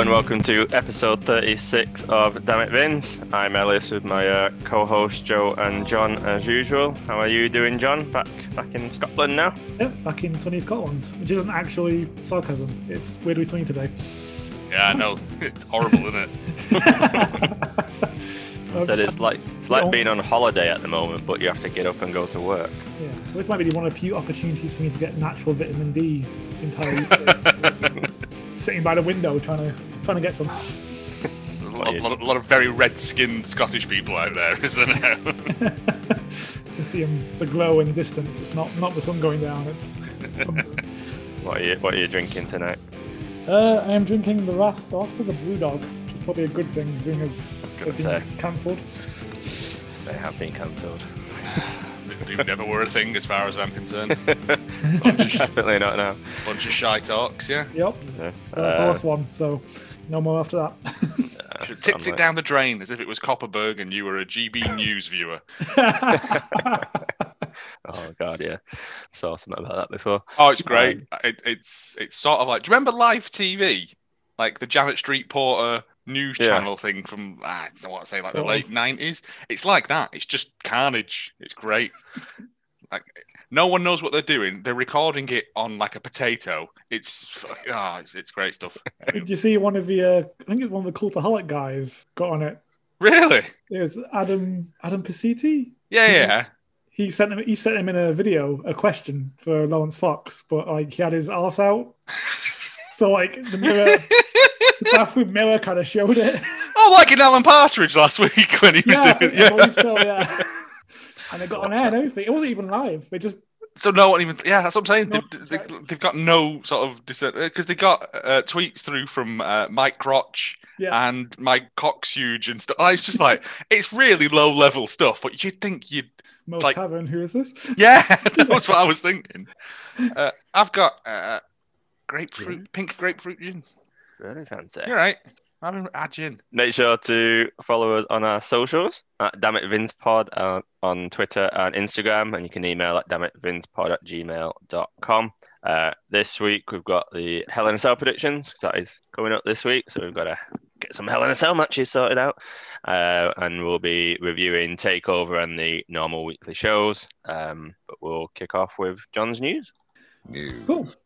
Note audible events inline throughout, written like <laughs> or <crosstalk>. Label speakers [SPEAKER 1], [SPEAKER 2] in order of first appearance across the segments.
[SPEAKER 1] and welcome to episode 36 of Damn It Vince. I'm Ellis with my uh, co-host Joe and John as usual. How are you doing, John? Back back in Scotland now?
[SPEAKER 2] Yeah, back in sunny Scotland, which isn't actually sarcasm. It's weirdly
[SPEAKER 1] <laughs>
[SPEAKER 2] sunny today.
[SPEAKER 3] Yeah, I know. <laughs> It's horrible, isn't it?
[SPEAKER 1] Said it's like it's like
[SPEAKER 2] No.
[SPEAKER 1] being on holiday at the moment, but you have to get up and go to work.
[SPEAKER 2] Yeah, this might be one of the few opportunities for me to get natural vitamin D
[SPEAKER 1] <laughs>
[SPEAKER 2] <laughs> entirely. Sitting by the window trying to trying to get some. <laughs>
[SPEAKER 3] There's a lot, lot- lot of very red-skinned Scottish people out there, <laughs> isn't there?
[SPEAKER 2] You can see 'em, the glow in the distance. It's not not the sun going down. It's some.
[SPEAKER 1] <laughs> What are you What are you drinking tonight?
[SPEAKER 2] uh, I am drinking the last the last of the Blue Dog, which is probably a good thing, seeing as
[SPEAKER 1] gonna
[SPEAKER 2] it's been cancelled.
[SPEAKER 1] They have been cancelled.
[SPEAKER 3] they never were a thing, as far as I'm concerned.
[SPEAKER 1] Definitely not now.
[SPEAKER 3] Bunch of shy talks, yeah.
[SPEAKER 2] Yep,
[SPEAKER 1] Yeah.
[SPEAKER 2] that's the
[SPEAKER 1] Uh,
[SPEAKER 2] last one. So no more after that. <laughs>
[SPEAKER 3] Should have tipped it down the drain as if it was Copperberg and you were a GB News viewer.
[SPEAKER 1] Oh god, yeah. Saw something about that before.
[SPEAKER 3] Oh, it's great. It, it's it's sort of like. Do you remember live TV, like the Janet Street Porter news
[SPEAKER 1] Yeah.
[SPEAKER 3] channel thing from ah, I don't want to say like the
[SPEAKER 2] Sort
[SPEAKER 3] late nineties? It's like that. It's just carnage. It's great. like no one knows what they're doing. They're recording it on like a potato. It's fuck- ah, it's, it's great stuff.
[SPEAKER 2] Did you see one of the? Uh, I think it's one of the cultaholic guys got on it.
[SPEAKER 3] really?
[SPEAKER 2] It was Adam Adam Pasiti.
[SPEAKER 3] Yeah, yeah.
[SPEAKER 2] He sent him. He sent him in a video a question for Lawrence Fox, but like he had his arse
[SPEAKER 3] <laughs>
[SPEAKER 2] out, so like the mirror, the bathroom mirror kind of showed
[SPEAKER 3] <laughs>
[SPEAKER 2] it.
[SPEAKER 3] Oh, like in Alan Partridge last <laughs> week when he was
[SPEAKER 2] yeah,
[SPEAKER 3] doing.
[SPEAKER 2] I
[SPEAKER 3] Yeah.
[SPEAKER 2] believe so.
[SPEAKER 3] <laughs>
[SPEAKER 2] Yeah. And it got on air and everything. It wasn't even live. They just
[SPEAKER 3] So no one even. Yeah, that's what I'm saying.
[SPEAKER 2] No
[SPEAKER 3] They've, they, they've got no sort of discern because they got uh, tweets through from uh, Mike Crotch
[SPEAKER 2] Yeah.
[SPEAKER 3] and Mike Cox huge and stuff. It's just like <laughs> it's really low level stuff. But you'd think you'd. <laughs>
[SPEAKER 2] most
[SPEAKER 3] Like-
[SPEAKER 2] tavern. Who is this?
[SPEAKER 3] Yeah, that's what I was thinking. Uh, I've got uh, grapefruit, pink grapefruit gin.
[SPEAKER 1] Really fancy.
[SPEAKER 3] You're right. I'm having a gin.
[SPEAKER 1] Make sure to follow us on our socials at Damn It Vince Pod uh, on Twitter and Instagram, and you can email at dammitvincepod at gmail.com. Uh, this week we've got the Hell in a Cell predictions 'cause that is coming up this week, so we've got to get some Hell in a Cell matches sorted out. Uh, and we'll be reviewing Takeover and the normal weekly shows. Um, but we'll kick off with John's news.
[SPEAKER 2] Cool. <laughs>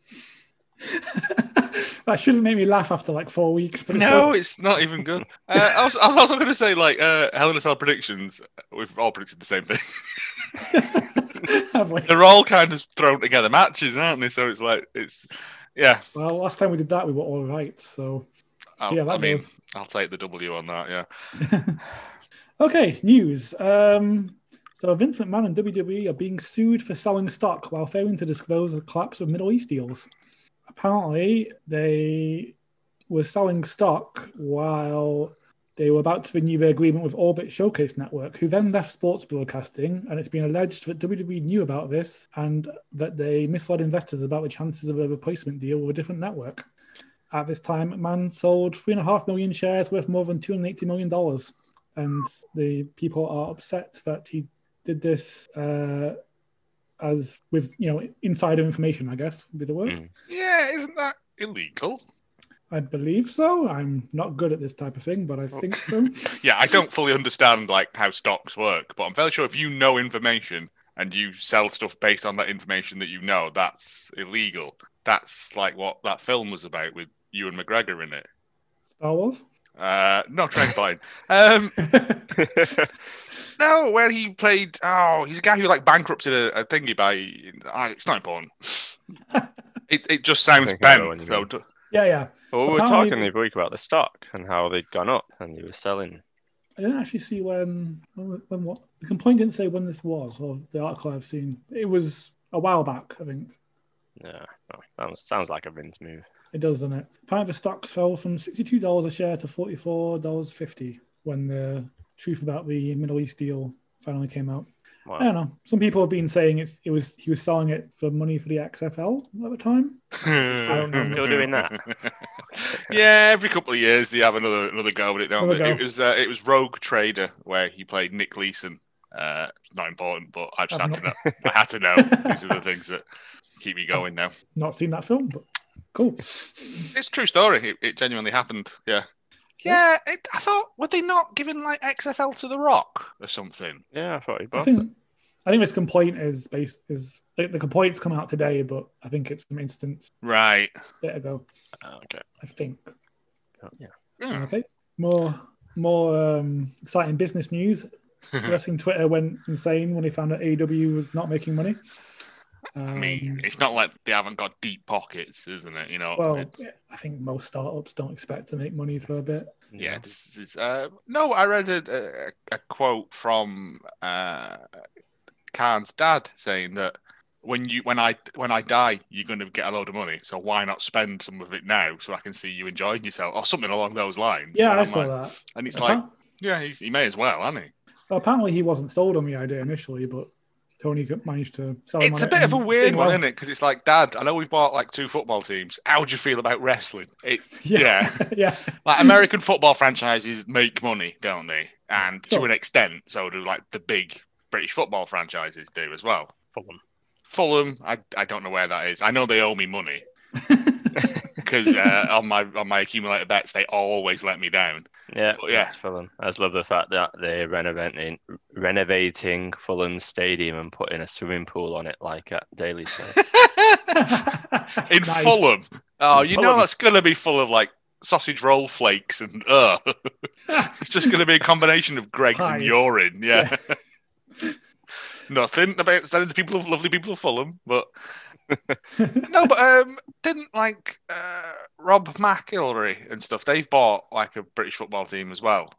[SPEAKER 2] that shouldn't make me laugh after like four weeks. But it's
[SPEAKER 3] No, it's not even good. Uh, I, was, I was also going to say like uh, Helen Cell predictions. uh, We've all predicted the same thing.
[SPEAKER 2] <laughs>
[SPEAKER 3] <laughs>
[SPEAKER 2] Have we?
[SPEAKER 3] they're all kind of thrown together matches, aren't they? So it's like it's yeah.
[SPEAKER 2] Well, last time we did that, we were all right. So,
[SPEAKER 3] I'll,
[SPEAKER 2] yeah, that
[SPEAKER 3] I mean,
[SPEAKER 2] goes.
[SPEAKER 3] I'll take the W on that. Yeah,
[SPEAKER 2] okay, news. Um, so, Vince McMahon and WWE are being sued for selling stock while failing to disclose the collapse of Middle East deals. Apparently, they were selling stock while they were about to renew their agreement with Orbit Showcase Network, who then left sports broadcasting. And it's been alleged that WWE knew about this and that they misled investors about the chances of a replacement deal with a different network. At this time, McMahon sold three and a half million shares worth more than two hundred eighty million dollars, and the people are upset that he did this uh, as with you know insider information. I guess would be the word.
[SPEAKER 1] Mm.
[SPEAKER 3] yeah, isn't that illegal?
[SPEAKER 2] I believe so. I'm not good at this type of thing, but I think so.
[SPEAKER 3] Yeah, I don't fully understand like how stocks work, but I'm fairly sure if you know information and you sell stuff based on that information that you know, that's illegal. That's like what that film was about with you and McGregor in it.
[SPEAKER 2] Star Wars.
[SPEAKER 3] Uh, no, <laughs> Transpine. um,
[SPEAKER 2] yeah,
[SPEAKER 3] no, where he played. Oh, he's a guy who like bankrupted a, a thingy by. ah, it's not <laughs> important. it, it just sounds
[SPEAKER 1] think I know what
[SPEAKER 3] bent
[SPEAKER 1] you
[SPEAKER 3] though.
[SPEAKER 1] mean.
[SPEAKER 3] d-
[SPEAKER 2] yeah.
[SPEAKER 1] Well, we were
[SPEAKER 2] Apparently-
[SPEAKER 1] talking the other week about the stock and how they'd gone up and you were selling.
[SPEAKER 2] I didn't actually see when when when what the complaint didn't say when this was or the article I've seen. It was a while back, I think.
[SPEAKER 1] Yeah, no, sounds, sounds like a Vince move.
[SPEAKER 2] It does, doesn't it? Apparently, the stock fell from sixty-two dollars a share to forty-four dollars fifty when the truth about the Middle East deal finally came out. I
[SPEAKER 1] Wow.
[SPEAKER 2] don't know. Some people have been saying it's it was he was selling it for money for the XFL at the time. don't know.
[SPEAKER 1] Still doing that?
[SPEAKER 3] <laughs> yeah, every couple of years they have another another go at it. Don't
[SPEAKER 2] Another
[SPEAKER 3] they?
[SPEAKER 2] go.
[SPEAKER 3] It was uh, it was Rogue Trader where he played Nick Leeson. Uh, not important, but I just
[SPEAKER 2] I've
[SPEAKER 3] had to know. I had to know. These are the things that keep me going now.
[SPEAKER 2] Not seen that film, but Cool.
[SPEAKER 3] It's a true story. It, it genuinely happened. Yeah. Yeah, it, I thought were they not giving like XFL to The Rock or something?
[SPEAKER 1] Yeah, I thought he
[SPEAKER 2] I
[SPEAKER 1] bought it.
[SPEAKER 2] think I think this complaint is based is like, the complaint's come out today, but I think it's an instance
[SPEAKER 3] Right.
[SPEAKER 2] a bit ago.
[SPEAKER 1] Okay.
[SPEAKER 2] I think.
[SPEAKER 1] Oh, yeah.
[SPEAKER 3] Hmm.
[SPEAKER 2] Okay. More more um, exciting business
[SPEAKER 3] <laughs>
[SPEAKER 2] news. Wrestling Twitter went insane when they found out AEW was not making money.
[SPEAKER 3] I mean,
[SPEAKER 2] Um,
[SPEAKER 3] it's not like they haven't got deep pockets, isn't it? You know.
[SPEAKER 2] well,
[SPEAKER 3] it's,
[SPEAKER 2] I think most startups don't expect to make money for a bit.
[SPEAKER 3] yeah. This is. Uh, no, I read a, a, a quote from uh, Khan's dad saying that when you when I when I die, you're going to get a load of money. So why not spend some of it now so I can see you enjoying yourself or something along those lines?
[SPEAKER 2] Yeah,
[SPEAKER 3] And
[SPEAKER 2] I
[SPEAKER 3] I'm
[SPEAKER 2] saw
[SPEAKER 3] like-
[SPEAKER 2] that. Uh-huh.
[SPEAKER 3] And it's like,
[SPEAKER 2] Appa-
[SPEAKER 3] yeah, he's, he may as well, hasn't he?
[SPEAKER 2] Apparently, he wasn't sold on the idea initially, but Tony got- managed to sell him.
[SPEAKER 3] It's
[SPEAKER 2] on
[SPEAKER 3] a
[SPEAKER 2] Oh, it
[SPEAKER 3] bit of a
[SPEAKER 2] and
[SPEAKER 3] weird
[SPEAKER 2] did
[SPEAKER 3] one,
[SPEAKER 2] well.
[SPEAKER 3] isn't it? Because it's like, Dad, I know we've bought like two football teams. How do you feel about wrestling? It, yeah.
[SPEAKER 2] <laughs> yeah.
[SPEAKER 3] like American football franchises make money, don't they? And to
[SPEAKER 2] Sure.
[SPEAKER 3] an extent, so do like the big British football franchises do as well.
[SPEAKER 1] Fulham.
[SPEAKER 3] Fulham, I, I don't know where that is. I know they owe me money <laughs> because uh, on my on my accumulator bets they always let me down.
[SPEAKER 1] Yeah,
[SPEAKER 3] But yeah.
[SPEAKER 1] that's Fulham. I just love the fact that they're renovating renovating Fulham Stadium and putting a swimming pool on it like at Daily
[SPEAKER 2] <laughs>
[SPEAKER 1] Show.
[SPEAKER 3] <laughs> In
[SPEAKER 2] Nice.
[SPEAKER 3] Fulham, oh, you know
[SPEAKER 1] Fulham.
[SPEAKER 3] that's gonna be full of like sausage roll flakes and uh <laughs> it's just gonna be a combination of Greg's and
[SPEAKER 2] Pies.
[SPEAKER 3] urine. Yeah. <laughs> Nothing about sending the people of lovely people of Fulham, but no, but um, didn't like uh, Rob McIlroy and stuff. They've bought like a British football team as well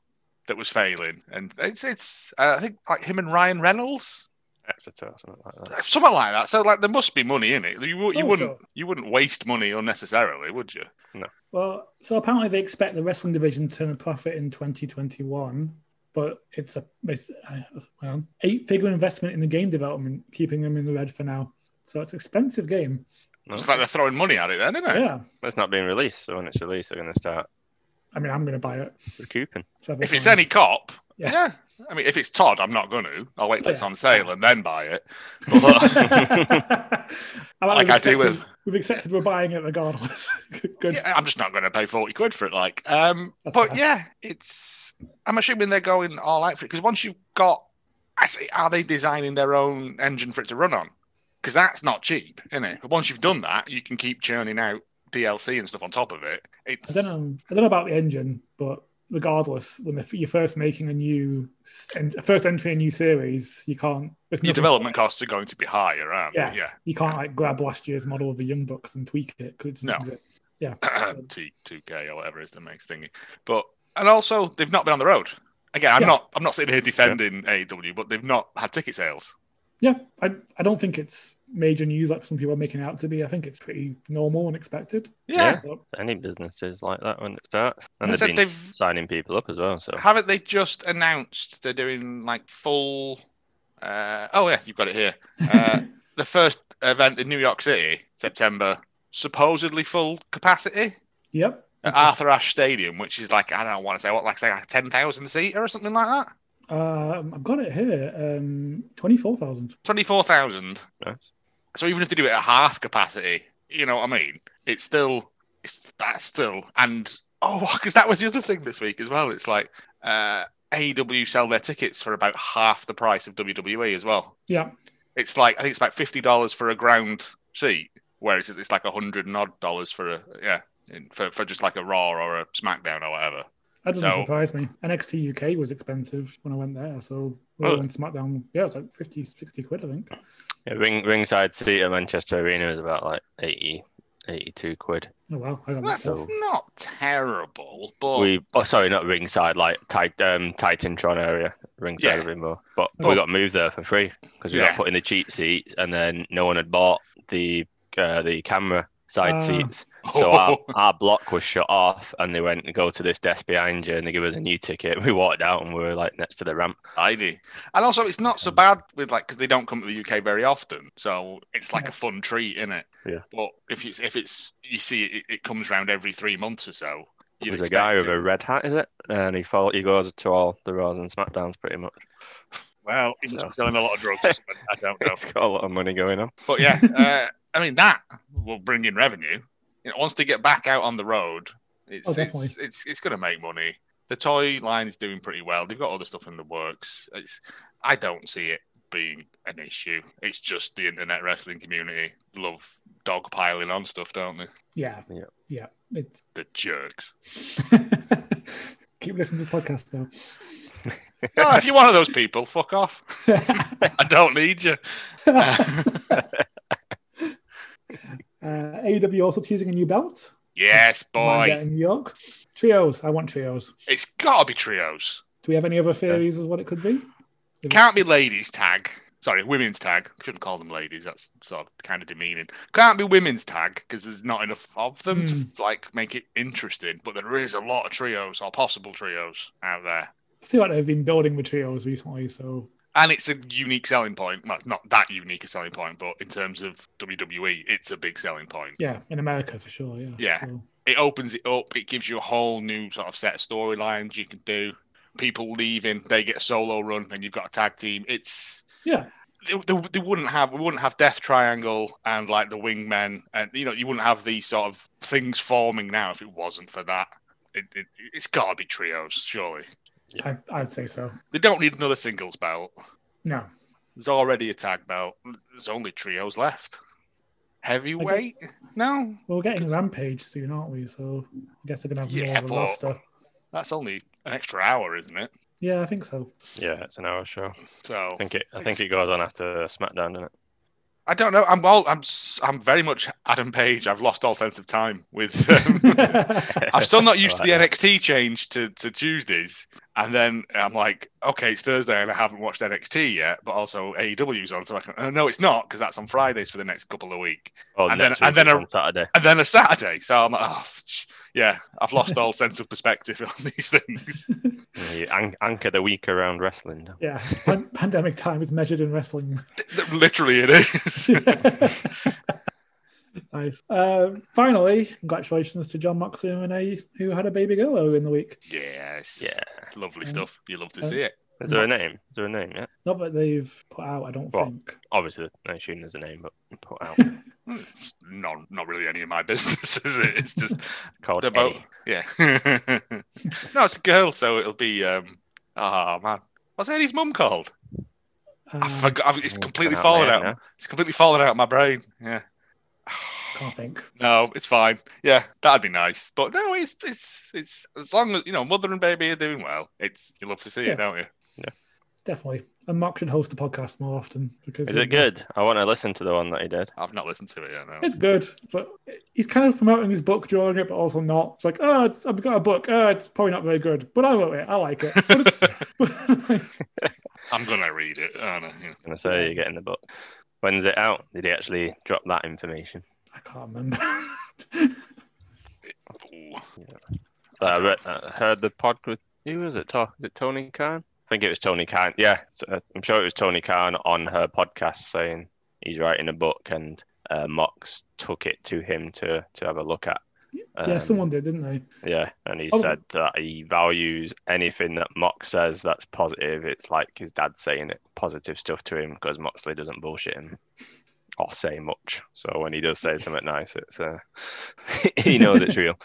[SPEAKER 3] that was failing, and it's it's uh, I think like him and Ryan Reynolds,
[SPEAKER 1] Exeter or something like that.
[SPEAKER 3] something like that. So like there must be money in it. You, wou- you
[SPEAKER 2] Oh,
[SPEAKER 3] wouldn't
[SPEAKER 2] sure.
[SPEAKER 3] you wouldn't waste money unnecessarily, would you?
[SPEAKER 2] Well, so apparently they expect the wrestling division to turn a profit in 2021, but it's a it's, uh, well, eight-figure investment in the game development, keeping them in the red for now. So it's an expensive game.
[SPEAKER 1] No,
[SPEAKER 3] It's like they're throwing money at it then, isn't it?
[SPEAKER 2] Yeah,
[SPEAKER 1] it's not being released, so when it's released, they're going to start
[SPEAKER 2] I mean, I'm going to buy it.
[SPEAKER 1] recouping.
[SPEAKER 2] several
[SPEAKER 3] If it's
[SPEAKER 2] times.
[SPEAKER 3] any cop, yeah.
[SPEAKER 2] Yeah.
[SPEAKER 3] I mean, if it's Todd, I'm not going to. I'll wait till it's
[SPEAKER 2] Yeah.
[SPEAKER 3] on sale and then buy it. But,
[SPEAKER 2] <laughs>
[SPEAKER 3] uh,
[SPEAKER 2] I like,
[SPEAKER 3] Like I do with-
[SPEAKER 2] We've accepted we're buying it regardless. <laughs> Good.
[SPEAKER 3] Yeah, I'm just not going to pay 40 quid for it. Like, um,
[SPEAKER 2] That's
[SPEAKER 3] but
[SPEAKER 2] fair.
[SPEAKER 3] yeah, it's, I'm assuming they're going all out for it because once you've got, I say, are they designing their own engine for it to run on? Because that's not cheap, isn't it? But once you've done that, you can keep churning out DLC and stuff on top of it.
[SPEAKER 2] I
[SPEAKER 3] It's,
[SPEAKER 2] don't know. I don't know about the engine, but regardless, when the, you're first making a new and first entry in a new series, you can't. there's
[SPEAKER 3] your
[SPEAKER 2] nothing-
[SPEAKER 3] development costs are going to be higher, aren't they? Yeah.
[SPEAKER 2] You can't like grab last year's model of the Young Bucks and tweak it because it doesn't
[SPEAKER 3] No.
[SPEAKER 2] exist.
[SPEAKER 3] <clears throat> T two K or whatever is the next thingy. But and also they've not been on the road. Again, I'm
[SPEAKER 2] Yeah.
[SPEAKER 3] not I'm not sitting here defending AEW, but they've not had ticket sales.
[SPEAKER 2] Yeah, I, I don't think it's major news like some people are making it out to be. I think it's pretty normal and expected.
[SPEAKER 1] Yeah.
[SPEAKER 2] But
[SPEAKER 1] Any businesses like that when it starts, and
[SPEAKER 3] And they
[SPEAKER 1] they've
[SPEAKER 3] said
[SPEAKER 1] been
[SPEAKER 3] they've
[SPEAKER 1] signing people up as well. So
[SPEAKER 3] haven't they just announced they're doing like full uh, oh yeah, you've got
[SPEAKER 1] <laughs>
[SPEAKER 3] it here. Uh, the first event in New York City, September, supposedly full capacity
[SPEAKER 2] yep.
[SPEAKER 1] <laughs>
[SPEAKER 3] at Arthur Ashe Stadium, which is like I don't want to say what like, like ten thousand seater or something like that.
[SPEAKER 2] Um, I've got it here. Um, twenty-four thousand.
[SPEAKER 3] Twenty four thousand.
[SPEAKER 1] Nice.
[SPEAKER 3] So even if they do it at half capacity, you know what I mean? It's still it's that's still and oh <laughs> because that was the other thing this week as well. It's like uh AEW sell their tickets for about half the price of WWE as well.
[SPEAKER 2] Yeah.
[SPEAKER 3] It's like I think it's about fifty dollars for a ground seat, whereas it's like a hundred and odd dollars for a yeah. in- For, for just like a Raw or a SmackDown or whatever.
[SPEAKER 2] That doesn't
[SPEAKER 3] So-
[SPEAKER 2] surprise me. NXT UK was expensive when I went there, so Raw
[SPEAKER 3] Oh.
[SPEAKER 1] Really?
[SPEAKER 2] and SmackDown, yeah, it's like 50, 60 quid, I think.
[SPEAKER 1] yeah, ring ringside seat at Manchester Arena is about like 80, 82 quid.
[SPEAKER 2] Oh wow, I got
[SPEAKER 3] That's
[SPEAKER 2] that.
[SPEAKER 1] So-
[SPEAKER 3] not terrible, but <laughs>
[SPEAKER 1] We oh sorry, not ringside, like Tit- um, Titantron area. Ringside
[SPEAKER 3] Yeah.
[SPEAKER 1] a bit more, but
[SPEAKER 2] Oh.
[SPEAKER 1] we got moved there for free because we
[SPEAKER 3] Yeah.
[SPEAKER 1] got put in the cheap seats, and then no one had bought the uh, the camera side <laughs>
[SPEAKER 2] Ah.
[SPEAKER 1] seats. So our, our block was shut off, and they went go to this desk behind you, and they give us a new ticket. <laughs> We walked out, and we were like next to the ramp.
[SPEAKER 3] Tidy. And also, it's not so bad with like because they don't come to the UK very often, so it's like
[SPEAKER 2] Yeah.
[SPEAKER 3] a fun treat, isn't it?
[SPEAKER 1] Yeah.
[SPEAKER 3] But if it's if it's you see it, it comes round every three months or so. you'd
[SPEAKER 1] There's a
[SPEAKER 3] expect
[SPEAKER 1] guy with
[SPEAKER 3] it.
[SPEAKER 1] a red hat, is it? And he follow, he goes to all the Raws and Smackdowns pretty much. <laughs>
[SPEAKER 4] Well, he must be
[SPEAKER 1] So-
[SPEAKER 4] selling a lot of drugs. or something.
[SPEAKER 1] <laughs>
[SPEAKER 4] I don't know.
[SPEAKER 2] <laughs>
[SPEAKER 1] It's got a lot of money going on.
[SPEAKER 3] But yeah, uh, I mean that will bring in revenue. you know, once they get back out on the road, it's
[SPEAKER 2] Oh, definitely.
[SPEAKER 3] it's, it's it's going to make money. The toy line is doing pretty well. They've got other stuff in the works. It's I don't see it being an issue. It's just the internet wrestling community love dog piling on stuff, don't they?
[SPEAKER 2] Yeah.
[SPEAKER 1] Yeah.
[SPEAKER 2] Yeah. It's <laughs>
[SPEAKER 3] The jerks.
[SPEAKER 2] keep listening to the podcast though. <laughs>
[SPEAKER 3] no, Oh, if you're one of those people, fuck off. <laughs> I don't
[SPEAKER 2] <laughs>
[SPEAKER 3] need you. <laughs>
[SPEAKER 2] uh, AEW also choosing a new belt.
[SPEAKER 3] yes,
[SPEAKER 2] Manga
[SPEAKER 3] boy.
[SPEAKER 2] in New York. Trios. I want trios.
[SPEAKER 3] It's got to be trios.
[SPEAKER 2] Do we have any other theories as what it could be? If
[SPEAKER 3] Can't be ladies tag. Sorry, women's tag. Shouldn't call them ladies. That's sort of kind of demeaning. Can't be women's tag because there's not enough of them to like make it interesting. But there is a lot of trios or possible trios out there,
[SPEAKER 2] I feel like they've been building with trios recently, so
[SPEAKER 3] and it's a unique selling point. Well, it's not that unique a selling point, but in terms of WWE, it's a big selling point.
[SPEAKER 2] yeah, in America for sure. Yeah.
[SPEAKER 3] Yeah.
[SPEAKER 2] So,
[SPEAKER 3] it opens it up. It gives you a whole new sort of set of storylines you can do. People leaving, they get a solo run, then you've got a tag team. It's
[SPEAKER 2] yeah.
[SPEAKER 3] they, they, they wouldn't have we wouldn't have Death Triangle and like the Wingmen, and you know you wouldn't have these sort of things forming now if it wasn't for that. It, it, it's got to be trios, surely.
[SPEAKER 2] I, I'd say so.
[SPEAKER 3] They don't need another singles belt.
[SPEAKER 2] No.
[SPEAKER 3] There's already a tag belt. There's only trios left. Heavyweight? No,
[SPEAKER 2] Well, we're getting Rampage soon, aren't we? So I guess they're gonna have
[SPEAKER 3] Yeah,
[SPEAKER 2] more of a
[SPEAKER 3] but-
[SPEAKER 2] roster.
[SPEAKER 3] that's only an extra hour, isn't it?
[SPEAKER 2] Yeah, I think
[SPEAKER 3] <laughs>
[SPEAKER 2] so. <laughs>
[SPEAKER 1] Yeah, it's an hour show.
[SPEAKER 3] So
[SPEAKER 1] I think it. I
[SPEAKER 3] It's-
[SPEAKER 1] think it goes on after SmackDown, doesn't it?
[SPEAKER 3] I don't know. I'm all, I'm s- I'm very much Adam Page. I've lost all sense of time with.
[SPEAKER 2] <laughs>
[SPEAKER 3] Um, I'm still not used to
[SPEAKER 1] <laughs>
[SPEAKER 3] the
[SPEAKER 1] Right.
[SPEAKER 3] NXT change to, to Tuesdays, and then I'm like, okay, it's Thursday, and I haven't watched NXT yet, but also AEW's on, so I can. Uh, no, it's not because that's on Fridays for the next couple of week,
[SPEAKER 1] Oh,
[SPEAKER 3] And
[SPEAKER 1] next
[SPEAKER 3] then- and
[SPEAKER 1] week
[SPEAKER 3] then a-
[SPEAKER 1] on Saturday.
[SPEAKER 3] and then a Saturday. So I'm like, oh, psh, yeah, I've
[SPEAKER 1] <laughs>
[SPEAKER 3] lost all sense of perspective on these things.
[SPEAKER 1] You an- anchor the week around wrestling. don't you?
[SPEAKER 2] yeah. Pan- pandemic time is measured in wrestling. <laughs>
[SPEAKER 3] Literally, it is.
[SPEAKER 2] nice. Uh, finally, congratulations to John Moxley and Renee, who had a baby girl earlier in the week.
[SPEAKER 3] yes.
[SPEAKER 1] Yeah.
[SPEAKER 3] Lovely
[SPEAKER 2] Um,
[SPEAKER 3] stuff. You love to
[SPEAKER 2] um,
[SPEAKER 3] see it.
[SPEAKER 1] Is there a name? Is there a name? Yeah.
[SPEAKER 2] Not that they've put out, I don't
[SPEAKER 1] Well,
[SPEAKER 2] think.
[SPEAKER 1] Obviously, I assume there's a name, but put
[SPEAKER 3] <laughs>
[SPEAKER 1] out
[SPEAKER 3] Hmm, It's Not not really any of my <laughs> business, is it? It's just
[SPEAKER 1] called
[SPEAKER 3] They're both-
[SPEAKER 1] A.
[SPEAKER 3] Yeah. <laughs> no, it's a girl, so it'll be. um Oh man, what's Eddie's mum called? I
[SPEAKER 2] Um,
[SPEAKER 3] forgot. I've- It's
[SPEAKER 1] Oh,
[SPEAKER 3] completely
[SPEAKER 1] can't
[SPEAKER 3] fallen out.
[SPEAKER 1] remember
[SPEAKER 3] It's completely fallen out of my brain. Yeah. <sighs>
[SPEAKER 2] can't think.
[SPEAKER 3] No, it's fine. Yeah, that'd be nice. But no, it's it's it's as long as you know mother and baby are doing well. It's you love to see
[SPEAKER 2] Yeah.
[SPEAKER 3] it, don't you?
[SPEAKER 2] Definitely. And Mark should host the podcast more often because
[SPEAKER 1] Is
[SPEAKER 2] he's-
[SPEAKER 1] it good? I want to listen to the one that he did.
[SPEAKER 3] I've not listened to it yet. No.
[SPEAKER 2] It's good, but he's kind of promoting his book during it, but also not. It's like, oh, it's, I've got a book. Oh, it's probably not very good, but I wrote it. I
[SPEAKER 1] <laughs>
[SPEAKER 2] like it. But <laughs> it's,
[SPEAKER 3] I'm gonna read it. aren't I? Yeah.
[SPEAKER 1] And I say you get in the book. When's it out? Did he actually drop that information?
[SPEAKER 2] I can't remember. <laughs>
[SPEAKER 3] Ooh.
[SPEAKER 1] So I, read, I Uh, heard the pod with who was it? To- Is it Tony Khan? I think it was Tony Khan. Yeah, so, uh, I'm sure it was Tony Khan on her podcast saying he's writing a book, and uh, Mox took it to him to to have a look at.
[SPEAKER 2] yeah,
[SPEAKER 1] Um,
[SPEAKER 2] someone did, didn't they? <laughs>
[SPEAKER 1] Yeah, and he
[SPEAKER 2] Oh.
[SPEAKER 1] said that he values anything that Mox says that's positive. It's like his dad saying it, positive stuff to him because Moxley doesn't bullshit him or say much. So when he does say something nice, it's uh, <laughs> he knows it's real.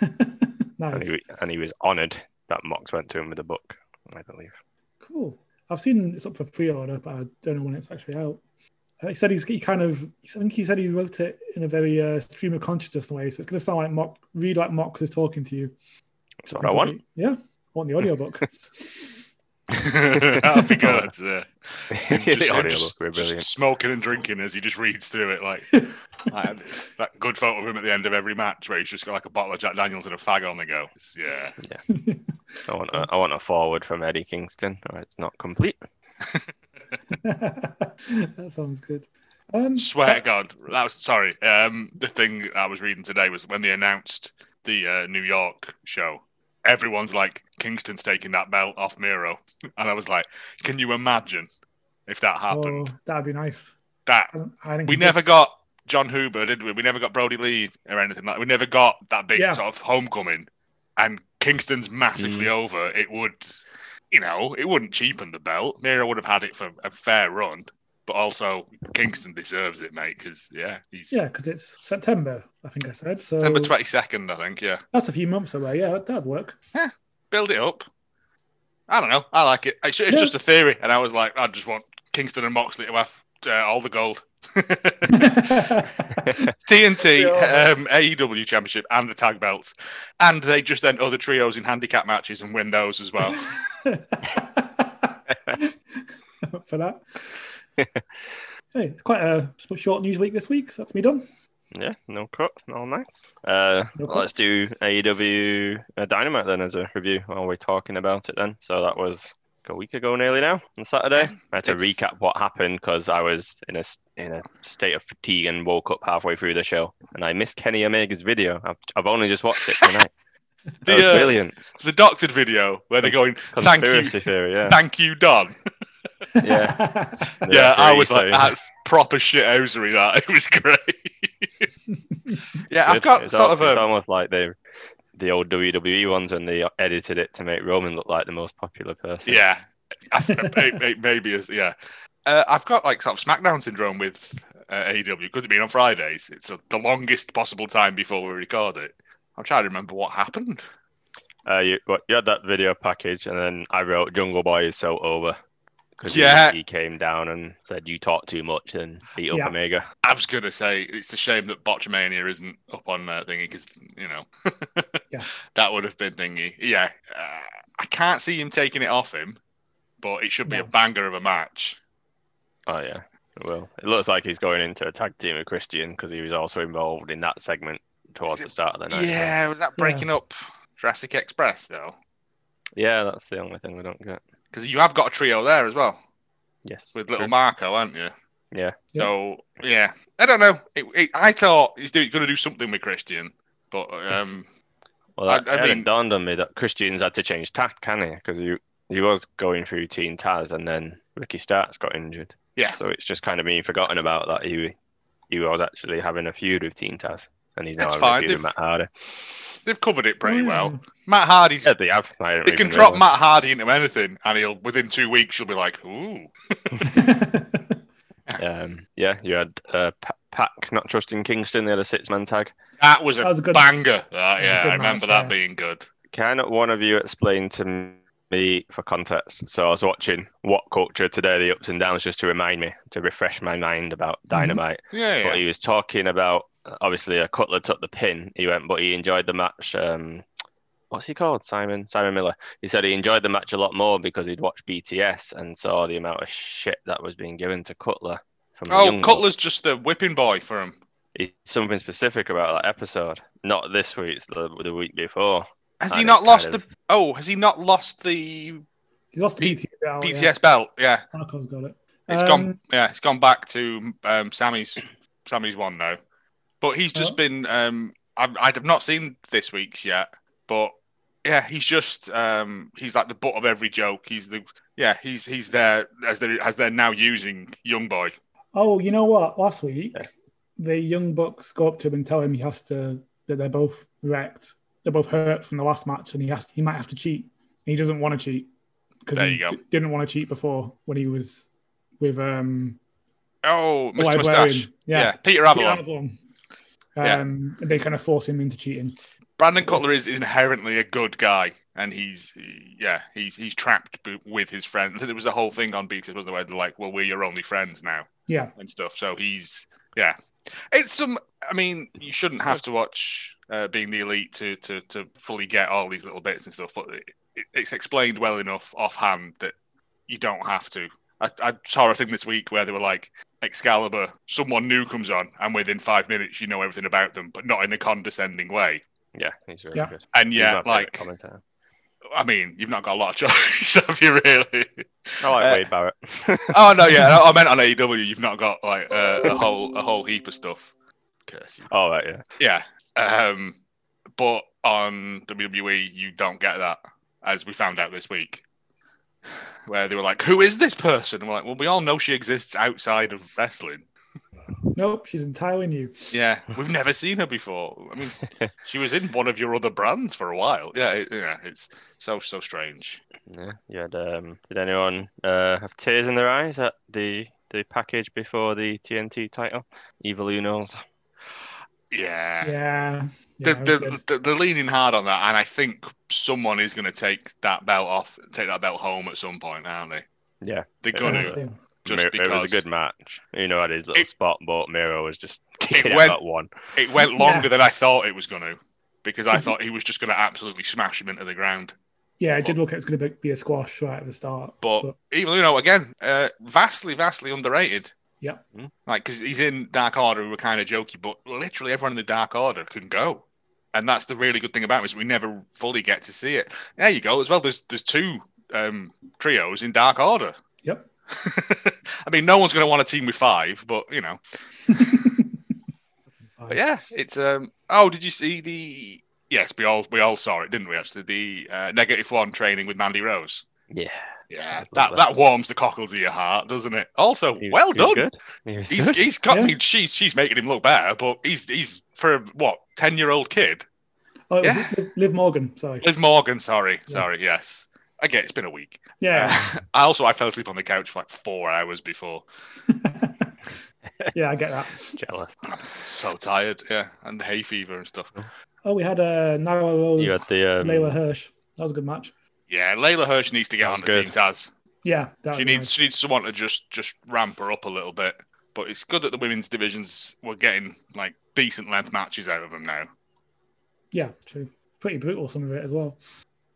[SPEAKER 1] And
[SPEAKER 2] nice.
[SPEAKER 1] he, and he was honoured that Mox went to him with the book, I believe.
[SPEAKER 2] Cool. I've seen it's up for pre-order, but I don't know when it's actually out. Uh, He said he's he kind of. I think he said he wrote it in a very uh, stream of consciousness way, so it's going to sound like Mock read like Mox is talking to you.
[SPEAKER 1] That's what I want.
[SPEAKER 2] Yeah, I want the audiobook. <laughs>
[SPEAKER 3] <laughs> that'd be good. Yeah.
[SPEAKER 1] <laughs>
[SPEAKER 3] Him
[SPEAKER 1] the
[SPEAKER 3] him
[SPEAKER 1] audiobook would be
[SPEAKER 3] just
[SPEAKER 1] brilliant.
[SPEAKER 3] smoking and drinking as he just reads through it, like, like, that good photo of him at the end of every match where he's just got like a bottle of Jack Daniels and a fag on the go. It's- yeah,
[SPEAKER 1] I want, a, I want a forward from Eddie Kingston, or it's not complete.
[SPEAKER 2] that sounds good. Um,
[SPEAKER 3] swear to God, that was sorry. Um, the thing I was reading today was when they announced the uh, New York show. Everyone's like, Kingston's taking that belt off Miro, <laughs> and I was like, can you imagine if that
[SPEAKER 2] oh,
[SPEAKER 3] happened?
[SPEAKER 2] that'd be nice.
[SPEAKER 3] That
[SPEAKER 2] I don't- I didn't
[SPEAKER 3] we
[SPEAKER 2] consider-
[SPEAKER 3] never got John Huber, did we? We never got Brody Lee or anything like. We never got that big
[SPEAKER 2] Yeah.
[SPEAKER 3] sort of homecoming, and Kingston's massively over. It would, you know, it wouldn't cheapen the belt. Miro would have had it for a fair run, but also Kingston deserves it, mate. Because yeah, he's
[SPEAKER 2] Yeah, because it's September, I think I said. So
[SPEAKER 3] September twenty second, I think. Yeah,
[SPEAKER 2] that's a few months away. Yeah, that- that'd
[SPEAKER 3] <laughs>
[SPEAKER 2] work.
[SPEAKER 3] build it up. I don't know. I like it. It's, it's
[SPEAKER 2] Yeah.
[SPEAKER 3] just a theory, and I was like, I just want Kingston and Moxley to have uh, all the gold. TNT,
[SPEAKER 2] Yeah.
[SPEAKER 3] um, AEW Championship, and the tag belts, and they just then other trios in handicap matches and win those
[SPEAKER 2] <laughs>
[SPEAKER 3] as well.
[SPEAKER 2] For that. hey, it's quite a sp- short news week this week, so that's me done.
[SPEAKER 1] Yeah, no cut, all nice. Uh,
[SPEAKER 2] No
[SPEAKER 1] well, let's
[SPEAKER 2] cuts.
[SPEAKER 1] do AEW uh, Dynamite then as a review while we're talking about it then. So that was a week ago nearly now on Saturday. I had to
[SPEAKER 3] It's-
[SPEAKER 1] recap what happened because I was in a s- in a state of fatigue and woke up halfway through the show and I missed Kenny Omega's video. I've, I've only just watched it tonight. That was
[SPEAKER 3] The, uh,
[SPEAKER 1] brilliant
[SPEAKER 3] the doctored video where they're going, "Thank you,
[SPEAKER 1] conspiracy theory. Yeah,
[SPEAKER 3] thank you, Don."
[SPEAKER 1] <laughs> yeah,
[SPEAKER 2] <laughs>
[SPEAKER 1] The
[SPEAKER 3] Yeah, I
[SPEAKER 1] referee
[SPEAKER 3] was like,
[SPEAKER 1] saying-
[SPEAKER 3] that's proper shit hosiery, that. <laughs> It was great. yeah, I've
[SPEAKER 1] It's-
[SPEAKER 3] got
[SPEAKER 1] it's
[SPEAKER 3] sort
[SPEAKER 1] al-
[SPEAKER 3] of
[SPEAKER 1] It's
[SPEAKER 3] a.
[SPEAKER 1] almost like the the old WWE ones when they edited it to make Roman look like the most popular person.
[SPEAKER 3] Yeah. <laughs> I th- it, it maybe is, yeah. Uh, I've got like sort of SmackDown syndrome with uh, AEW because it's been on Fridays. It's uh the longest possible time before we record it. I'm trying to remember what happened.
[SPEAKER 1] Uh, you, but you had that video package, and then I wrote Jungle Boy is so over because
[SPEAKER 3] Yeah.
[SPEAKER 1] he, he came down and said you talk too much and beat up
[SPEAKER 2] Yeah.
[SPEAKER 1] Omega.
[SPEAKER 3] I was going to say it's a shame that Botchamania isn't up on uh, thingy because, you know, <laughs>
[SPEAKER 2] Yeah.
[SPEAKER 3] that would have been thingy. Yeah. Uh, I can't see him taking it off him, but it should be
[SPEAKER 2] No.
[SPEAKER 3] a banger of a match.
[SPEAKER 1] Oh yeah, well, it looks like he's going into a tag team with Christian because he was also involved in that segment towards the start of the night.
[SPEAKER 3] Yeah, was that
[SPEAKER 2] Yeah.
[SPEAKER 3] breaking up Jurassic Express though?
[SPEAKER 1] yeah, that's the only thing we don't get.
[SPEAKER 3] Because you have got a trio there as well
[SPEAKER 1] Yes,
[SPEAKER 3] with little
[SPEAKER 1] true.
[SPEAKER 3] Marco, haven't you?
[SPEAKER 1] Yeah.
[SPEAKER 2] Yeah.
[SPEAKER 3] So yeah, I don't know. It, it, I thought he's doing, gonna do something with Christian, but
[SPEAKER 1] Hmm.
[SPEAKER 3] um,
[SPEAKER 1] Well,
[SPEAKER 3] I-
[SPEAKER 1] that,
[SPEAKER 3] I
[SPEAKER 1] it hadn't
[SPEAKER 3] mean-
[SPEAKER 1] dawned on me that Christian's had to change tack, can he? Because he, he was going through Team Taz and then Ricky Starks got injured.
[SPEAKER 3] Yeah.
[SPEAKER 1] So it's just kind of been forgotten about that he he was actually having a feud with Team Taz and he's now
[SPEAKER 3] That's
[SPEAKER 1] having
[SPEAKER 3] fine,
[SPEAKER 1] a feud with
[SPEAKER 3] they've-
[SPEAKER 1] Matt Hardy.
[SPEAKER 3] they've covered it pretty
[SPEAKER 2] Oh, yeah. <laughs>
[SPEAKER 3] well. Matt Hardy's.
[SPEAKER 1] Yeah, they have. I don't
[SPEAKER 3] They can
[SPEAKER 1] even
[SPEAKER 3] drop
[SPEAKER 1] realise.
[SPEAKER 3] Matt Hardy into anything, and he'll within two weeks you'll be like, "Ooh,
[SPEAKER 1] Um, yeah, you had uh, Pa- Pac not trusting Kingston. They had a six man tag.
[SPEAKER 3] that was a,
[SPEAKER 2] That was a good-
[SPEAKER 3] banger." That,
[SPEAKER 2] was a
[SPEAKER 3] yeah,
[SPEAKER 2] good
[SPEAKER 3] I remember
[SPEAKER 2] match,
[SPEAKER 3] that
[SPEAKER 2] yeah.
[SPEAKER 3] being good.
[SPEAKER 1] Can one of you explain to me for context? So I was watching What Culture today, the ups and downs, just to remind me, to refresh my mind about
[SPEAKER 3] Mm-hmm.
[SPEAKER 1] Dynamite.
[SPEAKER 3] Yeah,
[SPEAKER 1] But
[SPEAKER 3] yeah.
[SPEAKER 1] he was talking about obviously a Cutler took the pin. He went, but he enjoyed the match. Um, what's he called? Simon Simon Miller. He said he enjoyed the match a lot more because he'd watched BTS and saw the amount of shit that was being given to Cutler. From the
[SPEAKER 3] Oh,
[SPEAKER 1] young
[SPEAKER 3] Cutler's just the whipping boy for him.
[SPEAKER 1] It's something specific about that episode. Not this week, it's the, the week before.
[SPEAKER 3] Has he
[SPEAKER 1] And
[SPEAKER 3] not
[SPEAKER 1] it's
[SPEAKER 3] lost
[SPEAKER 1] kind
[SPEAKER 3] the? Oh, has he not lost the
[SPEAKER 2] He's lost the
[SPEAKER 3] P-
[SPEAKER 2] BTS. now, Oh, yeah.
[SPEAKER 3] BTS belt? Yeah.
[SPEAKER 2] Marco's got it.
[SPEAKER 3] It's
[SPEAKER 2] Um,
[SPEAKER 3] gone. Yeah, it's gone back to um, Sammy's. Sammy's one now, but he's just
[SPEAKER 2] Oh.
[SPEAKER 3] been. Um, I've, I've not seen this week's yet, but yeah, he's just. Um, he's like the butt of every joke. He's the. Yeah, he's he's there as they as they're now using young boy.
[SPEAKER 2] Oh, you know what? Last week,
[SPEAKER 1] Yeah.
[SPEAKER 2] the young bucks go up to him and tell him he has to that they're both wrecked, they're both hurt from the last match, and he has he might have to cheat. He doesn't want to cheat because
[SPEAKER 3] There
[SPEAKER 2] he
[SPEAKER 3] you go.
[SPEAKER 2] d- didn't want to cheat before when he was with um
[SPEAKER 3] Oh,
[SPEAKER 2] the
[SPEAKER 3] Mr.
[SPEAKER 2] librarian.
[SPEAKER 3] Mustache. Yeah.
[SPEAKER 2] yeah,
[SPEAKER 3] Peter
[SPEAKER 2] Peter
[SPEAKER 3] Avalon.
[SPEAKER 2] Avalon.
[SPEAKER 3] Yeah.
[SPEAKER 2] Um, and they kind of force him into cheating.
[SPEAKER 3] Brandon Cutler is inherently a good guy, and he's yeah, he's he's trapped b- with his friend. There was a whole thing on BTS, wasn't there? Where they're like, well, we're your only friends now.
[SPEAKER 2] Yeah,
[SPEAKER 3] and stuff. So he's yeah, it's some. I mean, you shouldn't have to watch uh, being the elite to to to fully get all these little bits and stuff, but it, it, it's explained well enough offhand that you don't have to. I, I saw a thing this week where they were like Excalibur, someone new comes on, and within five minutes you know everything about them, but not in a condescending way.
[SPEAKER 1] Yeah, he's really
[SPEAKER 2] Yeah.
[SPEAKER 1] good.
[SPEAKER 3] And
[SPEAKER 1] He's my
[SPEAKER 3] yeah,
[SPEAKER 1] favourite
[SPEAKER 3] like
[SPEAKER 1] commentator.
[SPEAKER 3] I mean, you've not got a lot of choice, <laughs> have you really?
[SPEAKER 1] I like
[SPEAKER 3] uh,
[SPEAKER 1] Wade Barrett. <laughs>
[SPEAKER 3] oh no, <laughs> yeah, I meant on AEW, you've not got like uh, a whole a whole heap of stuff. Curse you.
[SPEAKER 1] All right, yeah.
[SPEAKER 3] Yeah. Um, but on WWE, you don't get that, as we found out this week, where they were like, "Who is this person?" And we're like, "Well, we all know she exists outside of wrestling.
[SPEAKER 2] nope, she's entirely new.
[SPEAKER 3] Yeah, we've never seen her before. I mean, she was in one of your other brands for a while. Yeah, it, yeah, it's so so strange.
[SPEAKER 1] Yeah, you had, um, did anyone uh, have tears in their eyes at the the package before the TNT title. Evil <laughs> Unos.
[SPEAKER 3] Yeah.
[SPEAKER 2] Yeah. yeah
[SPEAKER 3] They're,
[SPEAKER 2] that was
[SPEAKER 3] they're,
[SPEAKER 2] good.
[SPEAKER 3] they're- they're leaning hard on that, and I think someone is going to take that belt off, take that belt home at some point, aren't they?
[SPEAKER 1] Yeah. They
[SPEAKER 3] They're going
[SPEAKER 1] will.
[SPEAKER 2] Have
[SPEAKER 3] to.
[SPEAKER 2] to.
[SPEAKER 3] Just
[SPEAKER 1] Mir- It was
[SPEAKER 3] because-
[SPEAKER 1] a good match. You know, had his little
[SPEAKER 3] It-
[SPEAKER 1] spot, but Miro was just kicking
[SPEAKER 3] went-
[SPEAKER 1] out that one.
[SPEAKER 3] It went
[SPEAKER 2] Yeah.
[SPEAKER 3] longer than I thought it was going to, because I thought he was just going to absolutely smash him into the ground.
[SPEAKER 2] Yeah, it did look like it was going to be a squash right at the start.
[SPEAKER 3] But,
[SPEAKER 2] But-
[SPEAKER 3] even you know, again, uh, vastly, vastly underrated.
[SPEAKER 2] Yep.
[SPEAKER 1] Mm.
[SPEAKER 3] Like because he's in Dark Order, who were kind of jokey, but literally everyone in the Dark Order can go, and that's the really good thing about him is we never fully get to see it. There you go as well. There's there's two um, trios in Dark Order.
[SPEAKER 2] Yep.
[SPEAKER 3] <laughs> I mean, no one's going to want a team with five, but you know, but Oh, yeah, it's um. Oh, did you see the? Yes, we all we all saw it, didn't we? Actually, the uh, negative one training with Mandy Rose.
[SPEAKER 1] Yeah.
[SPEAKER 3] Yeah,
[SPEAKER 1] Love
[SPEAKER 3] that
[SPEAKER 1] that.
[SPEAKER 3] that warms the cockles of your heart, doesn't it? Also,
[SPEAKER 1] He-
[SPEAKER 3] well
[SPEAKER 1] he was
[SPEAKER 3] done.
[SPEAKER 1] Good. He was
[SPEAKER 3] He's
[SPEAKER 1] good.
[SPEAKER 3] he's got. I
[SPEAKER 2] Yeah.
[SPEAKER 3] mean, she's she's making him look better, but he's he's for a, what ten year old kid.
[SPEAKER 2] Oh, it was
[SPEAKER 3] Yeah.
[SPEAKER 2] Liv- Liv Morgan, sorry.
[SPEAKER 3] Liv Morgan, sorry,
[SPEAKER 2] Yeah.
[SPEAKER 3] sorry, yes. Again, it's been a week. <laughs>
[SPEAKER 2] Yeah. <laughs>
[SPEAKER 3] Uh, I also I fell asleep on the couch for like four hours before.
[SPEAKER 2] yeah, I get that.
[SPEAKER 1] jealous.
[SPEAKER 3] So tired, yeah, and hay fever and stuff.
[SPEAKER 2] Oh, we had uh, Nyla Rose,
[SPEAKER 1] You had the um,
[SPEAKER 2] Layla Hirsch. That was a good match.
[SPEAKER 3] Yeah, Layla Hirsch needs to get
[SPEAKER 1] That
[SPEAKER 3] on
[SPEAKER 1] was
[SPEAKER 3] the
[SPEAKER 1] good.
[SPEAKER 3] team Taz.
[SPEAKER 2] Yeah. that
[SPEAKER 3] She
[SPEAKER 2] was
[SPEAKER 3] needs she needs someone to just just ramp her up a little bit. But it's good that the women's divisions were getting like decent length matches out of them now.
[SPEAKER 2] nice. Yeah, true. Pretty brutal, some of it as well.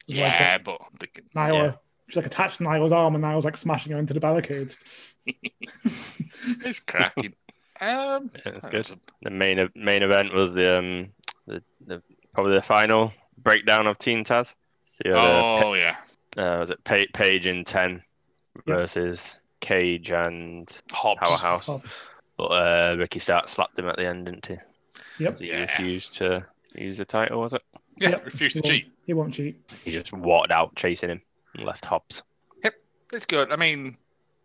[SPEAKER 2] It's like,
[SPEAKER 3] Yeah, but they can,
[SPEAKER 2] uh, Nyla.
[SPEAKER 1] Yeah.
[SPEAKER 2] She's like attached to Nyla's arm and Nyla's like smashing her into the barricades.
[SPEAKER 3] <laughs> it's cracking. um,
[SPEAKER 1] yeah, it's
[SPEAKER 3] that's
[SPEAKER 1] good.
[SPEAKER 3] a-
[SPEAKER 1] The main ev- main event was the um the, the probably the final breakdown of Team Taz. So you had, uh,
[SPEAKER 3] Oh yeah.
[SPEAKER 1] Pa- uh, was it pa- Page in ten
[SPEAKER 2] Yeah.
[SPEAKER 1] versus Cage and
[SPEAKER 3] Hobbs.
[SPEAKER 1] Powerhouse?
[SPEAKER 2] Oh,
[SPEAKER 1] But uh, Ricky Stark slapped him at the end, didn't he?
[SPEAKER 2] Yep.
[SPEAKER 1] He
[SPEAKER 3] Yeah.
[SPEAKER 1] refused to use the title, was it?
[SPEAKER 3] Yeah,
[SPEAKER 2] Yep.
[SPEAKER 3] refuse
[SPEAKER 2] he,
[SPEAKER 3] to
[SPEAKER 2] won't,
[SPEAKER 3] cheat.
[SPEAKER 2] he won't cheat.
[SPEAKER 1] He just walked out chasing him and left Hobbs.
[SPEAKER 3] It's good. I mean,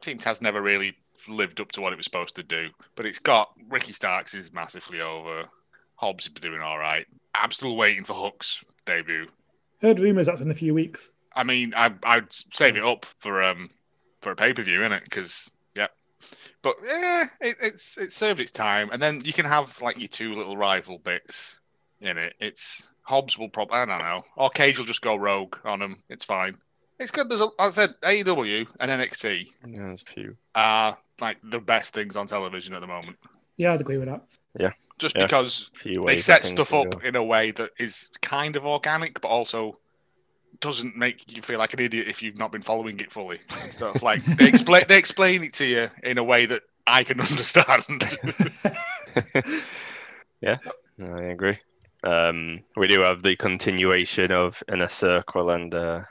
[SPEAKER 3] Team Taz never really lived up to what it was supposed to do, but it's got Ricky Starks is massively over. Hobbs is doing all right. I'm still waiting for Hook's debut.
[SPEAKER 2] Heard rumors that's in a few weeks.
[SPEAKER 3] I mean, I I'd save it up for um for a pay per view, innit? Because yeah, but yeah, it, it's it served its time, and then you can have like your two little rival bits in it. It's Hobbs will probably I don't know, or Cage will just go rogue on him. It's fine. It's good. There's a, I said AEW and NXT
[SPEAKER 1] Yeah, there's a few.
[SPEAKER 3] are like the best things on television at the moment,
[SPEAKER 2] Yeah, I'd agree with that.
[SPEAKER 3] just
[SPEAKER 1] Yeah.
[SPEAKER 3] because
[SPEAKER 1] few
[SPEAKER 3] they
[SPEAKER 1] ways that
[SPEAKER 3] set
[SPEAKER 1] things
[SPEAKER 3] stuff
[SPEAKER 1] can
[SPEAKER 3] up
[SPEAKER 1] go.
[SPEAKER 3] in a way that is kind of organic, but also doesn't make you feel like an idiot if you've not been following it fully
[SPEAKER 1] <laughs>
[SPEAKER 3] and stuff. like they explain they explain it to you in a way that I
[SPEAKER 1] <laughs>
[SPEAKER 3] can <laughs> understand.
[SPEAKER 1] yeah, no, I agree. Um, we do have the continuation of Inner Circle and uh,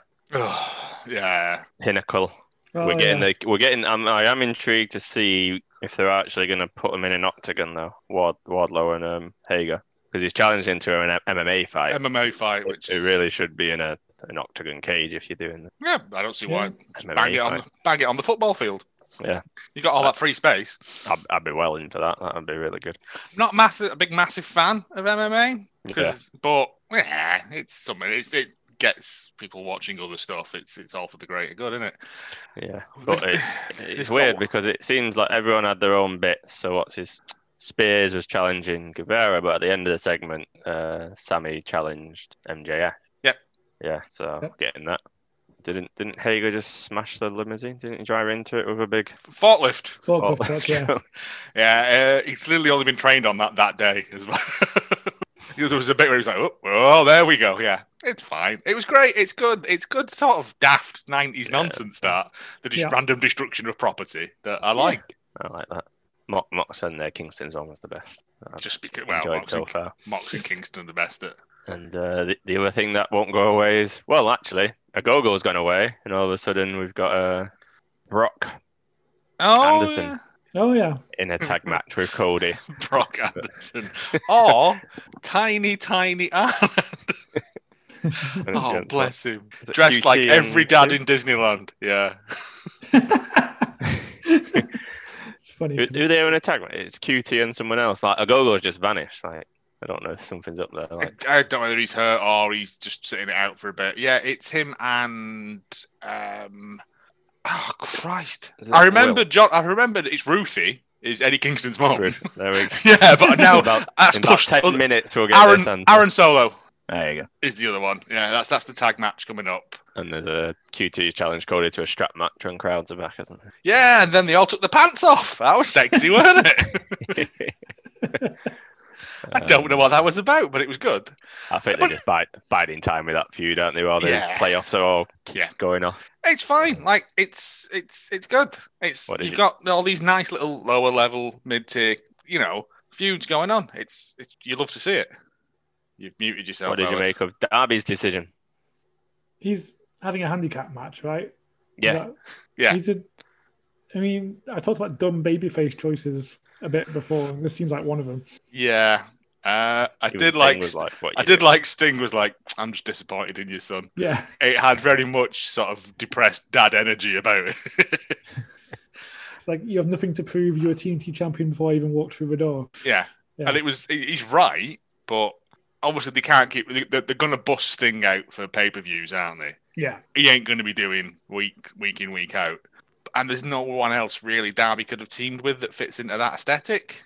[SPEAKER 3] yeah,
[SPEAKER 1] Pinnacle.
[SPEAKER 2] Oh,
[SPEAKER 1] we're getting
[SPEAKER 2] yeah.
[SPEAKER 1] the we're getting. Um, I am intrigued to see if they're actually going to put him in an octagon though. Ward, Wardlow and um, Hager because he's challenged into an M- MMA fight.
[SPEAKER 3] MMA fight, which
[SPEAKER 1] it
[SPEAKER 3] is
[SPEAKER 1] really should be in a an octagon cage if you're doing the
[SPEAKER 3] yeah. I don't see why. Just
[SPEAKER 1] MMA
[SPEAKER 3] bang it on,
[SPEAKER 1] fight.
[SPEAKER 3] the- bang it on the football field.
[SPEAKER 1] Yeah. Oh.
[SPEAKER 3] you got all that free space.
[SPEAKER 1] I'd, I'd be well into that. That'd be really
[SPEAKER 3] <laughs>
[SPEAKER 1] good.
[SPEAKER 3] Not massive, a big massive fan of MMA,
[SPEAKER 1] Yeah,
[SPEAKER 3] 'cause- but yeah, it's something. It's, it gets people watching other stuff. It's it's all for the greater good, isn't it?
[SPEAKER 1] yeah. But it,
[SPEAKER 3] It's
[SPEAKER 1] It's weird because it seems like everyone had their own bit. So what's his Spears was challenging Guevara, but at the end of the segment, uh, Sammy challenged MJF.
[SPEAKER 3] Yep.
[SPEAKER 1] Yeah. So
[SPEAKER 2] Yep.
[SPEAKER 1] getting that. Didn't didn't Hager just smash the limousine? Didn't he drive into it with a big?
[SPEAKER 3] Forklift.
[SPEAKER 2] Forklift
[SPEAKER 1] Oh, <laughs>
[SPEAKER 2] truck, yeah.
[SPEAKER 3] Yeah, uh, he's literally only been trained on that that day as well. <laughs> there was a bit where he was like, oh, well, there we go. Yeah, it's fine. It was great. It's good. It's good sort of daft 90s
[SPEAKER 1] Yeah.
[SPEAKER 3] nonsense that, the dis-
[SPEAKER 2] Yeah.
[SPEAKER 3] random destruction of property that I like.
[SPEAKER 1] I like that. Mock Mox and uh, Kingston's one was the best. I've
[SPEAKER 3] Just because, well,
[SPEAKER 1] enjoyed
[SPEAKER 3] Mox
[SPEAKER 1] so
[SPEAKER 3] and,
[SPEAKER 1] far.
[SPEAKER 3] Mox and Kingston are the best at.
[SPEAKER 1] And uh, the, the other thing that won't go away is well, actually, a Gogo's gone away, and all of a sudden we've got uh, Brock
[SPEAKER 3] Oh,
[SPEAKER 1] Anderton. <laughs>
[SPEAKER 2] Oh, yeah.
[SPEAKER 1] in a tag match with
[SPEAKER 3] <laughs>
[SPEAKER 1] Cody.
[SPEAKER 3] yeah,
[SPEAKER 1] <laughs>
[SPEAKER 3] Brock Anderton. or Tiny, Tiny <laughs> Ann. oh, bless him.
[SPEAKER 1] uh, Is it
[SPEAKER 3] Dressed like
[SPEAKER 1] QT
[SPEAKER 3] every
[SPEAKER 1] and-
[SPEAKER 3] dad in Disneyland. Yeah.
[SPEAKER 2] it's funny.
[SPEAKER 1] Who,
[SPEAKER 2] 'cause-
[SPEAKER 1] who they own a tag? match? It's QT and someone else. Like Agogo's just vanished. Like I don't know if something's up there.
[SPEAKER 3] <laughs>
[SPEAKER 1] Like
[SPEAKER 3] I I don't know whether he's hurt or he's just sitting it out for a bit. Yeah, it's him and um, Oh Christ!
[SPEAKER 1] Is
[SPEAKER 3] I
[SPEAKER 1] that
[SPEAKER 3] remembered John. I remembered it's Ruthie is Eddie Kingston's
[SPEAKER 1] Will?
[SPEAKER 3] mom.
[SPEAKER 1] Good. There we go.
[SPEAKER 3] <laughs> yeah, but now
[SPEAKER 1] About-
[SPEAKER 3] Oh. that's
[SPEAKER 1] in about
[SPEAKER 3] pushed.
[SPEAKER 1] ten
[SPEAKER 3] other-
[SPEAKER 1] minutes we'll get this
[SPEAKER 3] Aaron
[SPEAKER 1] answer.
[SPEAKER 3] Aaron Solo
[SPEAKER 1] There you go.
[SPEAKER 3] is the other one. Yeah, that's that's the tag match coming up.
[SPEAKER 1] And there's a QT challenge coded to a strap match when crowds are back or something.
[SPEAKER 3] Yeah, and then they all took the pants off. That was sexy, <laughs> wasn't it?
[SPEAKER 1] <laughs>
[SPEAKER 3] <laughs> I don't know what that was about, but it was good.
[SPEAKER 1] I think they're just bide, biding time with that feud, aren't they? While the
[SPEAKER 3] Yeah.
[SPEAKER 1] playoffs are all
[SPEAKER 3] Yeah.
[SPEAKER 1] going off.
[SPEAKER 3] It's fine. Like it's it's it's good. It's
[SPEAKER 1] What is
[SPEAKER 3] you've
[SPEAKER 1] it?
[SPEAKER 3] got all these nice little lower level mid tier, you know, feuds going on. It's it's you love to see it. You've muted yourself.
[SPEAKER 1] what did you
[SPEAKER 3] Alex.
[SPEAKER 1] make of Darby's decision?
[SPEAKER 2] He's having a handicap match, right?
[SPEAKER 1] Yeah.
[SPEAKER 2] That-
[SPEAKER 3] Yeah.
[SPEAKER 2] He's a. I mean, I talked about dumb babyface choices a bit before, and this seems like one of them.
[SPEAKER 3] Yeah. Uh, I
[SPEAKER 1] Even
[SPEAKER 3] did
[SPEAKER 1] Sting
[SPEAKER 3] like,
[SPEAKER 1] was
[SPEAKER 3] St-
[SPEAKER 1] what
[SPEAKER 3] I
[SPEAKER 1] you
[SPEAKER 3] did like Sting was like I'm just disappointed in you, son.
[SPEAKER 2] Yeah. <laughs>
[SPEAKER 3] It had very much sort of depressed dad energy about it. <laughs>
[SPEAKER 2] It's like you have nothing to prove. You're a TNT champion before I even walked through the door.
[SPEAKER 3] yeah.
[SPEAKER 2] Yeah.
[SPEAKER 3] and it was he- he's right, but obviously they can't keep they- they're gonna bust Sting out for pay per views, aren't they?
[SPEAKER 2] Yeah.
[SPEAKER 3] he ain't going to be doing week week in week out. And there's no one else really Derby could have teamed with that fits into that aesthetic.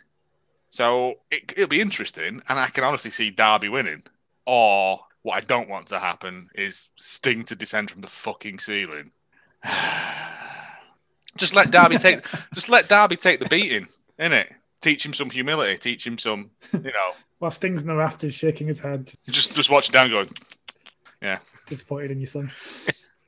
[SPEAKER 3] So it, it'll be interesting, and I can honestly see Derby winning. Or what I don't want to happen is Sting to descend from the fucking ceiling. <sighs> just let Derby take, just let Derby take the beating, innit? Teach him some humility. Teach him some, you know,
[SPEAKER 2] While Sting's in the rafters shaking his head,
[SPEAKER 3] just just watch down going.
[SPEAKER 2] disappointed in your son.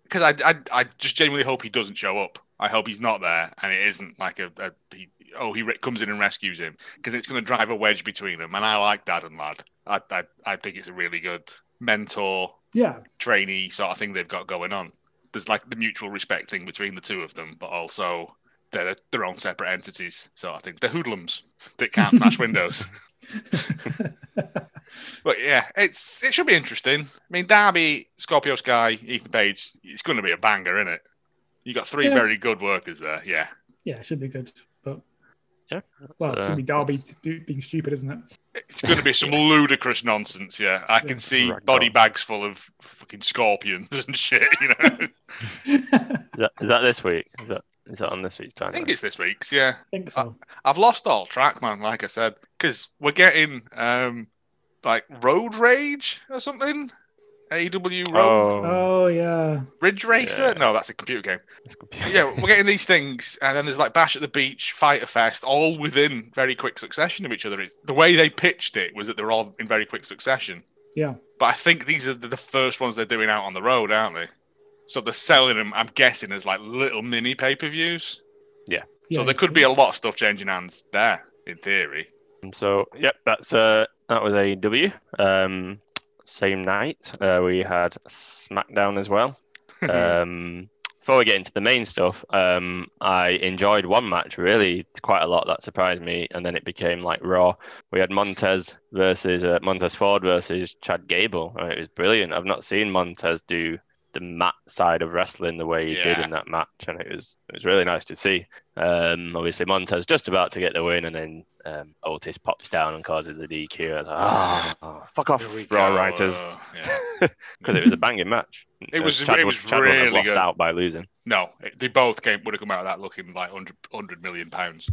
[SPEAKER 3] because I, I I just genuinely hope he doesn't show up. I hope he's not there, and it isn't like a, a he, oh he re- comes in and rescues him because it's going to drive a wedge between them. And I like Dad and Lad. I, I I think it's a really good mentor
[SPEAKER 2] Yeah. <laughs>
[SPEAKER 3] trainee sort of thing they've got going on. There's like the mutual respect thing between the two of them, but also they're their own separate entities. So I think they're hoodlums that can't smash windows. But yeah, it's it should be interesting. I mean, Derby, Scorpio Sky, Ethan Page, it's going to be a banger, isn't it? You got three
[SPEAKER 2] Yeah.
[SPEAKER 3] very good workers there. Yeah,
[SPEAKER 2] yeah, it should be good. But
[SPEAKER 1] Yeah,
[SPEAKER 2] well, it
[SPEAKER 1] uh,
[SPEAKER 2] should be Derby t- being stupid, isn't it?
[SPEAKER 3] it's going to be some ludicrous nonsense. Yeah, I
[SPEAKER 2] Yeah.
[SPEAKER 3] can see
[SPEAKER 1] Ragdoll.
[SPEAKER 3] body bags full of fucking scorpions and shit.
[SPEAKER 1] <laughs>
[SPEAKER 3] You know,
[SPEAKER 1] Is
[SPEAKER 2] <laughs> I
[SPEAKER 1] that, is that this week? Is that is that on this week's
[SPEAKER 3] I
[SPEAKER 1] time?
[SPEAKER 3] think it's this week's. Yeah,
[SPEAKER 2] think so.
[SPEAKER 3] I've lost all track, man. Like I said, because we're getting um like road rage or something. AW Road
[SPEAKER 1] Oh,
[SPEAKER 2] oh yeah.
[SPEAKER 3] Ridge Racer?
[SPEAKER 1] yeah.
[SPEAKER 3] No, that's a computer game.
[SPEAKER 1] it's confusing.
[SPEAKER 3] yeah, we're getting these things, and then there's like Bash at the Beach, Fighter Fest, all within very quick succession of each other. It's, the way they pitched it was that they're all in very quick succession.
[SPEAKER 2] Yeah.
[SPEAKER 3] But I think these are the the first ones they're doing out on the road, aren't they? So they're selling them, I'm guessing, as like little mini pay per views.
[SPEAKER 2] yeah.
[SPEAKER 3] so there could be a lot of stuff changing hands there, in theory.
[SPEAKER 1] Um, So yep, that's uh that was AW. Um, same night uh, we had SmackDown as well. Um, before we get into the main stuff, um, I enjoyed one match really quite a lot that surprised me, and then it became like Raw. We had Montez versus uh, Montez Ford versus Chad Gable, and it was brilliant. I've not seen Montez do the mat side of wrestling the way he did
[SPEAKER 3] Yeah.
[SPEAKER 1] in that match, and it was it was really nice to see. Um, obviously, Montez just about to get the win, and then um, Otis pops down and causes the DQ. I was like, oh, oh, fuck off,
[SPEAKER 3] Here we
[SPEAKER 1] Raw
[SPEAKER 3] go.
[SPEAKER 1] writers, <laughs>
[SPEAKER 3] Yeah.
[SPEAKER 1] because it was a banging match.
[SPEAKER 3] It
[SPEAKER 1] Uh,
[SPEAKER 3] was-
[SPEAKER 1] Chad
[SPEAKER 3] it
[SPEAKER 1] would-
[SPEAKER 3] was
[SPEAKER 1] Chad wouldn't have
[SPEAKER 3] really
[SPEAKER 1] lost
[SPEAKER 3] good.
[SPEAKER 1] out by losing.
[SPEAKER 3] No, it- they both came would have come out of that looking like 100, 100 million pounds.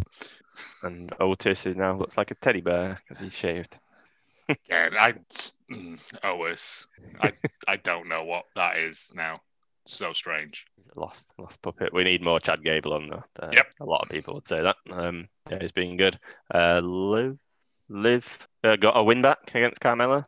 [SPEAKER 1] And Otis is now looks like a teddy bear because he's shaved.
[SPEAKER 3] Yeah, I mm, always.
[SPEAKER 1] <laughs>
[SPEAKER 3] I I don't know what that is now. So strange.
[SPEAKER 1] Lost, lost puppet. We need more Chad Gable on that. Uh,
[SPEAKER 3] Yep.
[SPEAKER 1] A lot of people would say that. Um, yeah, he's been good. Uh, Liv, Liv uh, got a win back against Carmella,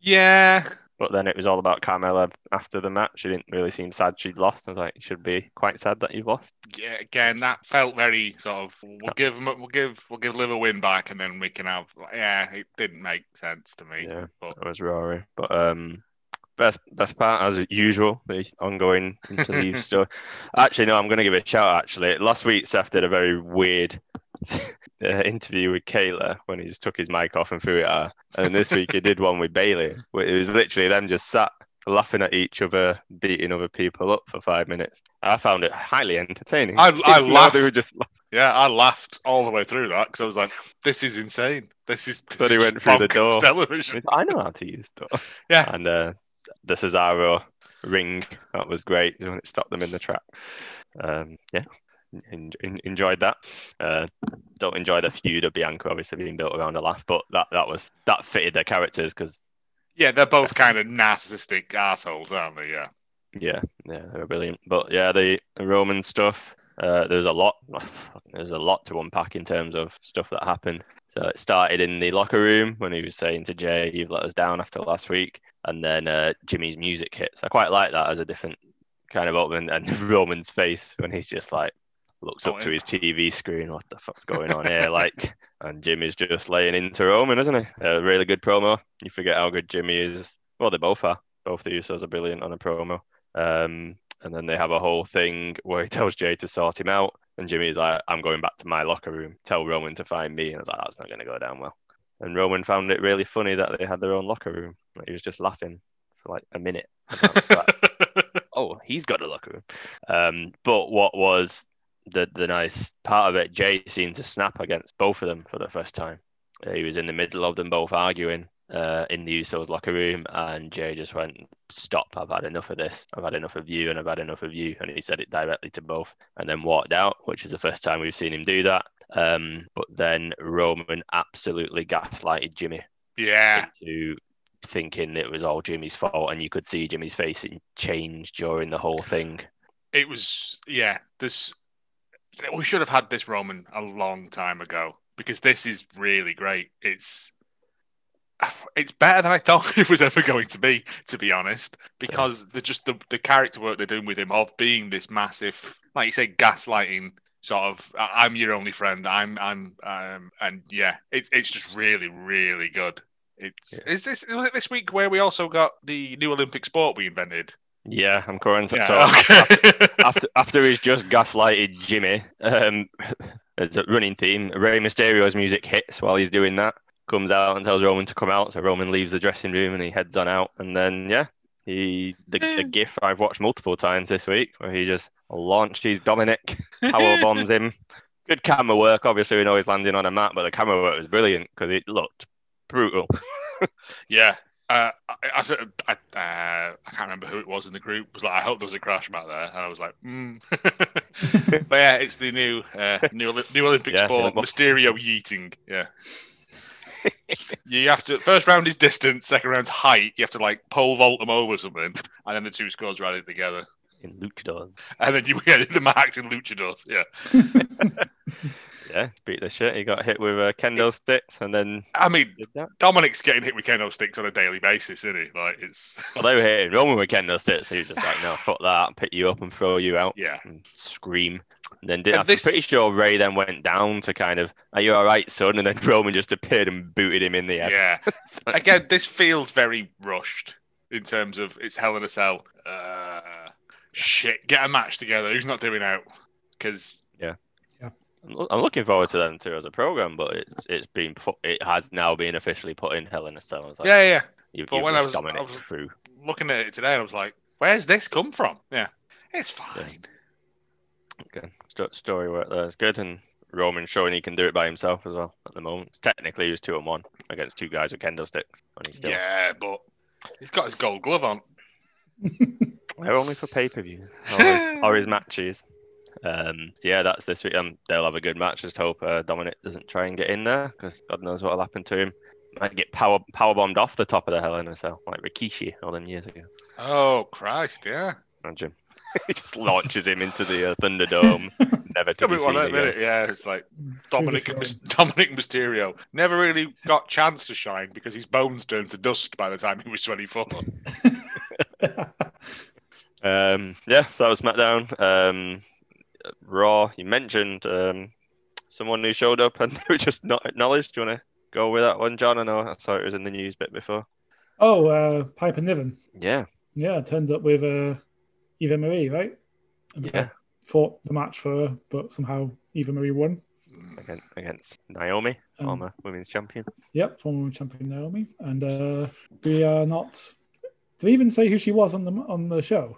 [SPEAKER 3] Yeah,
[SPEAKER 1] but then it was all about Carmella after the match. She didn't really seem sad she'd lost. I was like, you should be quite sad that you've lost.
[SPEAKER 3] yeah. Again, that felt very sort of. We'll give 'em- we'll give we'll give Liv a win back, and then we can have. Yeah, it didn't make sense to me.
[SPEAKER 1] Yeah,
[SPEAKER 3] but-
[SPEAKER 1] that was Rory. But um, best best part as usual, the ongoing interleave stuff. Actually, no, I'm going to give it a shout. out, Actually, last week Seth did a very weird <laughs> uh, interview with Kayla when he just took his mic off and threw it at her. And this week he did one with Bailey. Where it was literally them just sat laughing at each other, beating other people up for five minutes. I found it highly entertaining. <laughs>
[SPEAKER 3] I- I
[SPEAKER 1] Even though
[SPEAKER 3] laughed.
[SPEAKER 1] They were just
[SPEAKER 3] Yeah, I laughed all the way through that because I was like, "This is insane. This is." This
[SPEAKER 1] But he
[SPEAKER 3] is
[SPEAKER 1] went through the
[SPEAKER 3] bonkers
[SPEAKER 1] door.
[SPEAKER 3] Television.
[SPEAKER 1] I know how to use stuff.
[SPEAKER 3] Yeah.
[SPEAKER 1] And uh, the Cesaro ring, that was great when it stopped them in the trap. um, yeah, en- en- enjoyed that. Uh, don't enjoy the feud of Bianca obviously being built around a laugh, but that that was that fitted their characters because
[SPEAKER 3] Yeah, they're both kind of narcissistic assholes, aren't they? Yeah.
[SPEAKER 1] Yeah, yeah, they were brilliant. But yeah, the Roman stuff. Uh, there's a lot. <laughs> There's a lot to unpack in terms of stuff that happened. So it started in the locker room when he was saying to Jay, "You've let us down after last week," and then uh, Jimmy's music hits. I quite like that as a different kind of opening. And <laughs> Roman's face when he's just like looks
[SPEAKER 3] Oh,
[SPEAKER 1] up to
[SPEAKER 3] yeah.
[SPEAKER 1] his TV screen, "What the fuck's going on here?" Like, <laughs> and Jimmy's just laying into Roman, isn't he? A really good promo. You forget how good Jimmy is. Well, they both are. Both the Usos are brilliant on a promo. Um, and then they have a whole thing where he <laughs> tells Jay to sort him out. And Jimmy's like, I'm going back to my locker room. Tell Roman to find me. And I was like, that's not going to go down well. And Roman found it really funny that they had their own locker room. Like, he was just laughing for like a minute.
[SPEAKER 3] <laughs>
[SPEAKER 1] oh, he's got a locker room. Um, but what was the, the nice part of it, Jay seemed to snap against both of them for the first time. Uh, He was in the middle of them both arguing uh, in the Usos locker room, and Jay just went, stop, I've had enough of this. I've had enough of you and I've had enough of you. And he said it directly to both and then walked out, which is the first time we've seen him do that. Um, but then Roman absolutely gaslighted Jimmy
[SPEAKER 3] yeah.
[SPEAKER 1] into thinking it was all Jimmy's fault. And you could see Jimmy's face change during the whole thing.
[SPEAKER 3] It was. Yeah. This. We should have had this Roman a long time ago because this is really great. It's. It's better than I thought <laughs> it was ever going to be, to be honest. Because the just the, the character work they're doing with him of being this massive, like you say, gaslighting sort of. "I- I'm your only friend. I'm I'm um and yeah, it, it's just really really good. It's is this was it this week where we also got the new Olympic sport we invented?
[SPEAKER 1] Yeah, I'm current.
[SPEAKER 3] Yeah,
[SPEAKER 1] So <laughs>
[SPEAKER 3] okay.
[SPEAKER 1] after, after he's just gaslighted Jimmy, um, it's a running theme. Rey Mysterio's music hits while he's doing that, comes out and tells Roman to come out. So Roman leaves the dressing room and he heads on out. And then, yeah, he the, the gif I've watched multiple times this week where he just launched his Dominic,
[SPEAKER 3] <laughs>
[SPEAKER 1] power bombs him. Good camera work. Obviously, we know he's landing on a mat, but the camera work was brilliant because it looked brutal.
[SPEAKER 3] Yeah. Uh, I, I, said- I, uh, I can't remember who it was in the group. was like, I hope there was a crash mat there, and I was like, mm. <laughs> but yeah, it's the new uh, new Oli- new Olympic
[SPEAKER 1] Yeah,
[SPEAKER 3] sport,
[SPEAKER 1] yeah.
[SPEAKER 3] Mysterio yeeting. Yeah, you have to first round is distance, second round's height. You have to like pole vault them over something, and then the two scores rally together,
[SPEAKER 1] In Luchadors.
[SPEAKER 3] and then you <laughs> get the marked in luchadors. Yeah,
[SPEAKER 1] Yeah, beat the shit. He got hit with uh, kendo sticks and then
[SPEAKER 3] I mean
[SPEAKER 1] did that.
[SPEAKER 3] Dominic's getting hit with kendo sticks on a daily basis, isn't he? Like it's
[SPEAKER 1] Well, they were hitting Roman with kendo sticks. He was just like, no, fuck that. Pick you up and throw you out
[SPEAKER 3] <laughs> yeah,
[SPEAKER 1] and scream. And then did,
[SPEAKER 3] And
[SPEAKER 1] I'm
[SPEAKER 3] this-
[SPEAKER 1] pretty sure Ray then went down to kind of, are you all right, son? And then <laughs> Roman just appeared and booted him in the air.
[SPEAKER 3] yeah.
[SPEAKER 1] So-
[SPEAKER 3] again, this feels very rushed in terms of it's Hell in a Cell. Uh, shit, get a match together. Who's not doing out? Because
[SPEAKER 1] <laughs> I'm lo- I'm looking forward to them too as a program, but it's it's been put, it has now been officially put in Hell in a Cell. I was like,
[SPEAKER 3] yeah, yeah.
[SPEAKER 1] you,
[SPEAKER 3] but
[SPEAKER 1] you
[SPEAKER 3] when I
[SPEAKER 1] pushed
[SPEAKER 3] was-
[SPEAKER 1] Dominic
[SPEAKER 3] I was-
[SPEAKER 1] through.
[SPEAKER 3] Looking at it today, I was like, "Where's this come from?" Yeah, it's fine.
[SPEAKER 1] Good. Sto- story work there is good, and Roman showing he can do it by himself as well at the moment. Technically, he was two on one against two guys with kendo sticks, and he's
[SPEAKER 3] Yeah,
[SPEAKER 1] still.
[SPEAKER 3] but he's got his gold glove on.
[SPEAKER 1] They're only for pay per view or, his-
[SPEAKER 3] <laughs>
[SPEAKER 1] or his matches. Um, so yeah, that's this week. Um, they'll have a good match. Just hope uh, Dominic doesn't try and get in there because God knows what'll happen to him. Might get power power bombed off the top of the Hell in a Cell like Rikishi all them years ago.
[SPEAKER 3] Oh Christ, yeah.
[SPEAKER 1] Imagine <laughs> he just launches him into the uh, Thunderdome,
[SPEAKER 3] <laughs>
[SPEAKER 1] never to
[SPEAKER 3] Give
[SPEAKER 1] be
[SPEAKER 3] me
[SPEAKER 1] seen
[SPEAKER 3] one
[SPEAKER 1] again.
[SPEAKER 3] minute. Yeah, it's like Dominic
[SPEAKER 2] Previously.
[SPEAKER 3] Mys- Dominic Mysterio never really got chance to shine because his bones turned to dust by the time he was twenty four.
[SPEAKER 1] Um, yeah, that was SmackDown. Um, Raw, you mentioned um, someone who showed up and <laughs> they were just not acknowledged. Do you want to go with that one, John? I know I saw it was in the news bit before.
[SPEAKER 2] <laughs> oh, uh, Piper Niven.
[SPEAKER 1] Yeah,
[SPEAKER 2] Yeah, turns up with uh, Eva Marie, right?
[SPEAKER 1] Yeah.
[SPEAKER 2] Fought the match for her, but somehow Eva Marie won.
[SPEAKER 1] against, against Naomi,
[SPEAKER 2] Um,
[SPEAKER 3] Oh,
[SPEAKER 1] former women's champion.
[SPEAKER 2] Yep, former champion Naomi, and uh, we are not. Do we even say who she was on the on the show?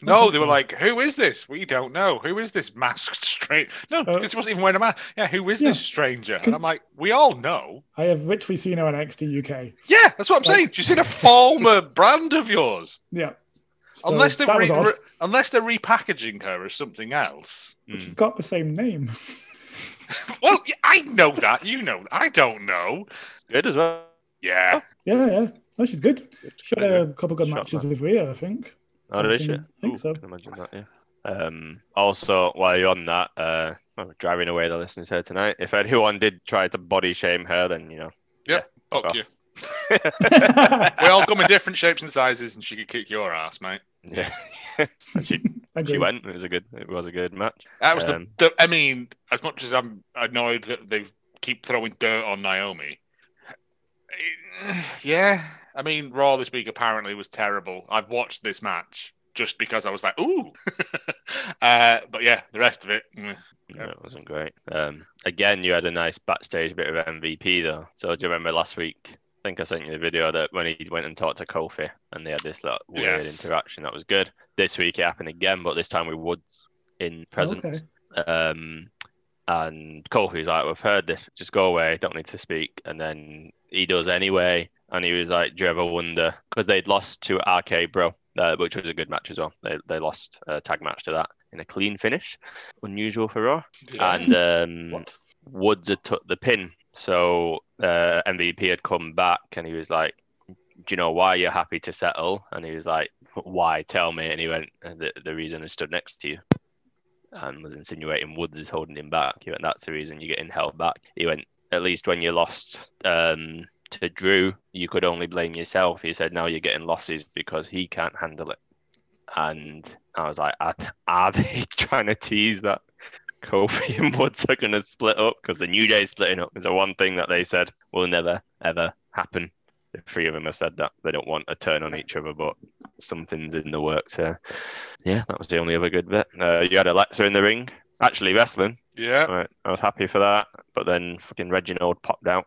[SPEAKER 3] No,
[SPEAKER 2] think
[SPEAKER 3] they were
[SPEAKER 2] so.
[SPEAKER 3] like, "Who is this? We don't know. Who is this masked stranger?" No,
[SPEAKER 2] Uh,
[SPEAKER 3] this wasn't even wearing a mask. Yeah, who is
[SPEAKER 2] yeah.
[SPEAKER 3] this stranger?
[SPEAKER 2] Can-
[SPEAKER 3] And I'm like, "We all know."
[SPEAKER 2] I have literally seen her on NXT UK.
[SPEAKER 3] Yeah, that's what I'm
[SPEAKER 2] Like- <laughs>
[SPEAKER 3] saying. She's in a former brand of yours.
[SPEAKER 2] Yeah, So
[SPEAKER 3] unless they're
[SPEAKER 2] that
[SPEAKER 3] re-
[SPEAKER 2] was odd.
[SPEAKER 3] re- unless they're repackaging her as something else.
[SPEAKER 2] which
[SPEAKER 1] Mm.
[SPEAKER 2] has got the same name. <laughs>
[SPEAKER 3] well, y- I know that. You know, I don't know.
[SPEAKER 1] Good as well.
[SPEAKER 3] Yeah,
[SPEAKER 2] Yeah, yeah. No, she's good. She had
[SPEAKER 1] Very
[SPEAKER 2] a couple good
[SPEAKER 1] Shot
[SPEAKER 2] matches
[SPEAKER 1] that.
[SPEAKER 2] with Rhea,
[SPEAKER 1] <laughs>
[SPEAKER 2] I think.
[SPEAKER 1] Oh, did she?
[SPEAKER 2] uh, I think
[SPEAKER 1] Ooh,
[SPEAKER 2] so.
[SPEAKER 1] I can imagine that, yeah. Um, also, while you're on that, uh, I'm driving away the listeners here tonight. If anyone did try to body shame her, then you know, <laughs>
[SPEAKER 3] fuck
[SPEAKER 1] Oh.
[SPEAKER 3] you. We all come in different shapes and sizes, and she could kick your ass, mate.
[SPEAKER 1] yeah, And she she
[SPEAKER 2] Agreed.
[SPEAKER 1] went. It was a good, it was a good match.
[SPEAKER 3] That was
[SPEAKER 1] Um,
[SPEAKER 3] the, the. I mean, as much as I'm annoyed that they keep throwing dirt on Naomi, <sighs> eh, yeah. I mean, Raw this week apparently was terrible. I've watched this match just because I was like, ooh. <laughs> uh, but yeah, the rest of it, mm.
[SPEAKER 1] No, it wasn't great. Um, again, you had a nice backstage bit of MVP though. So do you remember last week? I think I sent you the video that when he went and talked to Kofi, and they had this like, weird
[SPEAKER 3] Yes.
[SPEAKER 1] interaction. That was good. This week it happened again, but this time with Woods in presence.
[SPEAKER 2] Okay.
[SPEAKER 1] Um, and Kofi's like, We've heard this, just go away, don't need to speak. And then he does anyway. And he was like, Do you ever wonder? Because they'd lost to RK Bro, uh, which was a good match as well. They, they lost a tag match to that in a clean finish, unusual for Raw.
[SPEAKER 2] Yes.
[SPEAKER 1] And um,
[SPEAKER 2] What?
[SPEAKER 1] Woods had took the pin. So uh, MVP had come back and he was like, Do you know why you're happy to settle? And he was like, Why? Tell me. And he went, The, the reason I stood next to you and was insinuating Woods is holding him back. He went, That's the reason you're getting held back. He went, At least when you lost um, to Drew, you could only blame yourself. He said, Now you're getting losses because he can't handle it. And I was like, Are, <laughs> are they trying to tease that Kofi <laughs> and Woods are going to split up? Because the New Day's splitting up is the one thing that they said will never, ever happen. The three of them have said that they don't want a turn on each other, but something's in the works here. Yeah, that was the only other good bit. Uh, you had Alexa in the ring, actually wrestling.
[SPEAKER 3] yeah.
[SPEAKER 1] <laughs> Right, I was happy for that, but then fucking Reginald popped out.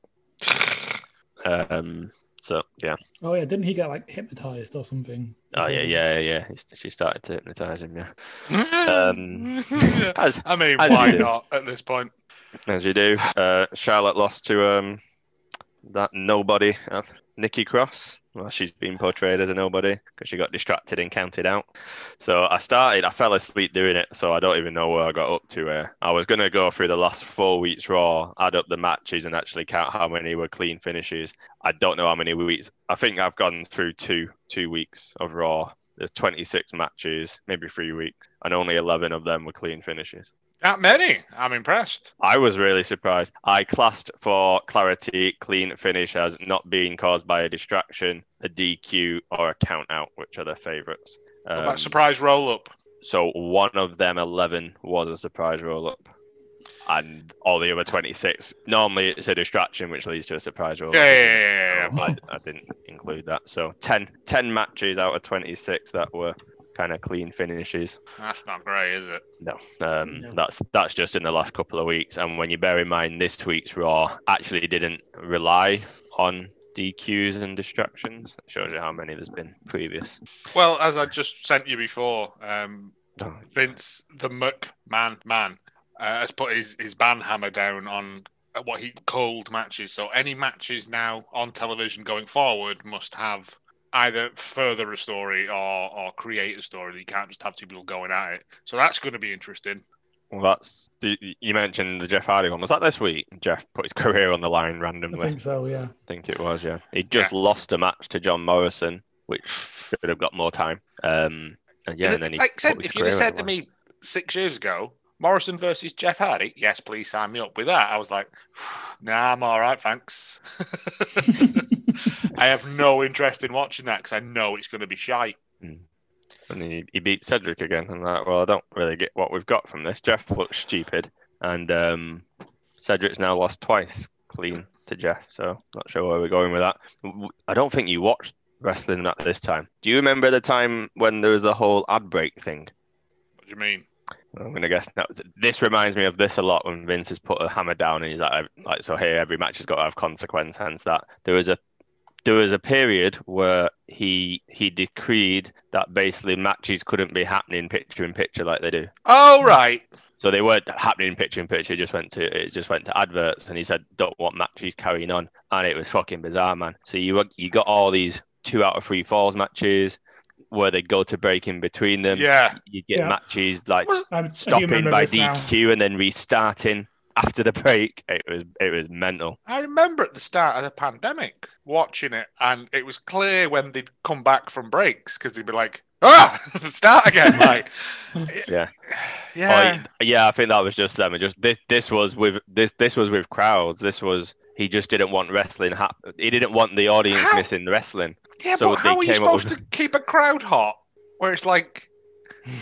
[SPEAKER 1] Um, so yeah,
[SPEAKER 2] Oh yeah, didn't he get like hypnotized or something?
[SPEAKER 1] oh yeah, yeah, yeah. He's- She started to hypnotize him. Yeah, <laughs> Um,
[SPEAKER 3] Yeah.
[SPEAKER 1] as
[SPEAKER 3] I mean,
[SPEAKER 1] as
[SPEAKER 3] why
[SPEAKER 1] you do.
[SPEAKER 3] not at this point?
[SPEAKER 1] as you do. Uh, Charlotte lost to um that nobody, uh, Nikki Cross. Well, she's been portrayed as a nobody because she got distracted and counted out. So I started, I fell asleep doing it, so I don't even know where I got up to. Uh, I was going to go through the last four weeks' Raw, add up the matches, and actually count how many were clean finishes. I don't know how many weeks. I think I've gone through two two weeks of Raw. There's 26 matches, maybe three weeks, and only 11 of them were clean finishes.
[SPEAKER 3] That many. I'm impressed.
[SPEAKER 1] I was really surprised. I classed for clarity clean finish as not being caused by a distraction, a DQ, or a count out, which are their favourites.
[SPEAKER 3] What
[SPEAKER 1] Um,
[SPEAKER 3] about surprise roll up?
[SPEAKER 1] so one of them, 11, was a surprise roll up. And all the other 26, normally it's a distraction which leads to a surprise roll
[SPEAKER 3] Yeah,
[SPEAKER 1] up.
[SPEAKER 3] yeah, yeah, yeah, yeah.
[SPEAKER 1] I, I didn't include that. So 10, 10 matches out of 26 that were kind of clean finishes.
[SPEAKER 3] That's not great, is it?
[SPEAKER 1] No, um,
[SPEAKER 2] No.
[SPEAKER 1] that's that's just in the last couple of weeks. And when you bear in mind this week's Raw actually didn't rely on DQs and distractions, it shows you how many there's been previous.
[SPEAKER 3] Well, as I just sent you before, um,
[SPEAKER 1] Oh,
[SPEAKER 3] Vince the McMahon man uh, has put his his ban hammer down on uh, what he called matches. So any matches now on television going forward must have either further a story or or create a story. You can't just have two people going at it. So that's going to be interesting.
[SPEAKER 1] Well, that's you you mentioned the Jeff Hardy one. Was that this week? Jeff put his <laughs> career on the line
[SPEAKER 2] I
[SPEAKER 1] randomly.
[SPEAKER 2] think
[SPEAKER 1] <laughs>
[SPEAKER 2] so. Yeah.
[SPEAKER 1] think it was, yeah. He just lost a match to John Morrison, which should have got more time. Um, and yeah,
[SPEAKER 3] And
[SPEAKER 1] and then he
[SPEAKER 3] like I said,
[SPEAKER 1] put his
[SPEAKER 3] if you'd have
[SPEAKER 1] career on
[SPEAKER 3] said
[SPEAKER 1] the
[SPEAKER 3] to
[SPEAKER 1] line.
[SPEAKER 3] me six years ago, Morrison versus Jeff Hardy, yes, please sign me up with that. I was like, <sighs> nah, I'm all right,
[SPEAKER 1] <laughs>
[SPEAKER 3] thanks. <laughs> I have no interest in watching that because I know it's going to be shite.
[SPEAKER 1] and he, he beat Cedric again. I'm like, well, I don't really get what we've got from this. Jeff looks stupid, and um, Cedric's now lost twice clean to Jeff. So not sure where we're going with that. W- I don't think you watched wrestling at this time. Do you remember the time when there was the whole ad break thing?
[SPEAKER 3] What do you mean?
[SPEAKER 1] I'm gonna guess that this reminds me of this a lot when Vince has put a hammer down and he's like, like so here every match has got to have consequence. Hence that there was a there was a period where he he decreed that basically matches couldn't be happening picture in picture like they do.
[SPEAKER 3] Oh, right.
[SPEAKER 1] So they weren't happening picture in picture. Just went to it just went to adverts, and he said, "Don't want matches carrying on," and it was fucking bizarre, man. So you you got all these two out of three falls matches, where they go to break in between them.
[SPEAKER 3] Yeah.
[SPEAKER 1] You get
[SPEAKER 2] Yeah.
[SPEAKER 1] matches like
[SPEAKER 3] Was-
[SPEAKER 2] I, I do
[SPEAKER 1] stopping
[SPEAKER 2] remember
[SPEAKER 1] by <laughs>
[SPEAKER 2] this now.
[SPEAKER 1] DQ and then restarting after the break. It was it was mental.
[SPEAKER 3] I remember at the start of the pandemic watching it, and it was clear when they'd come back from breaks because they'd be like, "Ah, <laughs>
[SPEAKER 1] <laughs>
[SPEAKER 3] start again!" Like, <sighs>
[SPEAKER 1] Yeah.
[SPEAKER 3] yeah,
[SPEAKER 1] I, yeah, I think that was just them. It just this this was with this this was with crowds. This was he just didn't want wrestling. Hap- he didn't want the audience
[SPEAKER 3] How-
[SPEAKER 1] missing the wrestling.
[SPEAKER 3] yeah.
[SPEAKER 1] so
[SPEAKER 3] but how
[SPEAKER 1] they
[SPEAKER 3] are you
[SPEAKER 1] came up with-
[SPEAKER 3] supposed to keep a crowd hot where
[SPEAKER 1] <laughs>
[SPEAKER 3] it's like,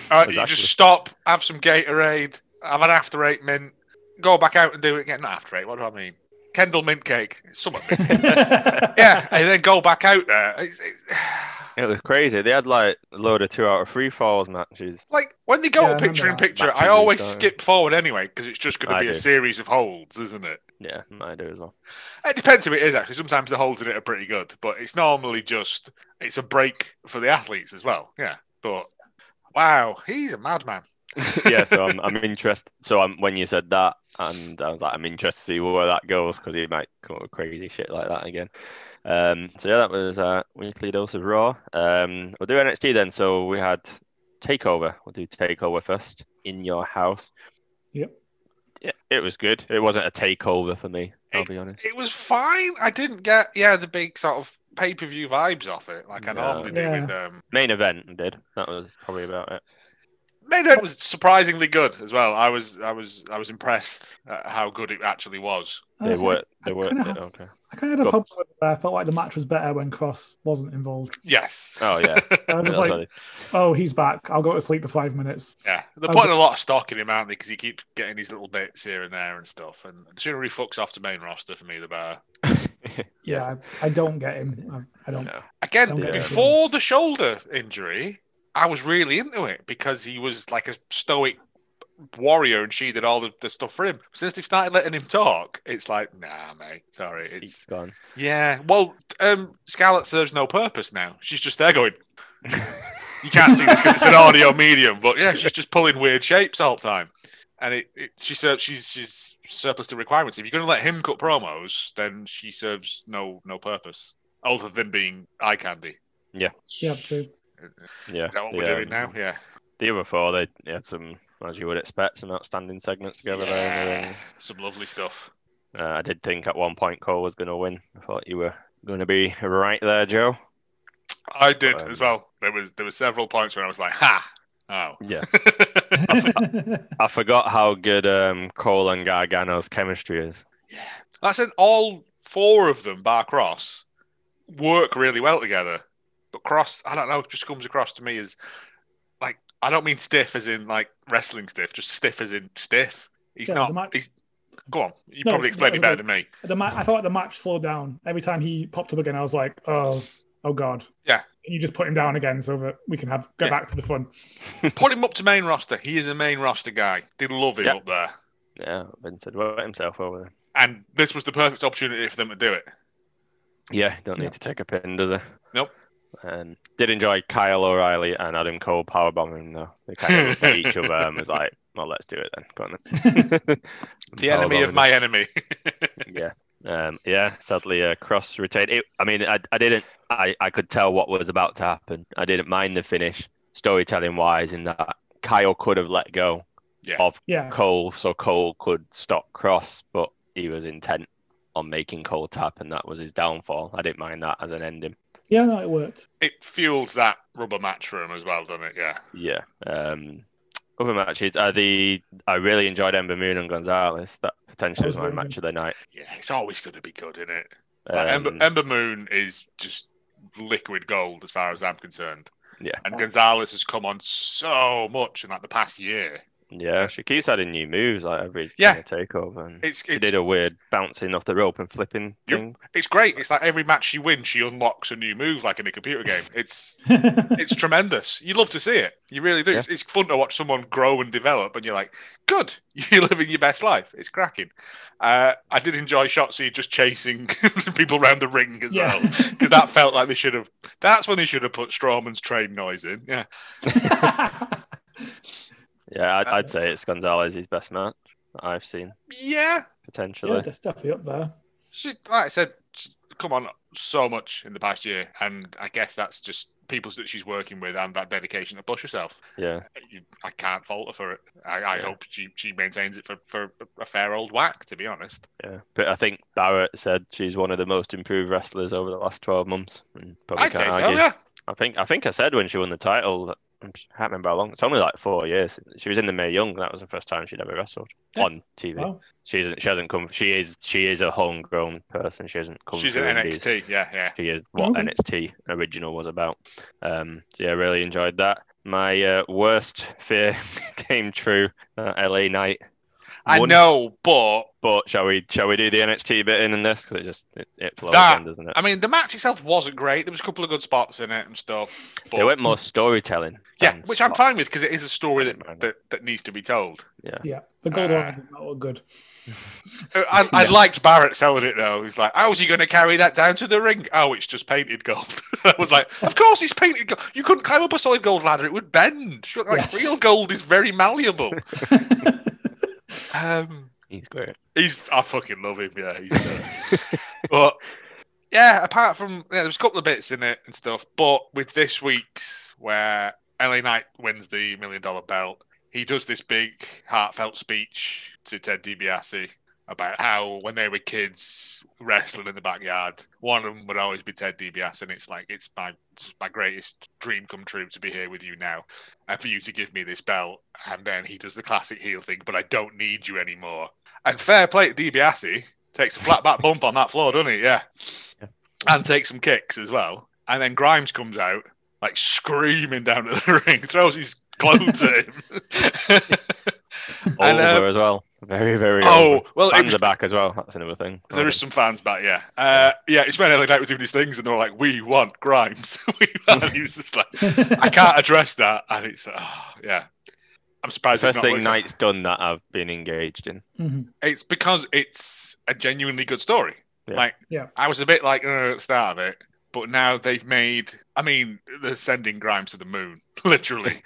[SPEAKER 3] uh, you
[SPEAKER 1] Exactly.
[SPEAKER 3] just stop, have some Gatorade, have an after eight mint, go back out and do it again? Not after eight. What do I mean? Kendall mint cake. Something. yeah, and then go back out there. It's, it's, <sighs>
[SPEAKER 1] It was crazy. They had like a load of two out of three falls matches.
[SPEAKER 3] like when they go
[SPEAKER 2] Yeah, I
[SPEAKER 3] to picture in
[SPEAKER 2] remember that.
[SPEAKER 3] picture,
[SPEAKER 1] Back
[SPEAKER 3] I
[SPEAKER 1] in the
[SPEAKER 3] always
[SPEAKER 1] day.
[SPEAKER 3] skip forward anyway because it's just going
[SPEAKER 1] I
[SPEAKER 3] to be a
[SPEAKER 1] do.
[SPEAKER 3] series of holds, isn't it?
[SPEAKER 1] Yeah, I do as well.
[SPEAKER 3] It depends who it is actually. Sometimes the holds in it are pretty good, but it's normally just it's a break for the athletes as well. Yeah, but wow, he's a madman.
[SPEAKER 1] yeah, so I'm, I'm interested. So I'm, when you said that, and I was like, I'm interested to see where that goes because he might come up with crazy shit like that again. Um, so yeah, that was uh, weekly dose of Raw. Um, we'll do NXT then. So we had Takeover. We'll do Takeover first in your house.
[SPEAKER 2] Yep.
[SPEAKER 1] Yeah, it was good. It wasn't a takeover for me. I'll be honest.
[SPEAKER 3] It was fine. I didn't get yeah the big sort of pay per view vibes off it like I
[SPEAKER 1] No.
[SPEAKER 3] normally do
[SPEAKER 2] Yeah.
[SPEAKER 3] with um.
[SPEAKER 1] Main event I did. That was probably about it.
[SPEAKER 3] Main event was surprisingly good as well. I was I was I was impressed at how good it actually was.
[SPEAKER 1] They
[SPEAKER 2] Honestly,
[SPEAKER 1] were. They
[SPEAKER 2] Oh, I
[SPEAKER 1] were.
[SPEAKER 2] kinda have-
[SPEAKER 1] Okay.
[SPEAKER 2] I kind of had a
[SPEAKER 1] Go on.
[SPEAKER 2] problem with that. I felt like the match was better when Cross wasn't involved.
[SPEAKER 3] Yes.
[SPEAKER 1] Oh yeah.
[SPEAKER 2] I was
[SPEAKER 1] That's
[SPEAKER 2] just like,
[SPEAKER 1] what I-
[SPEAKER 2] oh, he's back. I'll go to sleep for five minutes.
[SPEAKER 3] Yeah, they're
[SPEAKER 2] Oh,
[SPEAKER 3] putting a lot of stock in him, aren't they? Because he keeps getting these little bits here and there and stuff. And the sooner he fucks off the main roster for me, the better.
[SPEAKER 1] <laughs>
[SPEAKER 2] Yeah, I, I don't get him. I, I don't.
[SPEAKER 1] No.
[SPEAKER 3] Again,
[SPEAKER 2] Don't
[SPEAKER 1] get
[SPEAKER 3] before the shoulder injury, I was really into it because he was like a stoic warrior and she did all the, the stuff for him. Since they started letting him talk, it's like, nah, mate, sorry. It's
[SPEAKER 1] It's gone.
[SPEAKER 3] yeah. Well, um, Scarlett serves no purpose now. She's just there going. You can't see this because it's an audio medium, but yeah, she's just pulling weird shapes all the time. And it, it she serves she's she's surplus to requirements. If you're going to let him cut promos, then she serves no no purpose other than being eye candy.
[SPEAKER 1] Yeah.
[SPEAKER 2] Yeah, true.
[SPEAKER 1] yeah.
[SPEAKER 3] Is that what
[SPEAKER 1] the,
[SPEAKER 3] we're doing
[SPEAKER 1] um,
[SPEAKER 3] now? Yeah.
[SPEAKER 1] the other four, they they had some, as you would expect, some outstanding segments together there. and
[SPEAKER 3] Yeah. Some lovely stuff.
[SPEAKER 1] everything. Uh, I did think at one point Cole was going to win. I thought you were going to be right there, Joe.
[SPEAKER 3] I did
[SPEAKER 1] Um,
[SPEAKER 3] as well. There was there were several points when I was like, ha, oh. <laughs>
[SPEAKER 1] Yeah. <laughs> I forgot how good um, Cole and Gargano's chemistry is.
[SPEAKER 3] Yeah. That's it. All four of them, bar Cross, work really well together. But Cross, I don't know, just comes across to me as like I don't mean stiff as in like wrestling stiff, just stiff as in stiff. He's
[SPEAKER 2] Yeah, the
[SPEAKER 3] not.
[SPEAKER 2] ma-
[SPEAKER 3] He's go on. You
[SPEAKER 2] No,
[SPEAKER 3] probably explained
[SPEAKER 2] yeah,
[SPEAKER 3] it
[SPEAKER 2] I
[SPEAKER 3] better
[SPEAKER 2] was
[SPEAKER 3] than me.
[SPEAKER 2] the ma- I felt like the match slowed down every time he popped up again. I was like, oh, oh god.
[SPEAKER 3] Yeah.
[SPEAKER 2] Can you just put him down again so that we can have go
[SPEAKER 3] Yeah.
[SPEAKER 2] back to the fun?
[SPEAKER 3] Put him up to main roster. He is a main roster guy. They love him
[SPEAKER 1] Yeah.
[SPEAKER 3] up there.
[SPEAKER 1] Yeah, Vincent worked himself over there.
[SPEAKER 3] And this was the perfect opportunity for them to do it.
[SPEAKER 1] Yeah, don't need
[SPEAKER 2] Yeah.
[SPEAKER 1] to take a pin, does he?
[SPEAKER 3] Nope.
[SPEAKER 1] Um, did enjoy Kyle O'Reilly and Adam Cole powerbombing though. They kind of
[SPEAKER 3] <laughs>
[SPEAKER 1] looked at each other and was like, "Well, let's do it then." Go on then.
[SPEAKER 3] <laughs>
[SPEAKER 1] <laughs>
[SPEAKER 3] The enemy of
[SPEAKER 1] Powerbombing
[SPEAKER 3] my enemy. <laughs>
[SPEAKER 1] yeah um yeah sadly uh, cross retained it, i mean I, I didn't i i could tell what was about to happen i didn't mind the finish storytelling wise in that kyle could have let go
[SPEAKER 3] Yeah.
[SPEAKER 1] of
[SPEAKER 2] Yeah.
[SPEAKER 1] cole so cole could stop cross but he was intent on making cole tap and that was his downfall i didn't mind that as an ending
[SPEAKER 2] Yeah, no, it
[SPEAKER 3] <laughs>
[SPEAKER 2] worked.
[SPEAKER 3] it fuels that rubber match for him as well, doesn't it? Yeah.
[SPEAKER 1] yeah um other matches are the i really enjoyed ember moon and gonzalez that potentially
[SPEAKER 2] That
[SPEAKER 1] was
[SPEAKER 2] was
[SPEAKER 1] my
[SPEAKER 2] very
[SPEAKER 1] match of the night
[SPEAKER 3] Yeah, it's always going to be good, isn't it? Like,
[SPEAKER 1] um,
[SPEAKER 3] Ember, Ember Moon is just liquid gold as far as I'm concerned.
[SPEAKER 1] Yeah.
[SPEAKER 3] And Gonzalez has come on so much in like the past year.
[SPEAKER 1] yeah she keeps adding new moves like every
[SPEAKER 3] Yeah.
[SPEAKER 1] takeover and
[SPEAKER 3] It's
[SPEAKER 1] She
[SPEAKER 3] it's,
[SPEAKER 1] did a weird bouncing off the rope and flipping
[SPEAKER 3] Yep.
[SPEAKER 1] thing.
[SPEAKER 3] it's great. It's like every match she wins, she unlocks a new move like in a computer game. It's it's tremendous. You love to see it. You really do. It's, it's fun to watch someone grow and develop, and you're like, good, <laughs> you're living your best life. It's cracking. Uh, I did enjoy Shotzi just chasing <laughs> people around the ring as <laughs>
[SPEAKER 2] Yeah. <laughs>
[SPEAKER 3] well. Because that felt like they should have. That's when they should have put Strawman's train noise in. Yeah.
[SPEAKER 1] Yeah, I'd,
[SPEAKER 3] Uh,
[SPEAKER 1] I'd say it's Gonzalez's best match that I've seen
[SPEAKER 3] Yeah.
[SPEAKER 2] yeah,
[SPEAKER 1] potentially.
[SPEAKER 2] that's definitely up there.
[SPEAKER 3] She, like I said, she's come on so much in the past year, and I guess that's just people that she's working with and that dedication to push herself.
[SPEAKER 1] Yeah.
[SPEAKER 3] You, I can't fault her for it. I, I
[SPEAKER 1] Yeah.
[SPEAKER 3] hope she, she maintains it for, for a fair old whack, to be honest.
[SPEAKER 1] Yeah, but I think Barrett said she's one of the most improved wrestlers over the last twelve months. and probably
[SPEAKER 3] I'd say
[SPEAKER 1] can't
[SPEAKER 3] so,
[SPEAKER 1] argue.
[SPEAKER 3] yeah.
[SPEAKER 1] I think I think I said when she won the title. that- I can't remember how long. It's only like four years. She was in the Mae Young. That was the first time she'd ever wrestled
[SPEAKER 2] Yeah.
[SPEAKER 1] on TV.
[SPEAKER 2] Wow.
[SPEAKER 1] She isn't. She hasn't come. She is. She is a homegrown person. She hasn't come.
[SPEAKER 3] She's
[SPEAKER 1] through
[SPEAKER 3] an
[SPEAKER 1] indies.
[SPEAKER 3] NXT. Yeah, yeah.
[SPEAKER 1] She is what
[SPEAKER 3] Mm-hmm.
[SPEAKER 2] Okay.
[SPEAKER 1] NXT original was about. Um, so yeah, I really enjoyed that. My uh, worst fear <laughs> came true. Uh, LA Knight.
[SPEAKER 3] I
[SPEAKER 1] won.
[SPEAKER 3] know, but
[SPEAKER 1] But shall we shall we do the NXT bit in, in this because it just it, it flows
[SPEAKER 3] That-
[SPEAKER 1] again, doesn't it?
[SPEAKER 3] I mean, the match itself wasn't great. There was a couple of good spots in it and stuff. But,
[SPEAKER 1] They went more storytelling.
[SPEAKER 3] yeah,
[SPEAKER 1] than
[SPEAKER 3] which I'm
[SPEAKER 1] spot.
[SPEAKER 3] fine with because it is a story
[SPEAKER 1] Man.
[SPEAKER 3] that, that, that needs to be told.
[SPEAKER 2] Yeah, the gold
[SPEAKER 3] Uh,
[SPEAKER 2] ones not look good. <laughs>
[SPEAKER 3] Uh, I, I liked Barrett selling it though. He's like, "How's he going to carry that down to the ring? Oh, it's just painted gold." <laughs> I was like, "Of course, it's painted gold. You couldn't climb up a solid gold ladder; it would bend. Like
[SPEAKER 2] Yes.
[SPEAKER 3] real gold is very malleable." um,
[SPEAKER 1] He's
[SPEAKER 3] <laughs>
[SPEAKER 1] great.
[SPEAKER 3] He's I fucking love him. Yeah, he's. Uh, but yeah, apart from yeah, there's a couple of bits in it and stuff. But with this week's where LA Knight wins the million dollar belt, he does this big heartfelt speech to Ted DiBiase about how when they were kids wrestling in the backyard, one of them would always be Ted DiBiase, and it's like it's my it's my greatest dream come true to be here with you now, and for you to give me this belt. And then he does the classic heel thing, but I don't need you anymore. And fair play to DiBiase. Takes a flat back bump on that floor, doesn't he? Yeah.
[SPEAKER 1] Yeah.
[SPEAKER 3] And takes some kicks as well. And then Grimes comes out, like screaming down at the <laughs> ring, throws his clothes at him.
[SPEAKER 1] <laughs>
[SPEAKER 3] And, uh,
[SPEAKER 1] Over as well. Very, very
[SPEAKER 3] oh,
[SPEAKER 1] over.
[SPEAKER 3] well, it
[SPEAKER 1] Fans
[SPEAKER 3] was
[SPEAKER 1] are back as well. That's another thing.
[SPEAKER 3] <laughs> there is some fans back, yeah. Uh, yeah, it's when LA Knight was doing these things and they were like, we want Grimes. <laughs> we
[SPEAKER 1] <laughs>
[SPEAKER 3] want. He was just like, I can't address that. And it's, oh, yeah. I'm
[SPEAKER 1] The
[SPEAKER 3] surprised it's
[SPEAKER 1] first
[SPEAKER 3] not
[SPEAKER 1] thing
[SPEAKER 3] worse.
[SPEAKER 1] Knight's done that I've been engaged in.
[SPEAKER 2] Mhm.
[SPEAKER 3] It's because it's a genuinely good story.
[SPEAKER 1] Yeah.
[SPEAKER 3] Like,
[SPEAKER 2] Yeah.
[SPEAKER 3] I was a bit like "Uh," at the start of it, but now they've made. I mean, they're sending Grimes to the moon, <laughs> literally,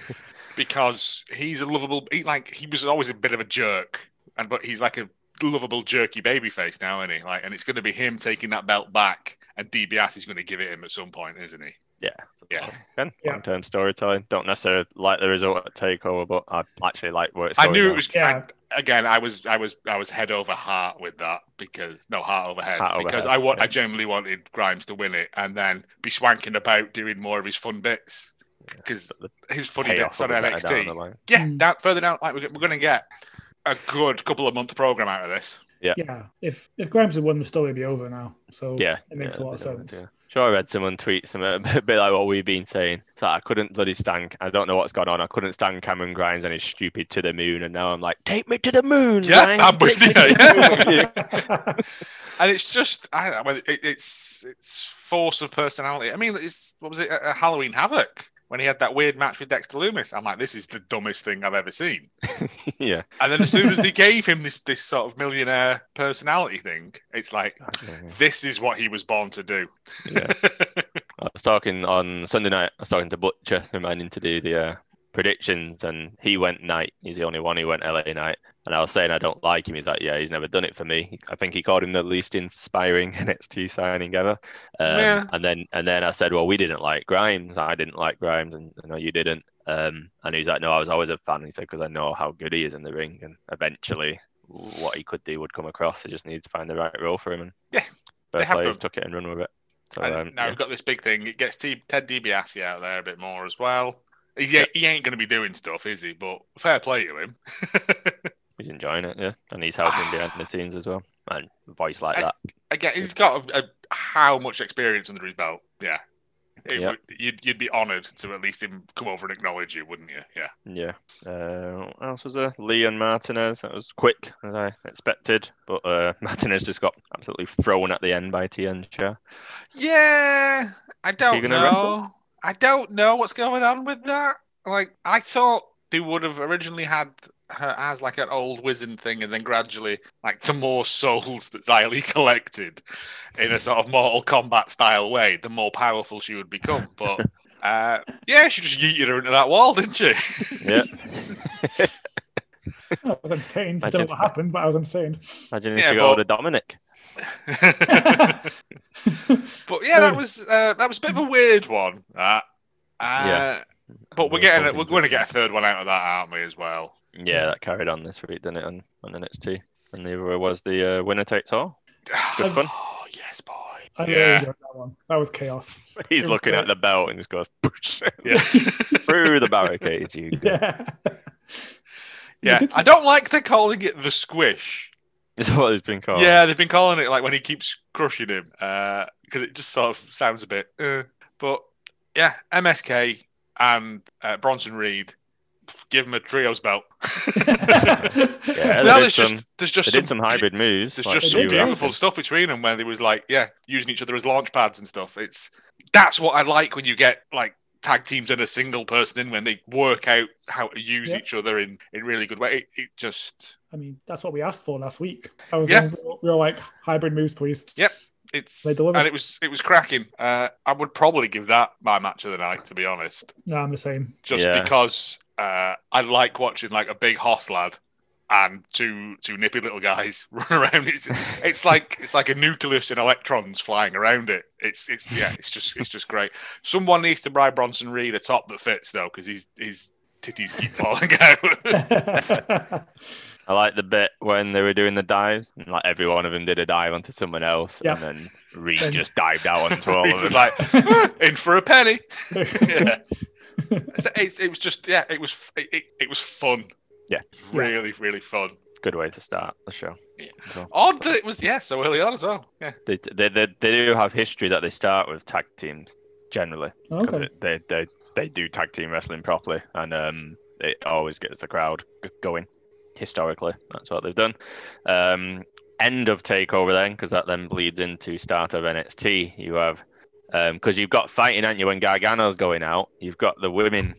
[SPEAKER 3] because he's a lovable. He like he was always a bit of a jerk, and but he's like a lovable jerky baby face now, isn't he? Like, and it's going to be him taking that belt back, and DiBiase is going to give it him at some point, isn't he?
[SPEAKER 1] Yeah.
[SPEAKER 3] Yeah.
[SPEAKER 1] Again,
[SPEAKER 2] Yeah.
[SPEAKER 1] long-term storytelling. Don't necessarily like the result at Takeover, but I actually like where it's.
[SPEAKER 3] I knew it was. I-
[SPEAKER 2] Yeah.
[SPEAKER 3] again, I was, I was, I was head over heart with that because no heart over head
[SPEAKER 1] Heart over
[SPEAKER 3] because
[SPEAKER 1] head,
[SPEAKER 3] I want,
[SPEAKER 1] yeah.
[SPEAKER 3] I genuinely wanted Grimes to win it and then be swanking about doing more of his fun bits because his funny bits on NXT. Yeah,
[SPEAKER 2] Mm.
[SPEAKER 3] down, further down, like we're, g- we're going to get a good couple of month program out of this.
[SPEAKER 2] yeah, if if Grimes had won, the story would be over now. So <laughs>
[SPEAKER 3] <laughs>
[SPEAKER 1] Yeah,
[SPEAKER 2] it makes
[SPEAKER 1] yeah,
[SPEAKER 2] a lot of
[SPEAKER 1] they don't,
[SPEAKER 2] sense.
[SPEAKER 1] yeah. Sure, I read someone tweet some uh, <laughs> a bit like what we've been saying. It's like I couldn't bloody stand. I don't know what's going on. I couldn't stand Cameron Grimes and his stupid to the moon, and now I'm like, take me to the moon.
[SPEAKER 3] Yeah,
[SPEAKER 1] Grimes,
[SPEAKER 3] I'm with
[SPEAKER 1] take me
[SPEAKER 3] you,
[SPEAKER 1] to the moon."
[SPEAKER 3] <laughs>
[SPEAKER 1] <laughs>
[SPEAKER 3] And it's just, I don't know, whether- it, it's it's force of personality. I mean, it's what was it, uh, Halloween Havoc when he had that weird match with Dexter Loomis? I'm like, this is the dumbest thing I've ever seen.
[SPEAKER 1] yeah.
[SPEAKER 3] And then as soon as they gave him this this sort of millionaire personality thing, it's like this is what he was born to do.
[SPEAKER 1] Yeah. I was talking on Sunday night. I was talking to Butcher, reminding to do the uh, predictions, and he went night. He's the only one who went LA night. And I was saying I don't like him. He's like, yeah, he's never done it for me. I think he called him the least inspiring <laughs> NXT signing ever. Um,
[SPEAKER 3] Yeah.
[SPEAKER 1] And then and then I said, well, we didn't like Grimes. I didn't like Grimes, and I know you didn't. Um, and he's like, no, I was always a fan. He said because I know how good he is in the ring, and eventually what he could do would come across. I just need to find the right role for him. And
[SPEAKER 3] Yeah, they
[SPEAKER 1] fair
[SPEAKER 3] have
[SPEAKER 1] play,
[SPEAKER 3] done.
[SPEAKER 1] he's took it and run with it. So
[SPEAKER 3] and
[SPEAKER 1] um,
[SPEAKER 3] now
[SPEAKER 1] yeah.
[SPEAKER 3] we've got this big thing. It gets T- Ted DiBiase out there a bit more as well. He, he ain't going to be doing stuff, is he? But fair play to him.
[SPEAKER 1] He's enjoying it, yeah, and he's helping behind the scenes as well, and voice like
[SPEAKER 3] I-
[SPEAKER 1] that.
[SPEAKER 3] Again, he's got a, a, how much experience under his belt? Yeah. It
[SPEAKER 1] Yeah.
[SPEAKER 3] would, you'd, you'd be honoured to at least him come over and acknowledge you, wouldn't you? Yeah.
[SPEAKER 1] Yeah. Uh, what else was there? Leon Martinez. That was quick as I expected, but uh, <laughs> Martinez just got absolutely thrown at the end by TN Chair.
[SPEAKER 3] Yeah, I don't
[SPEAKER 1] gonna
[SPEAKER 3] know.
[SPEAKER 1] wrestle?
[SPEAKER 3] I don't know what's going on with that. Like, I thought they would have originally had her as like an old wizened thing, and then gradually, like, the more souls that Xylee <laughs> collected in a sort of Mortal Kombat style way, the more powerful she would become. <laughs> But uh, yeah, she just yeeted her into that wall, didn't <laughs> she?
[SPEAKER 1] Yeah.
[SPEAKER 2] I was entertained. I
[SPEAKER 1] I
[SPEAKER 2] don't know
[SPEAKER 1] did-
[SPEAKER 2] what happened, but I was entertained.
[SPEAKER 3] <laughs>
[SPEAKER 1] Imagine if
[SPEAKER 3] Yeah,
[SPEAKER 1] you got
[SPEAKER 3] but-
[SPEAKER 1] hold of Dominic.
[SPEAKER 3] but yeah, that was uh, that was a bit of a weird one. That Uh, But we're
[SPEAKER 1] Yeah,
[SPEAKER 3] getting
[SPEAKER 1] something
[SPEAKER 3] we're going to
[SPEAKER 1] good.
[SPEAKER 3] get a third one out of that, aren't we? As well.
[SPEAKER 1] <laughs> Yeah, that carried on this week, didn't it? On, on NXT, and the other was the uh, winner takes all. <laughs> Good fun.
[SPEAKER 3] Oh yes, boy.
[SPEAKER 2] I really
[SPEAKER 3] yeah.
[SPEAKER 2] enjoyed that one. That was chaos.
[SPEAKER 1] He's
[SPEAKER 2] It's
[SPEAKER 1] looking
[SPEAKER 2] great.
[SPEAKER 1] at the belt and just goes
[SPEAKER 3] <laughs> Yeah.
[SPEAKER 1] <laughs> through the barricades. You go.
[SPEAKER 2] <laughs>
[SPEAKER 1] <laughs>
[SPEAKER 2] Yeah.
[SPEAKER 3] <laughs> yeah.
[SPEAKER 2] It's-
[SPEAKER 3] I don't like they're calling it the squish.
[SPEAKER 1] Is what it's been called.
[SPEAKER 3] Yeah, they've been calling it like when he keeps crushing him because it just sort of sounds a bit. Uh. But yeah, MSK and uh, Bronson Reed give him a trios belt. <laughs>
[SPEAKER 2] <laughs>
[SPEAKER 1] Yeah,
[SPEAKER 3] now
[SPEAKER 1] they
[SPEAKER 3] there's
[SPEAKER 1] did
[SPEAKER 3] just
[SPEAKER 1] some-
[SPEAKER 3] there's
[SPEAKER 1] They
[SPEAKER 3] just
[SPEAKER 1] did
[SPEAKER 3] some,
[SPEAKER 1] some hybrid moves.
[SPEAKER 3] There's
[SPEAKER 1] like you
[SPEAKER 3] just some
[SPEAKER 2] they
[SPEAKER 1] were
[SPEAKER 2] do.
[SPEAKER 3] beautiful stuff between them where they was like, yeah, using each other as launch pads and stuff. It's that's what I like when you get like tag teams and a single person in when they work out how to use
[SPEAKER 2] Yeah.
[SPEAKER 3] each other in in really good way. It, it just
[SPEAKER 2] I mean, that's what we asked for last week. That was
[SPEAKER 3] Yeah.
[SPEAKER 2] when we were like hybrid moves, please.
[SPEAKER 3] it's
[SPEAKER 2] They delivered.
[SPEAKER 3] and it was it was cracking. Uh, I would probably give that my match of the night to be honest,
[SPEAKER 2] No, I'm the same.
[SPEAKER 3] <laughs>
[SPEAKER 2] <laughs>
[SPEAKER 3] just
[SPEAKER 1] Yeah.
[SPEAKER 3] because uh, I like watching like a big hoss lad and two two nippy little guys <laughs> run around. It's,
[SPEAKER 1] <laughs>
[SPEAKER 3] it's like it's like a nucleus and electrons flying around it. It's it's yeah, it's just it's just great. Someone needs to buy Bronson Reed a top that fits though, because his his titties keep falling <laughs> out.
[SPEAKER 1] I like the bit when they were doing the dives, and like every one of them did a dive onto someone else,
[SPEAKER 2] Yeah.
[SPEAKER 1] and then Reed
[SPEAKER 2] Then-
[SPEAKER 1] just dived out onto all
[SPEAKER 3] he
[SPEAKER 1] of
[SPEAKER 3] was
[SPEAKER 1] them.
[SPEAKER 3] like in for a penny. Yeah. So it, it was just yeah, it was f- it, it, it was fun.
[SPEAKER 1] Yeah.
[SPEAKER 3] It was really really fun.
[SPEAKER 1] Good way to start the show.
[SPEAKER 3] Yeah.
[SPEAKER 1] So,
[SPEAKER 3] Odd that it was yeah so early on as well. Yeah,
[SPEAKER 1] they, they, they, they do have history that they start with tag teams generally because
[SPEAKER 2] okay.
[SPEAKER 1] they, they they do tag team wrestling properly, and um, it always gets the crowd g- going. Historically, that's what they've done. Um, end of takeover then, because that then bleeds into start of NXT. You have because you've got fighting, aren't you? When Gargano's going out, you've got the women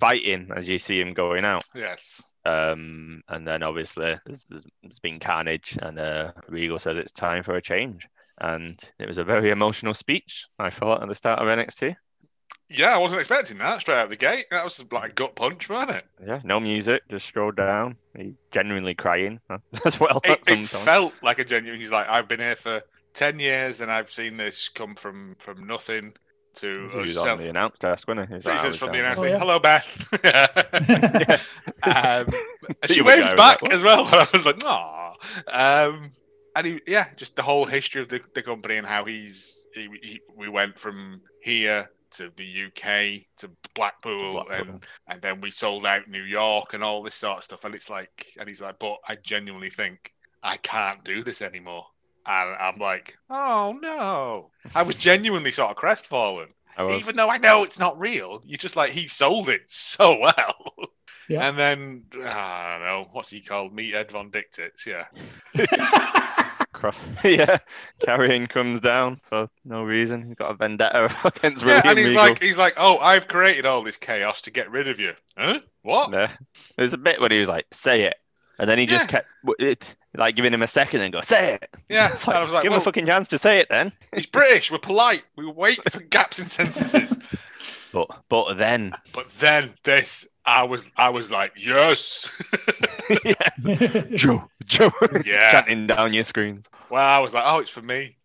[SPEAKER 1] fighting as you see him going out.
[SPEAKER 3] yes.
[SPEAKER 1] Um, and then obviously there's, there's, there's been carnage, and uh, Regal says it's time for a change. And it was a very emotional speech, I thought, at the start of NXT.
[SPEAKER 3] Yeah, I wasn't expecting that straight out the gate. That was like a gut punch, wasn't it?
[SPEAKER 1] Yeah, no music, just strolled down. He genuinely crying <laughs> as well.
[SPEAKER 3] It,
[SPEAKER 1] at
[SPEAKER 3] it
[SPEAKER 1] some point.
[SPEAKER 3] felt like a genuine. He's like, I've been here for ten years, and I've seen this come from from nothing to
[SPEAKER 1] He
[SPEAKER 3] us.
[SPEAKER 1] was on the announce desk, wasn't he? He's
[SPEAKER 3] So he
[SPEAKER 1] like,
[SPEAKER 3] says
[SPEAKER 1] "I
[SPEAKER 3] from
[SPEAKER 1] was
[SPEAKER 3] the
[SPEAKER 1] down
[SPEAKER 3] announce
[SPEAKER 2] Oh,
[SPEAKER 3] thing,
[SPEAKER 2] yeah.
[SPEAKER 3] "Hello, Beth." <laughs>
[SPEAKER 1] <laughs>
[SPEAKER 3] um, and she
[SPEAKER 1] You were
[SPEAKER 3] waved
[SPEAKER 1] going
[SPEAKER 3] back
[SPEAKER 1] like,
[SPEAKER 3] as well, <laughs> and I was like, "Nah." Um, and he, yeah, just the whole history of the, the company and how he's he, he, we went from here to the UK to
[SPEAKER 1] there."
[SPEAKER 3] Blackpool,
[SPEAKER 1] Black
[SPEAKER 3] and and then we sold out New York and all this sort of stuff. And it's like, and he's like, but I genuinely think I can't do this anymore. And I'm like, oh no. I was genuinely sort of crestfallen,
[SPEAKER 1] I was-
[SPEAKER 3] even though I know it's not real. You're just like, he sold it <laughs> so well.
[SPEAKER 2] Yeah.
[SPEAKER 3] And then, ah, I don't know, what's he called? Meet Ed Von Dictits. Yeah.
[SPEAKER 1] cross- <laughs> yeah, carrying comes down for no reason. He's got a vendetta <laughs> against
[SPEAKER 3] yeah.
[SPEAKER 1] William
[SPEAKER 3] And he's
[SPEAKER 1] Regal.
[SPEAKER 3] like, he's like, oh, I've created all this chaos to get rid of you. Huh? What?
[SPEAKER 1] Yeah. There's a bit when he was like, "Say it," and then he just kept w- it, like giving him a second and go, "Say it."
[SPEAKER 3] Yeah.
[SPEAKER 1] It's
[SPEAKER 3] <laughs> and I was like,
[SPEAKER 1] "Give him
[SPEAKER 3] well,
[SPEAKER 1] a fucking chance to say it then."
[SPEAKER 3] he's British. We're polite. We wait
[SPEAKER 1] <laughs>
[SPEAKER 3] for gaps in sentences.
[SPEAKER 1] But but then,
[SPEAKER 3] But then this, I was, I was like, yes,
[SPEAKER 2] <laughs>
[SPEAKER 3] <laughs>
[SPEAKER 1] Joe, Joe, <laughs>
[SPEAKER 3] yeah.
[SPEAKER 1] chanting down your screens.
[SPEAKER 3] Well, I was like, oh, it's for me.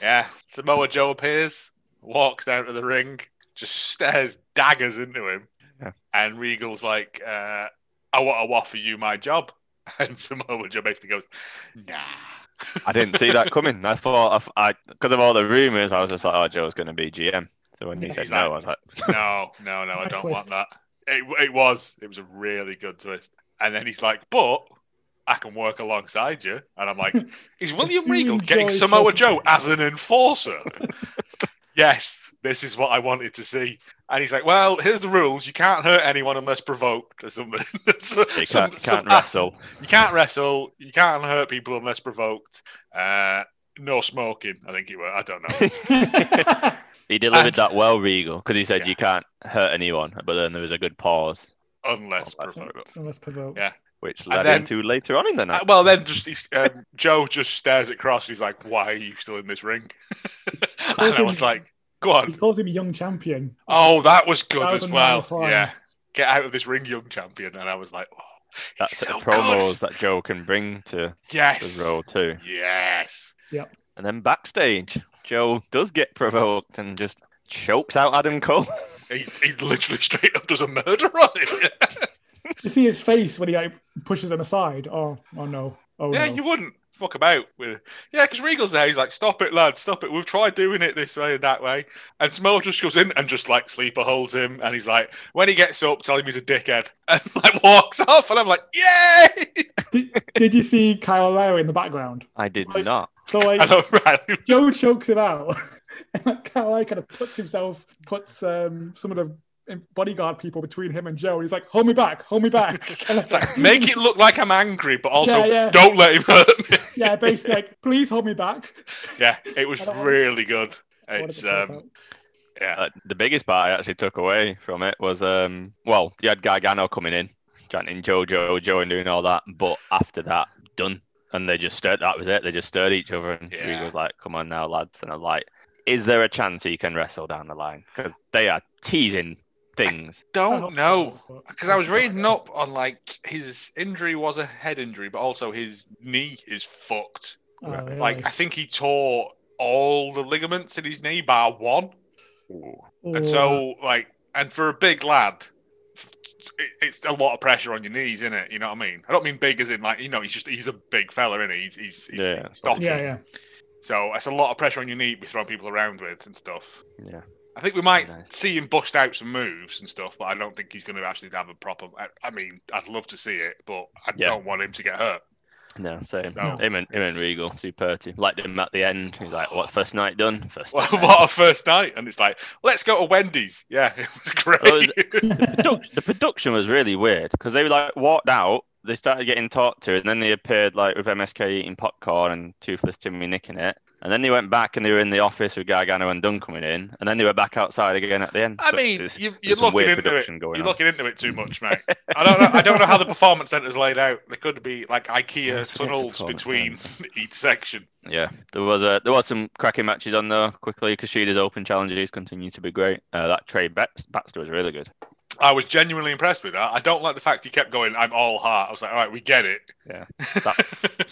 [SPEAKER 3] Yeah. Samoa Joe appears, walks down to the ring, just stares daggers into him,
[SPEAKER 1] Yeah.
[SPEAKER 3] and Regal's like, uh, I want to offer you my job, <laughs> and Samoa Joe basically goes, nah.
[SPEAKER 1] I didn't see that coming. I thought, I because of all the rumors, I was just like, "Oh, Joe's going to be GM." So when he
[SPEAKER 2] Yeah,
[SPEAKER 1] said
[SPEAKER 3] he's like-
[SPEAKER 1] no, I was like,
[SPEAKER 3] No, no, no, I
[SPEAKER 2] Nice
[SPEAKER 3] don't
[SPEAKER 2] twist.
[SPEAKER 3] want that. It, it was, it was a really good twist. And then he's like, but. I can work alongside you, and
[SPEAKER 2] <laughs>
[SPEAKER 3] I'm like, is William
[SPEAKER 2] do
[SPEAKER 3] Regal getting
[SPEAKER 2] enjoy
[SPEAKER 3] Samoa
[SPEAKER 2] talking-
[SPEAKER 3] Joe as an enforcer? yes, this is what I wanted to see. And he's like, well, here's the rules: you can't hurt anyone unless provoked or something. <laughs> So-
[SPEAKER 1] "You
[SPEAKER 3] some-
[SPEAKER 1] can't,
[SPEAKER 3] some- ah,
[SPEAKER 1] can't rattle."
[SPEAKER 3] you can't wrestle. You can't hurt people unless provoked. Uh, no smoking. I think it was. I don't
[SPEAKER 1] <laughs>
[SPEAKER 3] know.
[SPEAKER 1] He delivered
[SPEAKER 3] And-
[SPEAKER 1] that well, Regal, because he said,
[SPEAKER 3] Yeah.
[SPEAKER 1] "You can't hurt anyone," but then there was a good pause,
[SPEAKER 3] unless
[SPEAKER 1] Well, that-
[SPEAKER 3] provoked.
[SPEAKER 2] so let's provoke.
[SPEAKER 3] Yeah.
[SPEAKER 1] which
[SPEAKER 3] And
[SPEAKER 1] led
[SPEAKER 3] then-
[SPEAKER 1] into later on in the night.
[SPEAKER 3] Uh, well, then just he's, um, Joe just stares at Cross. He's like, "Why are you still in this ring?" <laughs> and I was like, "Go
[SPEAKER 2] He
[SPEAKER 3] on."
[SPEAKER 2] calls him young champion.
[SPEAKER 3] Oh, that was good
[SPEAKER 2] That was
[SPEAKER 3] as
[SPEAKER 2] a
[SPEAKER 3] well.
[SPEAKER 2] nice line.
[SPEAKER 3] Yeah, get out of this ring, young champion. And I was like, "Oh, he's
[SPEAKER 1] That's
[SPEAKER 3] so
[SPEAKER 1] the promos
[SPEAKER 3] good."
[SPEAKER 1] that Joe can bring to
[SPEAKER 3] Yes,
[SPEAKER 1] the role too.
[SPEAKER 3] yes.
[SPEAKER 1] And then backstage, Joe does get provoked and just chokes out Adam Cole. <laughs>
[SPEAKER 3] He, he literally <laughs> straight up does a murder on him.
[SPEAKER 2] You see his face when he like, pushes him aside. Oh, oh no. Oh,
[SPEAKER 3] yeah,
[SPEAKER 2] no.
[SPEAKER 3] you wouldn't fuck about with. Yeah, because Regal's there. He's like, "Stop it, lad! Stop it! We've tried doing it this way and that way." And Samoa just goes in and just like sleeper holds him, and he's like, "When he gets up, tell him he's a dickhead," <laughs> and like walks off. And I'm like, "Yay!" <laughs>
[SPEAKER 2] did, did you see Kyle O'Reilly in the background?
[SPEAKER 1] I did
[SPEAKER 2] Like-
[SPEAKER 1] not.
[SPEAKER 2] So like,
[SPEAKER 3] And O'Reilly
[SPEAKER 2] Joe chokes him out, <laughs> and like, Kyle O'Reilly kind of puts himself, puts um, some of the bodyguard people between him and Joe. And he's like, "Hold me back! Hold me
[SPEAKER 3] <laughs>
[SPEAKER 2] back!" And I was
[SPEAKER 3] It's like, make it look like I'm angry, but also
[SPEAKER 2] Yeah, yeah.
[SPEAKER 3] don't let him hurt me.
[SPEAKER 2] <laughs>
[SPEAKER 3] <laughs>
[SPEAKER 2] Yeah, basically, like, please hold me back.
[SPEAKER 3] yeah, it was
[SPEAKER 2] I don't wanna-
[SPEAKER 3] really good.
[SPEAKER 2] I wanna
[SPEAKER 3] It's
[SPEAKER 2] be called
[SPEAKER 3] um,
[SPEAKER 2] out.
[SPEAKER 3] yeah,
[SPEAKER 1] Uh, the biggest part I actually took away from it was, um, well, you had Gargano coming in, chanting JoJo, Joe, and doing all that. But after that, done. And they just stirred. That was it. They just stirred each other, and
[SPEAKER 3] Yeah.
[SPEAKER 1] Regal's like, "Come on now, lads." And I'm like, "Is there a chance he can wrestle down the line? Because they are teasing things."
[SPEAKER 2] I hope
[SPEAKER 3] don't
[SPEAKER 2] so,
[SPEAKER 3] know
[SPEAKER 2] but-
[SPEAKER 3] because I was reading up on like his injury was a head injury, but also his knee is fucked.
[SPEAKER 2] Oh, really?
[SPEAKER 3] Like I think he tore all the ligaments in his knee bar one, and so like, and for a big lad. it- It's a lot of pressure on your knees, isn't it? You know what I mean. I don't mean big as in like you know. He's just he's a big fella, is He's he's, he's
[SPEAKER 1] Yeah.
[SPEAKER 3] stocky.
[SPEAKER 2] yeah, yeah.
[SPEAKER 3] So that's a lot of pressure on your knee to be throwing people around with and stuff.
[SPEAKER 1] Yeah.
[SPEAKER 3] I think we might
[SPEAKER 1] Nice.
[SPEAKER 3] see him bust out some moves and stuff, but I don't think he's going to actually have a proper. I, I mean, I'd love to see it, but I
[SPEAKER 1] Yeah.
[SPEAKER 3] don't want him to get hurt.
[SPEAKER 1] No, same.
[SPEAKER 3] No.
[SPEAKER 1] Him and him and Regal, superb. Liked him at the end. He's like, "What first night done? First
[SPEAKER 3] <laughs> Well,
[SPEAKER 1] night done."
[SPEAKER 3] what a first night! And it's like, let's go to Wendy's. Yeah, <laughs> it was great. <laughs>
[SPEAKER 2] <laughs>
[SPEAKER 1] produc- <laughs> the production was really weird because they were like walked out, they started getting talked to, and then they appeared like with MSK eating popcorn and Toothless Timmy nicking it, and then they went back and they were in the office with Gargano and Dunn coming in, and then they were back outside again at the end.
[SPEAKER 3] I
[SPEAKER 1] So
[SPEAKER 3] mean,
[SPEAKER 1] there's-
[SPEAKER 3] you,
[SPEAKER 1] there's
[SPEAKER 3] you're
[SPEAKER 1] some
[SPEAKER 3] looking
[SPEAKER 1] weird
[SPEAKER 3] into it.
[SPEAKER 1] production going
[SPEAKER 3] You're
[SPEAKER 1] on.
[SPEAKER 3] looking into it too much, mate. I don't know. I don't know how the performance center's laid out. There could be like
[SPEAKER 1] Yeah,
[SPEAKER 3] IKEA
[SPEAKER 1] it's a
[SPEAKER 3] tunnels
[SPEAKER 1] performance
[SPEAKER 3] between <laughs> each section.
[SPEAKER 1] Yeah, there was a there was some cracking matches on there quickly. Kushida's open challenges continue to be great. Uh, that Trey Bax- Baxter was really good.
[SPEAKER 3] I was genuinely impressed with that. I don't like the fact he kept going, I'm all heart. I was like, all right, we get it. <laughs>
[SPEAKER 1] Yeah.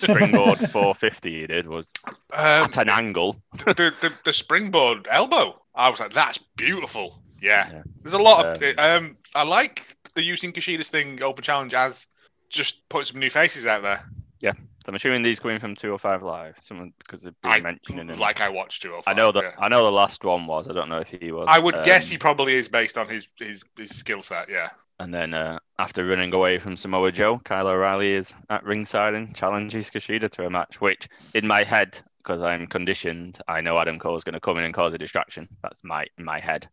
[SPEAKER 1] Springboard 450 he did was
[SPEAKER 3] um,
[SPEAKER 1] at an angle.
[SPEAKER 3] the, the, the springboard elbow. I was like, that's beautiful. Yeah.
[SPEAKER 1] Yeah.
[SPEAKER 3] There's a lot of. um, I like the using Kushida's thing, Open Challenge, as just putting some new faces out there.
[SPEAKER 1] So I'm assuming these coming from 205 Live. Someone because they've been
[SPEAKER 3] I-
[SPEAKER 1] mentioning them.
[SPEAKER 3] Like I watched 205.
[SPEAKER 1] Mm-hmm. I know that
[SPEAKER 3] yeah.
[SPEAKER 1] I know the last one was. I don't know if he was.
[SPEAKER 3] I would
[SPEAKER 1] um,
[SPEAKER 3] guess he probably is based on his, his, his skill set. Yeah.
[SPEAKER 1] And then uh, after running away from Samoa Joe, Kyle O'Reilly is at ringside and challenges Kushida to a match. Which, in my head, because I'm conditioned, I know Adam Cole's going to come in and cause a distraction. That's my in my head.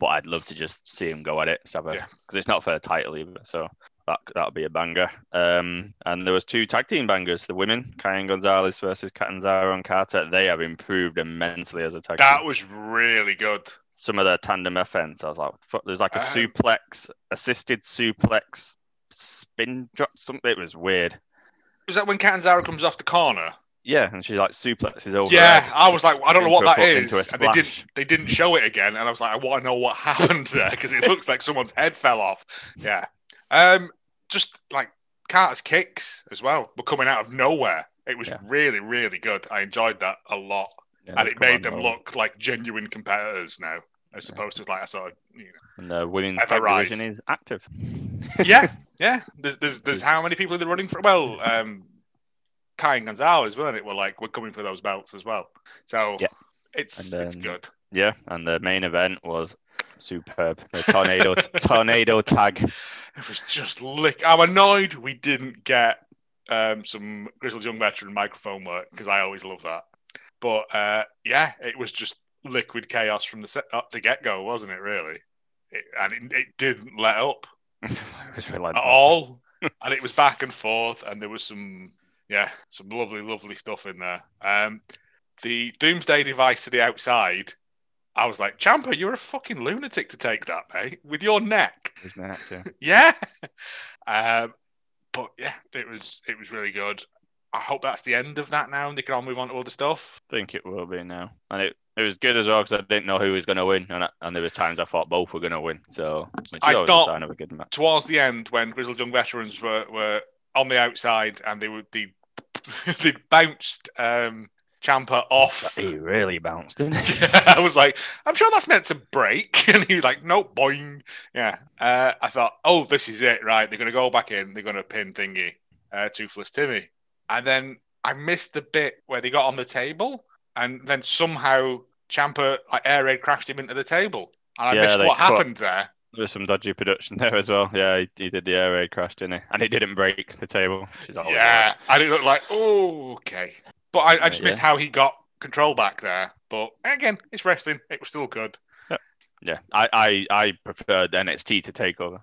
[SPEAKER 1] But I'd love to just see him go at it. Because
[SPEAKER 3] Yeah.
[SPEAKER 1] it's not for a title either. So that that'll be a banger. Um, and there was two tag team bangers. The women, Kyan Gonzalez versus Catanzaro and Carter. They have improved immensely as a tag team.
[SPEAKER 3] That was really good.
[SPEAKER 1] some of their tandem offense. I was like, fuck, there's like a
[SPEAKER 3] Um,
[SPEAKER 1] suplex, assisted suplex, spin drop, something. It was weird.
[SPEAKER 3] Was that when Catanzaro comes off the corner?
[SPEAKER 1] Yeah, and she like suplexes over.
[SPEAKER 3] Yeah,
[SPEAKER 1] her,
[SPEAKER 3] I was like, I don't know
[SPEAKER 1] into a
[SPEAKER 3] what that
[SPEAKER 1] fu- into
[SPEAKER 3] is,
[SPEAKER 1] a
[SPEAKER 3] and they didn't
[SPEAKER 1] splash.
[SPEAKER 3] they didn't show it again, and I was like, I want to know what <laughs> happened there because it looks like someone's head fell off. Yeah, um, just like Carter's kicks as well were coming out of nowhere. It was
[SPEAKER 1] Yeah.
[SPEAKER 3] really really good. I enjoyed that a lot,
[SPEAKER 1] yeah,
[SPEAKER 3] and
[SPEAKER 1] they've
[SPEAKER 3] it
[SPEAKER 1] come
[SPEAKER 3] made
[SPEAKER 1] on
[SPEAKER 3] them
[SPEAKER 1] low.
[SPEAKER 3] look like genuine competitors now, as opposed to like a sort of you know.
[SPEAKER 1] And the women's
[SPEAKER 3] ever
[SPEAKER 1] tag
[SPEAKER 3] rise.
[SPEAKER 1] division is active.
[SPEAKER 3] <laughs>
[SPEAKER 1] <laughs>
[SPEAKER 3] yeah yeah. There's there's, there's how many people they're running for? Well, um, Kai and Gonzalez, weren't it? Were like we're coming for those belts as well. So
[SPEAKER 1] Yeah.
[SPEAKER 3] it's
[SPEAKER 1] And,
[SPEAKER 3] it's
[SPEAKER 1] um,
[SPEAKER 3] good.
[SPEAKER 1] yeah, and the main event was superb. The tornado, tornado tag. <laughs>
[SPEAKER 3] It was just lick. I'm annoyed we didn't get um, some Grizzled Young Veteran microphone work because I always love that. But uh, yeah, it was just liquid chaos from the set up the get go, wasn't it? Really, it, and it, it didn't let up
[SPEAKER 1] it was
[SPEAKER 3] at
[SPEAKER 1] relentless.
[SPEAKER 3] all, and it was back and forth, and there was some yeah, some lovely, lovely stuff in there. Um, the Doomsday device to the outside. I was like, Champa, you're a fucking lunatic to take that, mate, with your neck. <laughs>
[SPEAKER 1] It was nuts, yeah.
[SPEAKER 3] Yeah. Um, but yeah, it was it was really good. I hope that's the end of that now, and they can all move on to other stuff.
[SPEAKER 1] think it will be now. And it, it was good as well because I didn't know who was going to win. And, I, and there was times I thought both were going to win. So which is
[SPEAKER 3] I
[SPEAKER 1] always
[SPEAKER 3] thought-
[SPEAKER 1] a sign of a good match.
[SPEAKER 3] Towards the end, when Grizzled Young Veterans <laughs> were, were on the outside and they were they they bounced um, Champa off.
[SPEAKER 1] He really bounced, didn't
[SPEAKER 3] <laughs>
[SPEAKER 1] he?
[SPEAKER 3] I was like, I'm sure that's meant to break. <laughs> And he was like, nope, boing. Yeah. Uh, I thought, oh, this is it, right? They're going to go back in. They're going to pin Thingy, uh, Toothless Timmy. And then I missed the bit where they got on the table. And then somehow Champa, like, air raid crashed him into the table. And I
[SPEAKER 1] Yeah,
[SPEAKER 3] missed
[SPEAKER 1] they
[SPEAKER 3] what
[SPEAKER 1] cut-
[SPEAKER 3] happened there.
[SPEAKER 1] There was some dodgy production there as well. Yeah, he, he did the air raid crash, didn't he? And it didn't break the table. Which is always
[SPEAKER 3] yeah. And it looked like, oh, okay. But I, I
[SPEAKER 1] Yeah,
[SPEAKER 3] just missed how he got control back there. But again, it's wrestling. It was still good.
[SPEAKER 1] Yeah, I, I, I preferred NXT to Takeover.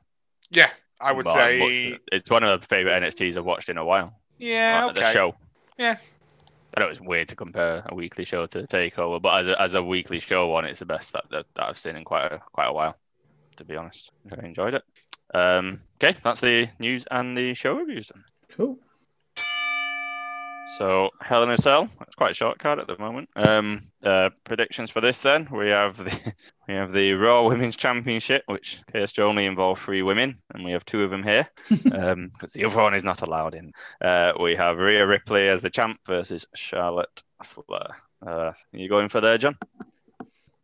[SPEAKER 3] Yeah. I would
[SPEAKER 1] But uh, I've
[SPEAKER 3] say,
[SPEAKER 1] watched- it's one of the favorite NXTs I've watched in a while.
[SPEAKER 3] yeah,
[SPEAKER 1] Like,
[SPEAKER 3] okay.
[SPEAKER 1] Uh, The show.
[SPEAKER 3] Yeah.
[SPEAKER 1] I know it's weird to compare a weekly show to a Takeover, but as a, as a weekly show one, it's the best that, that, that I've seen in quite a quite a while. To be honest, I enjoyed it. Um, okay, that's the news and the show reviews. Then.
[SPEAKER 2] Cool.
[SPEAKER 1] So Hell in a Cell, that's quite a short card at the moment. Um, uh, predictions for this then we have the <laughs> we have the Raw Women's Championship, which appears to only involve three women, and we have two of them here because the other one is not allowed in. Uh, we have Rhea Ripley as the champ versus Charlotte Flair. Uh, you going for there, John?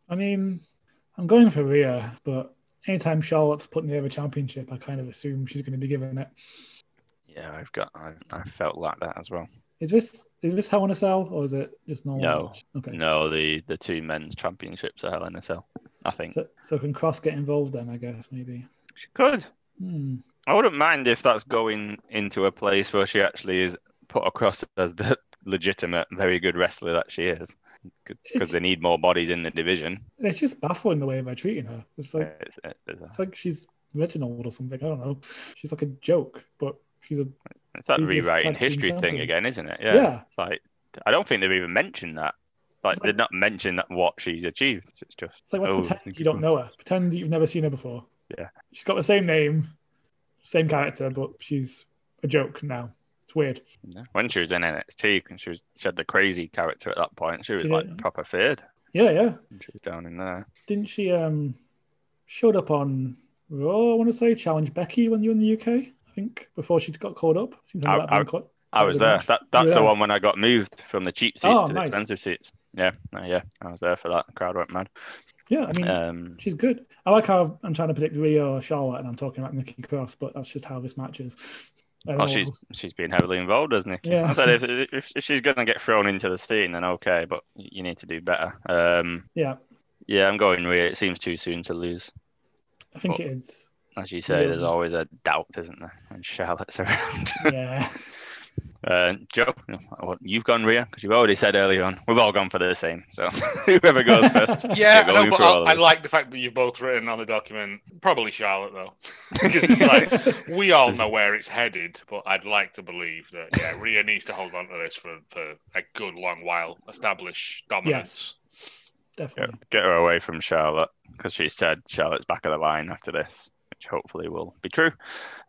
[SPEAKER 2] I mean, I'm going for Rhea, but anytime Charlotte's put near a championship, I kind of assume she's going to be given it.
[SPEAKER 1] Yeah, I've got. I, I felt like that as well.
[SPEAKER 2] Is this is this Hell in a Cell or is it just normal?
[SPEAKER 1] No.
[SPEAKER 2] match? Okay.
[SPEAKER 1] No, the the two men's championships are Hell in a Cell. I think
[SPEAKER 2] So, so can Cross get involved then? I guess maybe.
[SPEAKER 1] she could.
[SPEAKER 2] Hmm.
[SPEAKER 1] I wouldn't mind if that's going into a place where she actually is put across as the <laughs> legitimate, very good wrestler that she is, because they need more bodies in the division.
[SPEAKER 2] It's just baffling the way they're treating her. It's like
[SPEAKER 1] It's- it's-
[SPEAKER 2] it's like she's Reginald or something. I don't know. She's like a joke, but she's a
[SPEAKER 1] it's that
[SPEAKER 2] previous
[SPEAKER 1] rewriting
[SPEAKER 2] tag team
[SPEAKER 1] history thing
[SPEAKER 2] champion.
[SPEAKER 1] again, isn't it?
[SPEAKER 2] yeah.
[SPEAKER 1] Yeah. It's like I don't think they've even mentioned that. Like
[SPEAKER 2] It's
[SPEAKER 1] they've not mentioned that what she's achieved. It's just
[SPEAKER 2] It's like let's
[SPEAKER 1] oh,
[SPEAKER 2] pretend you don't know her. Pretend you've never seen her before.
[SPEAKER 1] Yeah.
[SPEAKER 2] She's got the same name, same character, but she's a joke now. It's weird.
[SPEAKER 1] no. When she was in NXT, and she was she had the crazy character at that point. She was
[SPEAKER 2] She
[SPEAKER 1] like
[SPEAKER 2] did.
[SPEAKER 1] proper feared.
[SPEAKER 2] Yeah, yeah.
[SPEAKER 1] when She was down in there.
[SPEAKER 2] Didn't she um showed up on Raw? I want to say challenge Becky when you were in the UK. I think before she got called up. Seems like
[SPEAKER 1] I-
[SPEAKER 2] that
[SPEAKER 1] I-
[SPEAKER 2] been caught.
[SPEAKER 1] I
[SPEAKER 2] That
[SPEAKER 1] was
[SPEAKER 2] was
[SPEAKER 1] there.
[SPEAKER 2] nice.
[SPEAKER 1] That that's the
[SPEAKER 2] Yeah.
[SPEAKER 1] one when I got moved from the cheap seats
[SPEAKER 2] Oh,
[SPEAKER 1] to the
[SPEAKER 2] nice.
[SPEAKER 1] expensive seats. Yeah, uh, yeah, I was there for that. crowd went mad.
[SPEAKER 2] Yeah, I mean
[SPEAKER 1] Um,
[SPEAKER 2] she's good. I like how I'm trying to predict Rio or Charlotte, and I'm talking about Nikki Cross, but that's just how this match is. I don't
[SPEAKER 1] oh,
[SPEAKER 2] know
[SPEAKER 1] she's
[SPEAKER 2] what else-
[SPEAKER 1] she's been heavily involved, hasn't Nikki?
[SPEAKER 2] Yeah.
[SPEAKER 1] I said if, if, if she's gonna get thrown into the scene, then okay, but you need to do better. Um,
[SPEAKER 2] yeah.
[SPEAKER 1] yeah, I'm going Rhea. It seems too soon to lose.
[SPEAKER 2] I think
[SPEAKER 1] Oh. <laughs>
[SPEAKER 2] it is.
[SPEAKER 1] As you say,
[SPEAKER 2] Yeah.
[SPEAKER 1] there's always a doubt, isn't there? When Charlotte's <laughs> around.
[SPEAKER 2] Yeah.
[SPEAKER 1] Uh, Joe, well, you've gone Rhea because you've already said earlier on. We've all gone for the same. So <laughs> whoever
[SPEAKER 2] <laughs>
[SPEAKER 1] goes first.
[SPEAKER 3] Yeah,
[SPEAKER 1] we're
[SPEAKER 3] I know,
[SPEAKER 1] going
[SPEAKER 3] but
[SPEAKER 1] for all
[SPEAKER 3] I,
[SPEAKER 1] of
[SPEAKER 3] I
[SPEAKER 1] it.
[SPEAKER 3] like the fact that you've both written on the document. Probably Charlotte though, <laughs> because
[SPEAKER 2] <laughs>
[SPEAKER 3] it's like we all know where it's headed. But I'd like to believe that yeah, Rhea needs to hold on to this for, for a good long while, establish dominance.
[SPEAKER 1] Get,
[SPEAKER 2] Definitely.
[SPEAKER 1] get her away from Charlotte because she said Charlotte's back of the line after this, which hopefully will be true.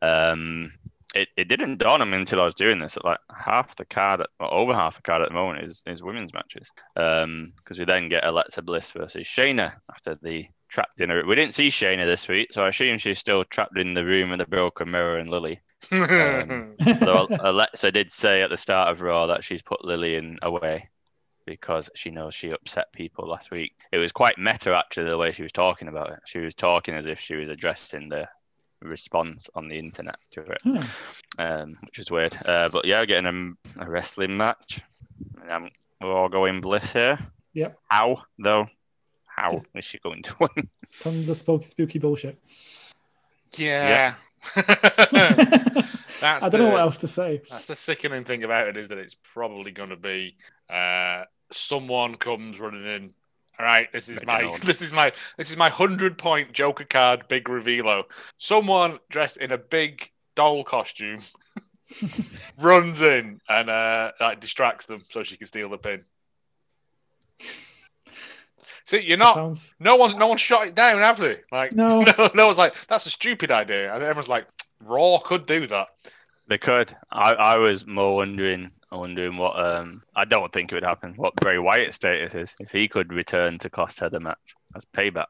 [SPEAKER 1] Um, it, it didn't dawn on me until I was doing this that like half the card, at, well, over half the card at the moment is, is women's matches. Because we then get Alexa Bliss versus Shayna after the trapped in her. We didn't see Shayna this week, so I assume she's still trapped in the room with the broken mirror and Lily.
[SPEAKER 3] <laughs>
[SPEAKER 1] Um, Although
[SPEAKER 2] <laughs>
[SPEAKER 1] Alexa did say at the start of Raw that she's put Lillian away because she knows she upset people last week. It was quite meta, actually, the way she was talking about it. She was talking as if she was addressing the response on the internet to it,
[SPEAKER 2] Huh.
[SPEAKER 1] um, which was weird. Uh, but yeah, getting a, a wrestling match. And, um, we're all going bliss here.
[SPEAKER 2] Yep.
[SPEAKER 1] How, though? How is she going to <laughs> win?
[SPEAKER 2] Tons of spooky, spooky bullshit.
[SPEAKER 1] <laughs>
[SPEAKER 3] yeah,
[SPEAKER 2] <laughs> I
[SPEAKER 3] <laughs>
[SPEAKER 2] <laughs>
[SPEAKER 3] that's
[SPEAKER 2] don't know
[SPEAKER 3] the-
[SPEAKER 2] what else to say.
[SPEAKER 3] That's the sickening thing about it is that it's probably going to be uh, someone comes running in. All right, this is my
[SPEAKER 1] Reginald.
[SPEAKER 3] <laughs> this is my this is my hundred point Joker card big revealo. Someone dressed in a big doll costume runs in and uh, like distracts them so she can steal the pin. See, you're not.
[SPEAKER 2] Sounds
[SPEAKER 3] No one's no one shot it down, have they?
[SPEAKER 1] <laughs>
[SPEAKER 3] Like
[SPEAKER 2] No.
[SPEAKER 3] <laughs> no, no one's like that's a stupid idea, and everyone's like, Raw could do that.
[SPEAKER 1] They could. I, I was more wondering wondering what um I don't think it would happen. What Bray Wyatt's status is if he could return to cost her the match as payback,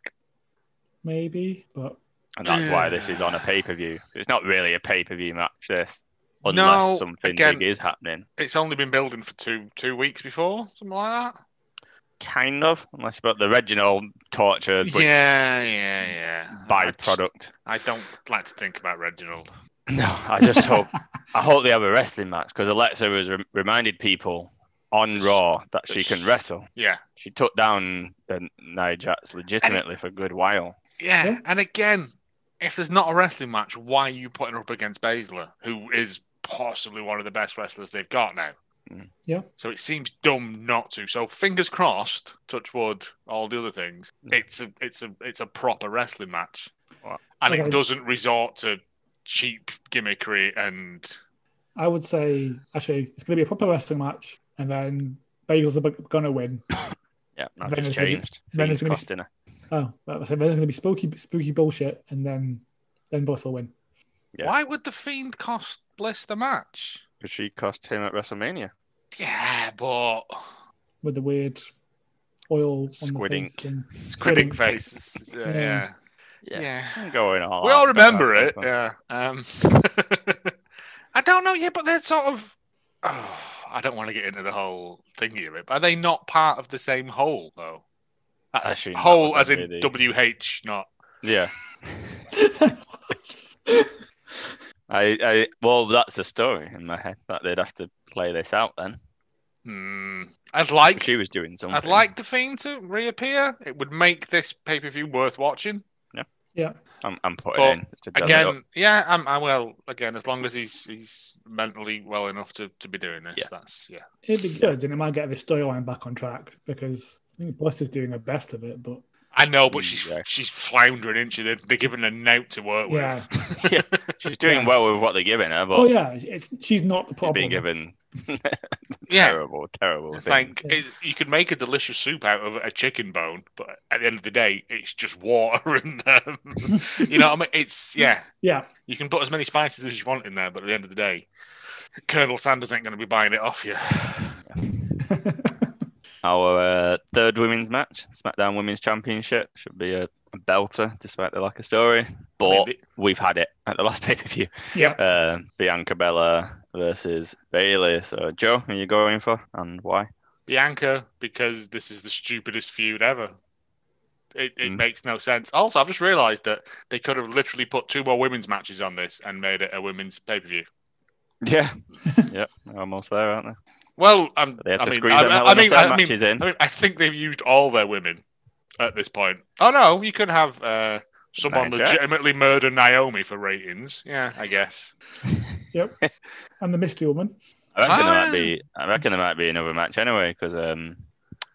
[SPEAKER 2] maybe, but
[SPEAKER 1] and that's why this is on a pay per view. It's not really a pay per view match. This unless
[SPEAKER 3] No,
[SPEAKER 1] something
[SPEAKER 3] again-
[SPEAKER 1] big is happening.
[SPEAKER 3] It's only been building for two two weeks before, something like that.
[SPEAKER 1] Kind of, unless you've got the Reginald torture, which
[SPEAKER 3] yeah, yeah, yeah. I just-
[SPEAKER 1] byproduct.
[SPEAKER 3] I don't like to think about Reginald.
[SPEAKER 1] <laughs> No, I
[SPEAKER 3] <laughs>
[SPEAKER 1] just hope I hope they have a wrestling match because Alexa has re- reminded people on Raw that she can wrestle.
[SPEAKER 3] Yeah.
[SPEAKER 1] She took down the Nia Jax legitimately for a good while.
[SPEAKER 3] Yeah,
[SPEAKER 2] Yeah.
[SPEAKER 3] and again, if there's not a wrestling match, why are you putting her up against Baszler, who is possibly one of the best wrestlers they've got now?
[SPEAKER 1] Mm.
[SPEAKER 2] Yeah.
[SPEAKER 3] So it seems dumb not to. So fingers crossed, touch wood, all the other things.
[SPEAKER 1] Mm.
[SPEAKER 3] It's a it's a it's a proper wrestling match,
[SPEAKER 1] Wow.
[SPEAKER 3] and
[SPEAKER 2] Okay.
[SPEAKER 3] it doesn't resort to cheap gimmickry and
[SPEAKER 2] <laughs> I would say actually it's going to be a proper wrestling match, and then Bagel's going to win.
[SPEAKER 1] Yeah, that's just
[SPEAKER 2] Then it's gonna be-
[SPEAKER 1] changed.
[SPEAKER 2] then
[SPEAKER 1] Fiend's
[SPEAKER 2] it's gonna be-
[SPEAKER 1] costing her.
[SPEAKER 2] Oh, that was- there's going to be spooky, spooky bullshit, and then then Bliss will win.
[SPEAKER 1] Yeah.
[SPEAKER 3] why would the fiend cost Bliss the match?
[SPEAKER 1] 'Cause she cost him at WrestleMania.
[SPEAKER 3] Yeah, but
[SPEAKER 2] with the weird oil
[SPEAKER 1] Squid
[SPEAKER 2] on the
[SPEAKER 1] ink.
[SPEAKER 2] face and-
[SPEAKER 3] squidding <laughs> faces.
[SPEAKER 2] Yeah.
[SPEAKER 3] Yeah. Oh, yeah.
[SPEAKER 1] Yeah.
[SPEAKER 3] yeah.
[SPEAKER 1] I'm going on.
[SPEAKER 3] we all
[SPEAKER 1] about that
[SPEAKER 3] remember it.
[SPEAKER 1] one.
[SPEAKER 3] Yeah. Um, <laughs> I don't know. Yeah, but they're sort of. Oh, I don't want to get into the whole thingy of it. But are they not part of the same whole though? That's
[SPEAKER 1] Actually, not
[SPEAKER 3] whole
[SPEAKER 1] with
[SPEAKER 3] as
[SPEAKER 1] them,
[SPEAKER 3] in
[SPEAKER 1] really.
[SPEAKER 3] WH, not.
[SPEAKER 1] Yeah. <laughs> I, I, well, that's a story in my head that they'd have to play this out then.
[SPEAKER 3] Hmm. I'd like.
[SPEAKER 1] she was doing something.
[SPEAKER 3] I'd like the fiend to reappear. It would make this pay per view worth watching.
[SPEAKER 2] yeah,
[SPEAKER 1] I'm, I'm putting
[SPEAKER 3] But
[SPEAKER 1] in to build it up.
[SPEAKER 3] Again, yeah, I'm, I will. Again, as long as he's he's mentally well enough to, to be doing this,
[SPEAKER 1] Yeah.
[SPEAKER 3] that's yeah.
[SPEAKER 2] it'd be good, and it might get this storyline back on track because I think Bliss is doing her best of it, but
[SPEAKER 3] I know, but she's
[SPEAKER 1] Yeah.
[SPEAKER 3] she's floundering, isn't she? They're, they're giving her note to work with.
[SPEAKER 2] yeah,
[SPEAKER 1] She's doing
[SPEAKER 2] Yeah.
[SPEAKER 1] well with what they're giving her, but
[SPEAKER 2] oh yeah, it's she's not the
[SPEAKER 1] she's
[SPEAKER 2] problem.
[SPEAKER 1] been given
[SPEAKER 3] Yeah.
[SPEAKER 1] terrible, terrible
[SPEAKER 3] It's
[SPEAKER 1] things.
[SPEAKER 3] like
[SPEAKER 2] Yeah.
[SPEAKER 3] it, you could make a delicious soup out of a chicken bone, but at the end of the day, it's just water <laughs> and um, you know. What I mean, it's yeah.
[SPEAKER 1] <laughs>
[SPEAKER 2] Yeah,
[SPEAKER 3] You can put as many spices as you want in there, but at the end of the day, Colonel Sanders ain't going to be buying it off you.
[SPEAKER 1] Our uh, third women's match, SmackDown Women's Championship, should be a, a belter, despite the lack of story. But
[SPEAKER 3] the-
[SPEAKER 1] we've had it at the last <laughs> pay per view.
[SPEAKER 2] yeah.
[SPEAKER 1] Uh, Bianca Bella versus Bailey. So, Joe, who are you going for, and why?
[SPEAKER 3] Bianca, because this is the stupidest feud ever. It, it
[SPEAKER 1] Mm.
[SPEAKER 3] makes no sense. Also, I've just realised that they could have literally put two more women's matches on this and made it a women's pay per view.
[SPEAKER 1] <laughs> Yeah, yeah, they're almost there, aren't they?
[SPEAKER 3] Well, I'm,
[SPEAKER 1] They have
[SPEAKER 3] I
[SPEAKER 1] to
[SPEAKER 3] mean,
[SPEAKER 1] squeeze
[SPEAKER 3] I,
[SPEAKER 1] them
[SPEAKER 3] I, I mean, I mean,
[SPEAKER 1] matches in.
[SPEAKER 3] I mean, I think they've used all their women at this point. Oh no, you could have uh, someone
[SPEAKER 1] Nia Jax.
[SPEAKER 3] legitimately murder Naomi for ratings. Yeah, I guess.
[SPEAKER 2] and the mystery woman.
[SPEAKER 1] I reckon there might
[SPEAKER 3] Ah.
[SPEAKER 1] be. I reckon there might be another match anyway because um,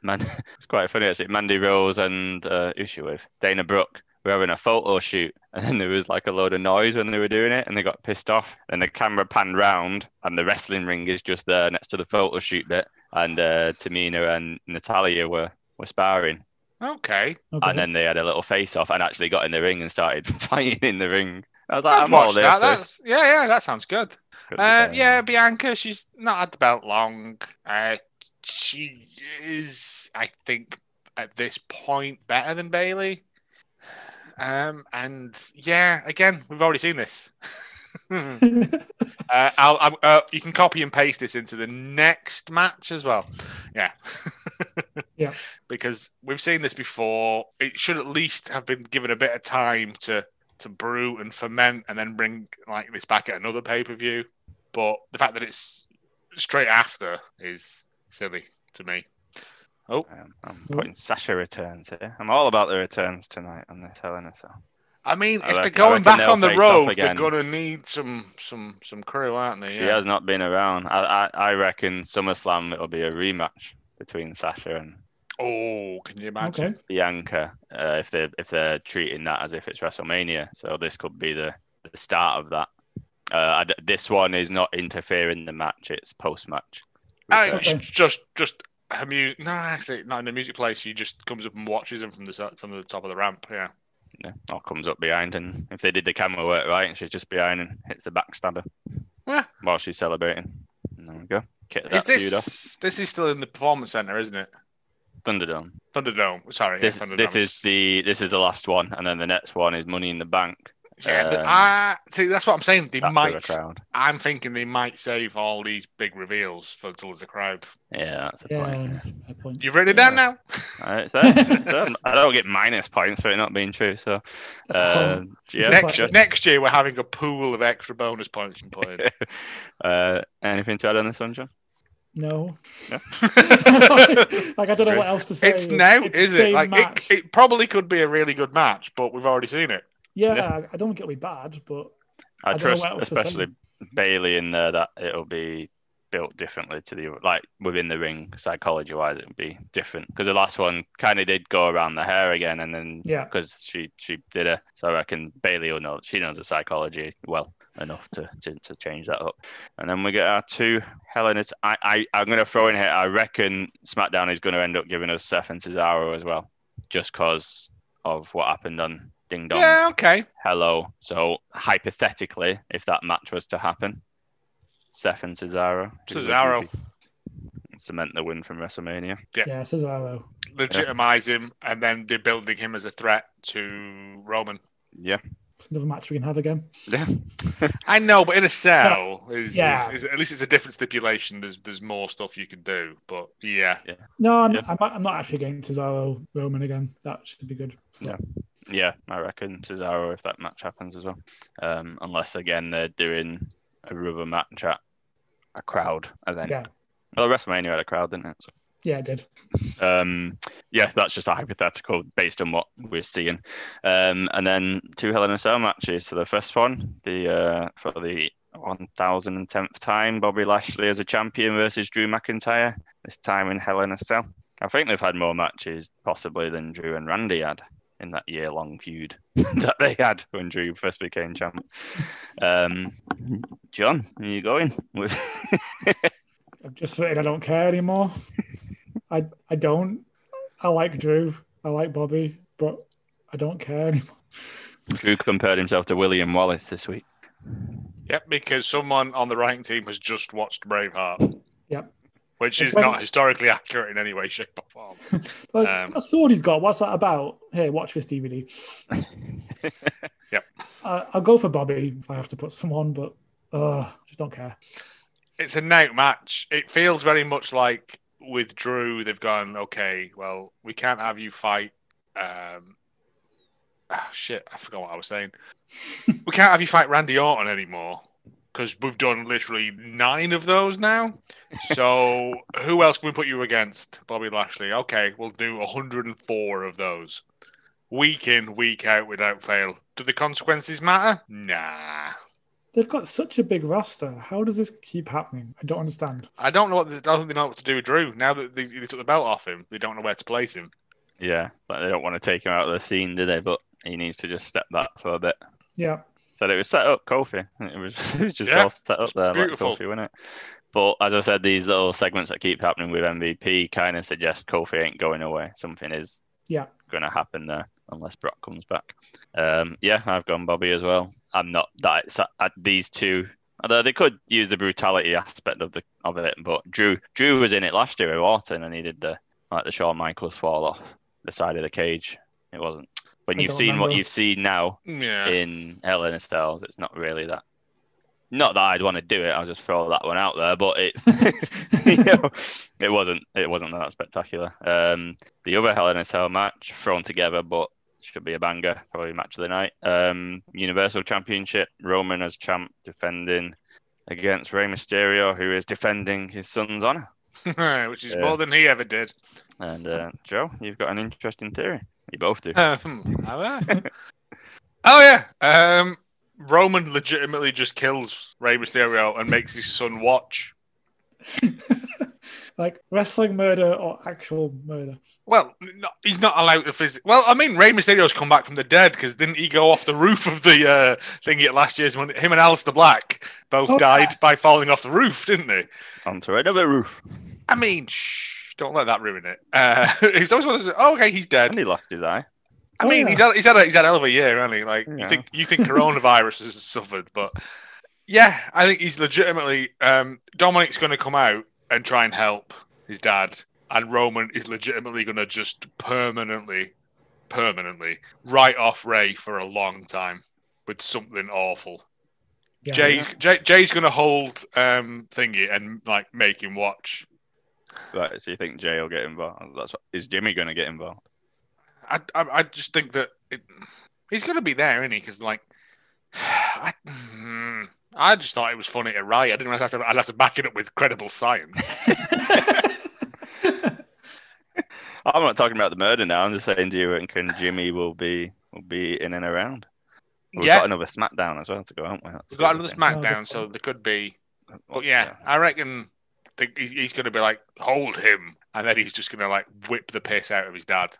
[SPEAKER 1] man, <laughs> it's quite funny actually. Mandy Rose and uh, who's she with Dana Brooke were having a photo shoot, <laughs> and then there was like a load of noise when they were doing it, and they got pissed off. And the camera panned round, and the wrestling ring is just there next to the photo shoot bit, and uh, Tamina and Natalia were were sparring,
[SPEAKER 3] Okay,
[SPEAKER 2] Okay.
[SPEAKER 1] and then they had a little face off, and actually got in the ring and started <laughs> fighting in the ring. I was like,
[SPEAKER 3] I'd
[SPEAKER 1] I'm all
[SPEAKER 3] watch
[SPEAKER 1] there.
[SPEAKER 3] that.
[SPEAKER 1] for this.
[SPEAKER 3] That's, yeah, yeah, that sounds good.
[SPEAKER 1] Could be
[SPEAKER 3] Uh,
[SPEAKER 1] fine.
[SPEAKER 3] yeah, Bianca, she's not had the belt long. Uh, she is, I think, at this point better than Bailey. Um, and yeah, again, we've already seen this. <laughs> uh, I'll, I'm, uh, you can copy and paste this into the next match as well. Yeah. <laughs>
[SPEAKER 2] Yeah.
[SPEAKER 3] Because we've seen this before. It should at least have been given a bit of time to to brew and ferment and then bring like this back at another pay per view. But the fact that it's straight after is silly to me.
[SPEAKER 1] Um, I'm
[SPEAKER 2] Mm.
[SPEAKER 1] putting Sasha returns here. I'm all about the returns tonight on this Hell in a Cell.
[SPEAKER 3] I mean,
[SPEAKER 1] I
[SPEAKER 3] if
[SPEAKER 1] reckon- I
[SPEAKER 3] they're going
[SPEAKER 1] reckon
[SPEAKER 3] back
[SPEAKER 1] they'll
[SPEAKER 3] on the
[SPEAKER 1] face off
[SPEAKER 3] road, they're
[SPEAKER 1] again.
[SPEAKER 3] gonna need some some some crew, aren't they?
[SPEAKER 1] She has not been around. I, I, I reckon SummerSlam it'll be a rematch between Sasha and
[SPEAKER 3] Oh, can you imagine?
[SPEAKER 2] okay.
[SPEAKER 1] Bianca uh, if they if they're treating that as if it's WrestleMania. So this could be the, the start of that. Uh, I d this one is not interfering the match. It's post match.
[SPEAKER 3] I,
[SPEAKER 2] Okay.
[SPEAKER 3] it's just just her music. No, actually, not in the music place. She just comes up and watches him from the so- from the top of the ramp. Yeah,
[SPEAKER 1] Yeah, or comes up behind, and if they did the camera work right, and she's just behind and hits the backstabber
[SPEAKER 3] Yeah.
[SPEAKER 1] while she's celebrating. And there we go. Kick
[SPEAKER 3] is
[SPEAKER 1] that feud off.
[SPEAKER 3] this this is still in the performance center, isn't it?
[SPEAKER 1] Thunderdome.
[SPEAKER 3] Thunderdome. Sorry, yeah,
[SPEAKER 1] this,
[SPEAKER 3] Thunderdome.
[SPEAKER 1] this is the this is the last one, and then the next one is Money in the Bank.
[SPEAKER 3] Yeah, but
[SPEAKER 1] Um,
[SPEAKER 3] I, see, that's what I'm saying. They
[SPEAKER 1] That for a
[SPEAKER 3] might.
[SPEAKER 1] crowd.
[SPEAKER 3] I'm thinking they might save all these big reveals for till there's a crowd.
[SPEAKER 1] Yeah, that's a
[SPEAKER 2] <laughs> Yeah,
[SPEAKER 1] point.
[SPEAKER 2] that's a fair point.
[SPEAKER 3] You've written it down
[SPEAKER 1] Yeah.
[SPEAKER 3] now.
[SPEAKER 1] All right,
[SPEAKER 2] <laughs>
[SPEAKER 1] fair. Fair. I don't get minus points for it not being true. So,
[SPEAKER 2] That's a
[SPEAKER 1] uh,
[SPEAKER 2] point.
[SPEAKER 1] <laughs> yeah,
[SPEAKER 3] next,
[SPEAKER 1] good.
[SPEAKER 3] next year we're having a pool of extra bonus points
[SPEAKER 1] <laughs>
[SPEAKER 3] you can put in.
[SPEAKER 1] uh, anything to add on this one, John? <laughs>
[SPEAKER 2] No. <laughs>
[SPEAKER 1] Yeah.
[SPEAKER 2] like I don't know
[SPEAKER 3] Okay.
[SPEAKER 2] what else to say.
[SPEAKER 3] <laughs> It's now,
[SPEAKER 2] It's the
[SPEAKER 3] is it?
[SPEAKER 2] same
[SPEAKER 3] Like
[SPEAKER 2] match.
[SPEAKER 3] it, it probably could be a really good match, but we've already seen it.
[SPEAKER 2] yeah,
[SPEAKER 1] Yeah.
[SPEAKER 2] I don't think it'll be bad, but
[SPEAKER 1] I,
[SPEAKER 2] don't know
[SPEAKER 1] trust,
[SPEAKER 2] what else to say.
[SPEAKER 1] especially Bailey in there, that it'll be built differently to the like within the ring psychology wise, it'll be different because the last one kind of did go around the hair again, and then
[SPEAKER 2] Yeah.
[SPEAKER 1] because she she did it, so I reckon Bailey will know she knows the psychology well enough to, to, to change that up. And then we get our two Helen. It's I, I I'm gonna throw in here. I reckon SmackDown is gonna end up giving us Seth and Cesaro as well, just cause of what happened on Ding Dong
[SPEAKER 3] Yeah, okay.
[SPEAKER 1] Hello. So hypothetically, if that match was to happen, Seth and Cesaro. who would you
[SPEAKER 3] Cesaro.
[SPEAKER 1] be- Cement the win from WrestleMania.
[SPEAKER 3] Yeah.
[SPEAKER 2] yeah, Cesaro.
[SPEAKER 3] Legitimize him, and then they're building him as a threat to Roman. <laughs>
[SPEAKER 1] Yeah.
[SPEAKER 2] It's another match we can have again.
[SPEAKER 1] Yeah.
[SPEAKER 3] I know, but in a cell
[SPEAKER 2] <laughs>
[SPEAKER 3] is,
[SPEAKER 2] Yeah.
[SPEAKER 3] is, is at least it's a different stipulation. There's there's more stuff you can do, but yeah,
[SPEAKER 2] No, I'm,
[SPEAKER 1] Yeah.
[SPEAKER 2] I'm, not- I'm not actually against Cesaro Roman again. That should be good.
[SPEAKER 1] Yeah, I reckon Cesaro if that match happens as well. Um, unless again they're doing a rubber match at a crowd event.
[SPEAKER 2] Yeah.
[SPEAKER 1] Well, WrestleMania had a crowd, didn't it? So
[SPEAKER 2] Yeah, it did.
[SPEAKER 1] um yeah that's just a hypothetical based on what we're seeing um and then two hell in a cell matches so the first one the uh for the 1010th time bobby lashley as a champion versus drew mcintyre this time in hell in a cell i think they've had more matches possibly than drew and randy had in that year long feud <laughs> that they had when drew first became champ um john where are you going <laughs> with
[SPEAKER 2] I've just written I don't care anymore. I I don't. I like Drew. I like Bobby, but I don't care anymore.
[SPEAKER 1] drew compared himself to william wallace this week
[SPEAKER 3] yep. Because someone on the writing team has just watched Braveheart.
[SPEAKER 2] Yep.
[SPEAKER 3] Which
[SPEAKER 2] It's
[SPEAKER 3] is
[SPEAKER 2] like-
[SPEAKER 3] not historically accurate in any way, shape, or form.
[SPEAKER 2] Like,
[SPEAKER 3] Um,
[SPEAKER 2] that's all he's got. What's that about? Here, watch this DVD.
[SPEAKER 3] <laughs> Yep.
[SPEAKER 2] I, I'll go for Bobby if I have to put someone, but uh, just don't care.
[SPEAKER 3] it's a night match. It feels very much like with Drew, they've gone, okay, well, we can't have you fight. Um, ah, shit, I forgot what I was saying. we can't have you fight Randy Orton anymore because we've done literally nine of those now. So who else can we put you against? Bobby Lashley. Okay, we'll do 104 of those. Week in, week out without fail. Do the consequences matter? Nah.
[SPEAKER 2] They've got such a big roster. How does this keep happening? I don't understand.
[SPEAKER 3] I don't know what I don't think they know what to do with Drew now that they, they took the belt off him. They don't know where to place him.
[SPEAKER 1] Yeah, like they don't want to take him out of the scene, do they? But he needs to just step back for a bit.
[SPEAKER 2] Yeah, <laughs>
[SPEAKER 1] So it was set up, Kofi. It was, <laughs> it was just
[SPEAKER 3] Yeah,
[SPEAKER 1] all set up
[SPEAKER 3] it's
[SPEAKER 1] there,
[SPEAKER 3] beautiful.
[SPEAKER 1] like Kofi, wasn't it? But as I said, these little segments that keep happening with MVP kind of suggest Kofi ain't going away. Something is
[SPEAKER 2] Yeah.
[SPEAKER 1] going to happen there unless Brock comes back. Um, yeah, I've gone Bobby as well. I'm not that it's, uh, these two. Although they could use the brutality aspect of the of it, but Drew Drew was in it last year with Orton, and he did the like the Shawn Michaels fall off the side of the cage. It wasn't when
[SPEAKER 2] I
[SPEAKER 1] you've
[SPEAKER 2] don't
[SPEAKER 1] seen what
[SPEAKER 2] remember.
[SPEAKER 1] you've seen now
[SPEAKER 3] Yeah. <laughs>
[SPEAKER 1] in Hell in a Cells. It's not really that. Not that I'd want to do it. I'll just throw that one out there. But it's <laughs> you know, it wasn't it wasn't that spectacular. Um, the other Hell in a Cell match thrown together, but should be a banger. Probably match of the night. Um, Universal Championship. Roman as champ defending against Rey Mysterio, who is defending his son's honor.
[SPEAKER 3] Which is
[SPEAKER 1] Yeah.
[SPEAKER 3] more than he ever did.
[SPEAKER 1] And uh, Joe, you've got an interesting theory. You both do.
[SPEAKER 3] Um, have I? oh yeah. Um, Roman legitimately just kills Rey Mysterio and makes his son watch.
[SPEAKER 2] like wrestling murder or actual murder.
[SPEAKER 3] Well, no, he's not allowed to visit. Well, I mean, Rey Mysterio's come back from the dead because didn't he go off the roof of the uh, thing at last year's when him and Alistair Black both
[SPEAKER 2] Oh,
[SPEAKER 3] died by falling off the roof, didn't they?
[SPEAKER 1] Onto another roof.
[SPEAKER 3] I mean, shh, don't let that ruin it. Uh, <laughs> he's always one of those, oh, okay, he's
[SPEAKER 1] And
[SPEAKER 3] dead.
[SPEAKER 1] he locked his eye.
[SPEAKER 3] I
[SPEAKER 2] Oh,
[SPEAKER 3] mean,
[SPEAKER 2] yeah.
[SPEAKER 3] he's had he's had a, he's had a hell of a year, hasn't he? Like you
[SPEAKER 1] Yeah.
[SPEAKER 3] think you
[SPEAKER 1] <laughs>
[SPEAKER 3] think coronavirus has suffered, but yeah, I think he's legitimately um, Dominic's going to come out and try and help his dad, and Roman is legitimately going to just permanently, permanently write off Ray for a long time. with something awful.
[SPEAKER 2] Yeah,
[SPEAKER 3] Jay's Jay, Jay's gonna hold um thingy and like make him watch.
[SPEAKER 1] Right, do you think Jay will get involved? That's what, is Jimmy going to get involved?
[SPEAKER 3] I I, I just think that it, he's gonna be there, isn't he? Because like, <sighs> I, mm, I just thought it was funny to write. I didn't realize I'd have to, I'd have to back it up with credible science.
[SPEAKER 1] I'm not talking about the murder now. I'm just saying, do you reckon Jimmy will be will be in and around? <laughs> We've
[SPEAKER 3] yeah,
[SPEAKER 1] got another SmackDown as well to go, haven't we? That's
[SPEAKER 3] we've
[SPEAKER 1] the
[SPEAKER 3] got another
[SPEAKER 1] other
[SPEAKER 3] SmackDown, so there could be.
[SPEAKER 1] thing.
[SPEAKER 3] But yeah, I reckon think he- he's gonna be like hold him, and then he's just gonna like whip the piss out of his dad,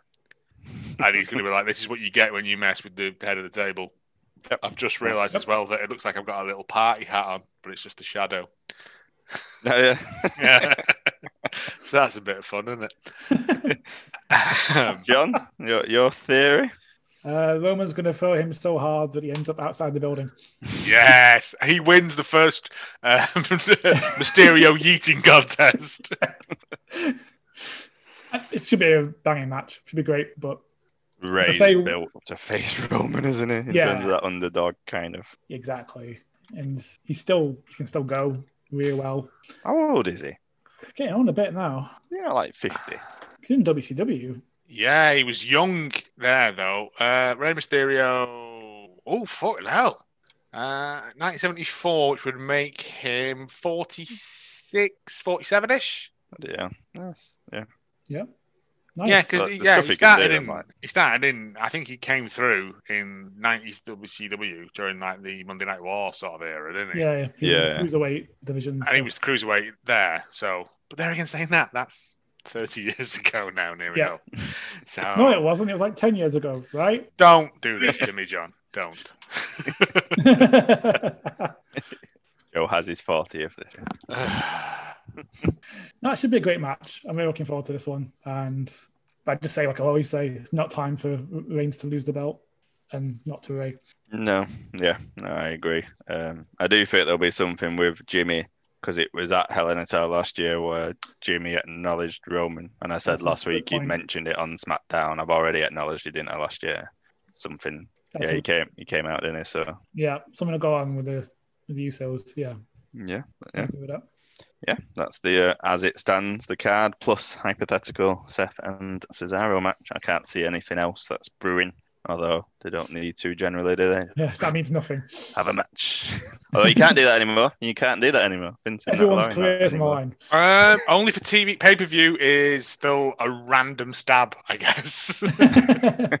[SPEAKER 3] and he's gonna be like, "This is what you get when you mess with the head of the table."
[SPEAKER 1] Yep.
[SPEAKER 3] I've just realised as well that it looks like I've got a little party hat on, but it's just a shadow.
[SPEAKER 1] No, Oh, yeah.
[SPEAKER 3] <laughs> Yeah. so that's a bit of fun, isn't it? um,
[SPEAKER 1] John, your, your theory?
[SPEAKER 2] <laughs> Uh, Roman's going to throw him so hard that he ends up outside the building.
[SPEAKER 1] <laughs>
[SPEAKER 3] yes, he wins the first um, <laughs> Mysterio yeeting contest.
[SPEAKER 2] Uh, It should be a banging match. Should be great, but
[SPEAKER 1] Ray's
[SPEAKER 2] say-
[SPEAKER 1] built to face Roman, isn't he? In
[SPEAKER 2] Yeah.
[SPEAKER 1] terms of that underdog kind of.
[SPEAKER 2] exactly. And he's still he can still go really well.
[SPEAKER 1] How old is he?
[SPEAKER 2] Getting on a bit now.
[SPEAKER 1] Yeah, like
[SPEAKER 3] <sighs>
[SPEAKER 1] 50.
[SPEAKER 2] He's in WCW.
[SPEAKER 3] Yeah, he was young there though. Uh, Rey Mysterio. Oh, fucking hell. Uh, 1974, which would make him 46, 47 ish.
[SPEAKER 1] yeah. Yes. Yeah.
[SPEAKER 2] Yep. Nice.
[SPEAKER 3] Yeah, because
[SPEAKER 1] But
[SPEAKER 3] he,
[SPEAKER 1] the
[SPEAKER 3] yeah,
[SPEAKER 1] stuff
[SPEAKER 3] he
[SPEAKER 1] he can do,
[SPEAKER 3] started in.
[SPEAKER 1] like-
[SPEAKER 3] He started in. I think he came through in nineties WCW during like the Monday Night War sort of era, didn't he?
[SPEAKER 2] yeah, he's
[SPEAKER 1] Yeah.
[SPEAKER 2] in the cruiserweight division.
[SPEAKER 3] And he was the cruiserweight there. So, but there again, saying that, that's thirty <laughs> years ago now, nearly.
[SPEAKER 2] Yeah.
[SPEAKER 3] So
[SPEAKER 2] <laughs> no, it wasn't. It was like ten years ago,
[SPEAKER 3] <laughs>
[SPEAKER 2] right? <laughs>
[SPEAKER 3] don't do this, Jimmy John. Don't.
[SPEAKER 2] that
[SPEAKER 1] Joe has his 40th this year.
[SPEAKER 2] should be a great match. I'm really looking forward to this one. And I just say, like I always say, it's not time for Reigns to lose the belt and not to Ray.
[SPEAKER 1] No. Yeah. No, I agree. Um, I do think there'll be something with Jimmy because it was at Hell in a Cell last year where Jimmy acknowledged Roman. And I said
[SPEAKER 2] That's a
[SPEAKER 1] last
[SPEAKER 2] good
[SPEAKER 1] week he'd
[SPEAKER 2] point.
[SPEAKER 1] mentioned it on SmackDown. I've already acknowledged he didn't I, last year. Something.
[SPEAKER 2] That's
[SPEAKER 1] yeah,
[SPEAKER 2] a-
[SPEAKER 1] he came he came out, didn't he? So,
[SPEAKER 2] yeah, something to go on with the with the Usos. Yeah,
[SPEAKER 1] yeah.
[SPEAKER 2] I'm
[SPEAKER 1] Yeah.
[SPEAKER 2] good with that.
[SPEAKER 1] Yeah, that's the uh, as it stands the card plus hypothetical Seth and Cesaro match. I can't see anything else that's brewing, although they don't need to generally, do they?
[SPEAKER 2] Yeah, that means nothing.
[SPEAKER 1] Have a match. <laughs> although you can't do that anymore. You can't do that anymore. Vince is not
[SPEAKER 2] Everyone's
[SPEAKER 1] allowing
[SPEAKER 2] career
[SPEAKER 1] that
[SPEAKER 2] is on the
[SPEAKER 1] anymore.
[SPEAKER 2] line.
[SPEAKER 3] um, only for TV pay per view is still a random stab, I guess.
[SPEAKER 1] <laughs>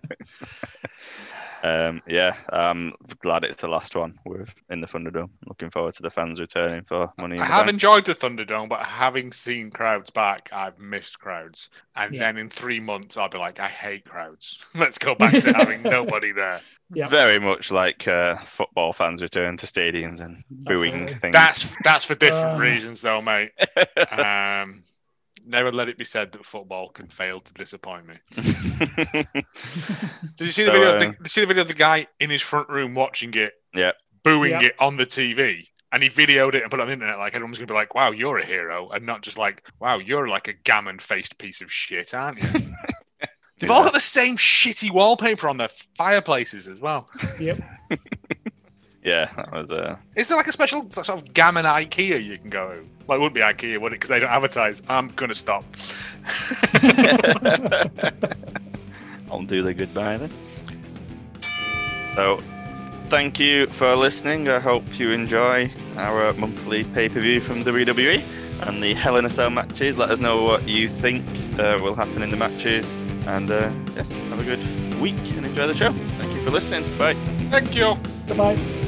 [SPEAKER 1] Um, yeah, I'm glad it's the last one. We're in the Thunderdome. Looking forward to the fans returning for Money in
[SPEAKER 3] <laughs> I
[SPEAKER 1] the
[SPEAKER 3] have
[SPEAKER 1] Bank.
[SPEAKER 3] enjoyed the Thunderdome, but having seen crowds back, I've missed crowds. And
[SPEAKER 2] Yeah.
[SPEAKER 3] then in three months, I'll be like, I hate crowds. <laughs> Let's go back
[SPEAKER 2] <laughs>
[SPEAKER 3] to having nobody there.
[SPEAKER 2] <laughs> yeah,
[SPEAKER 1] Very much like uh, football fans return to stadiums and booing
[SPEAKER 2] Absolutely.
[SPEAKER 1] things.
[SPEAKER 3] That's that's for different
[SPEAKER 2] Uh.
[SPEAKER 3] reasons,
[SPEAKER 1] <laughs>
[SPEAKER 3] though, mate. Um, never let it be said that football can fail to disappoint me. Did you see
[SPEAKER 1] So,
[SPEAKER 3] the video? Of the,
[SPEAKER 1] uh,
[SPEAKER 3] did you see the video of the guy in his front room watching it?
[SPEAKER 1] Yeah.
[SPEAKER 3] booing
[SPEAKER 2] Yeah.
[SPEAKER 3] it on the TV. And he videoed it and put it on the internet. Like everyone's gonna be like, "Wow, you're a hero," and not just like, "Wow, you're like a gammon-faced piece of shit, aren't you?"
[SPEAKER 1] <laughs>
[SPEAKER 3] They've all got the same shitty wallpaper on their fireplaces as well.
[SPEAKER 2] yep.
[SPEAKER 1] <laughs> yeah, that was uh,
[SPEAKER 3] Is there like a special sort of gammon IKEA you can go? to? Well, it wouldn't be IKEA, would it? Because they don't advertise. I'm gonna stop.
[SPEAKER 1] <laughs> I'll do the goodbye then. So, thank you for listening. I hope you enjoy our monthly pay per view from WWE and the Hell in a Cell matches. Let us know what you think uh, will happen in the matches. And uh, yes, have a good week and enjoy the show. Thank you for listening. Bye.
[SPEAKER 3] Thank you.
[SPEAKER 2] Goodbye.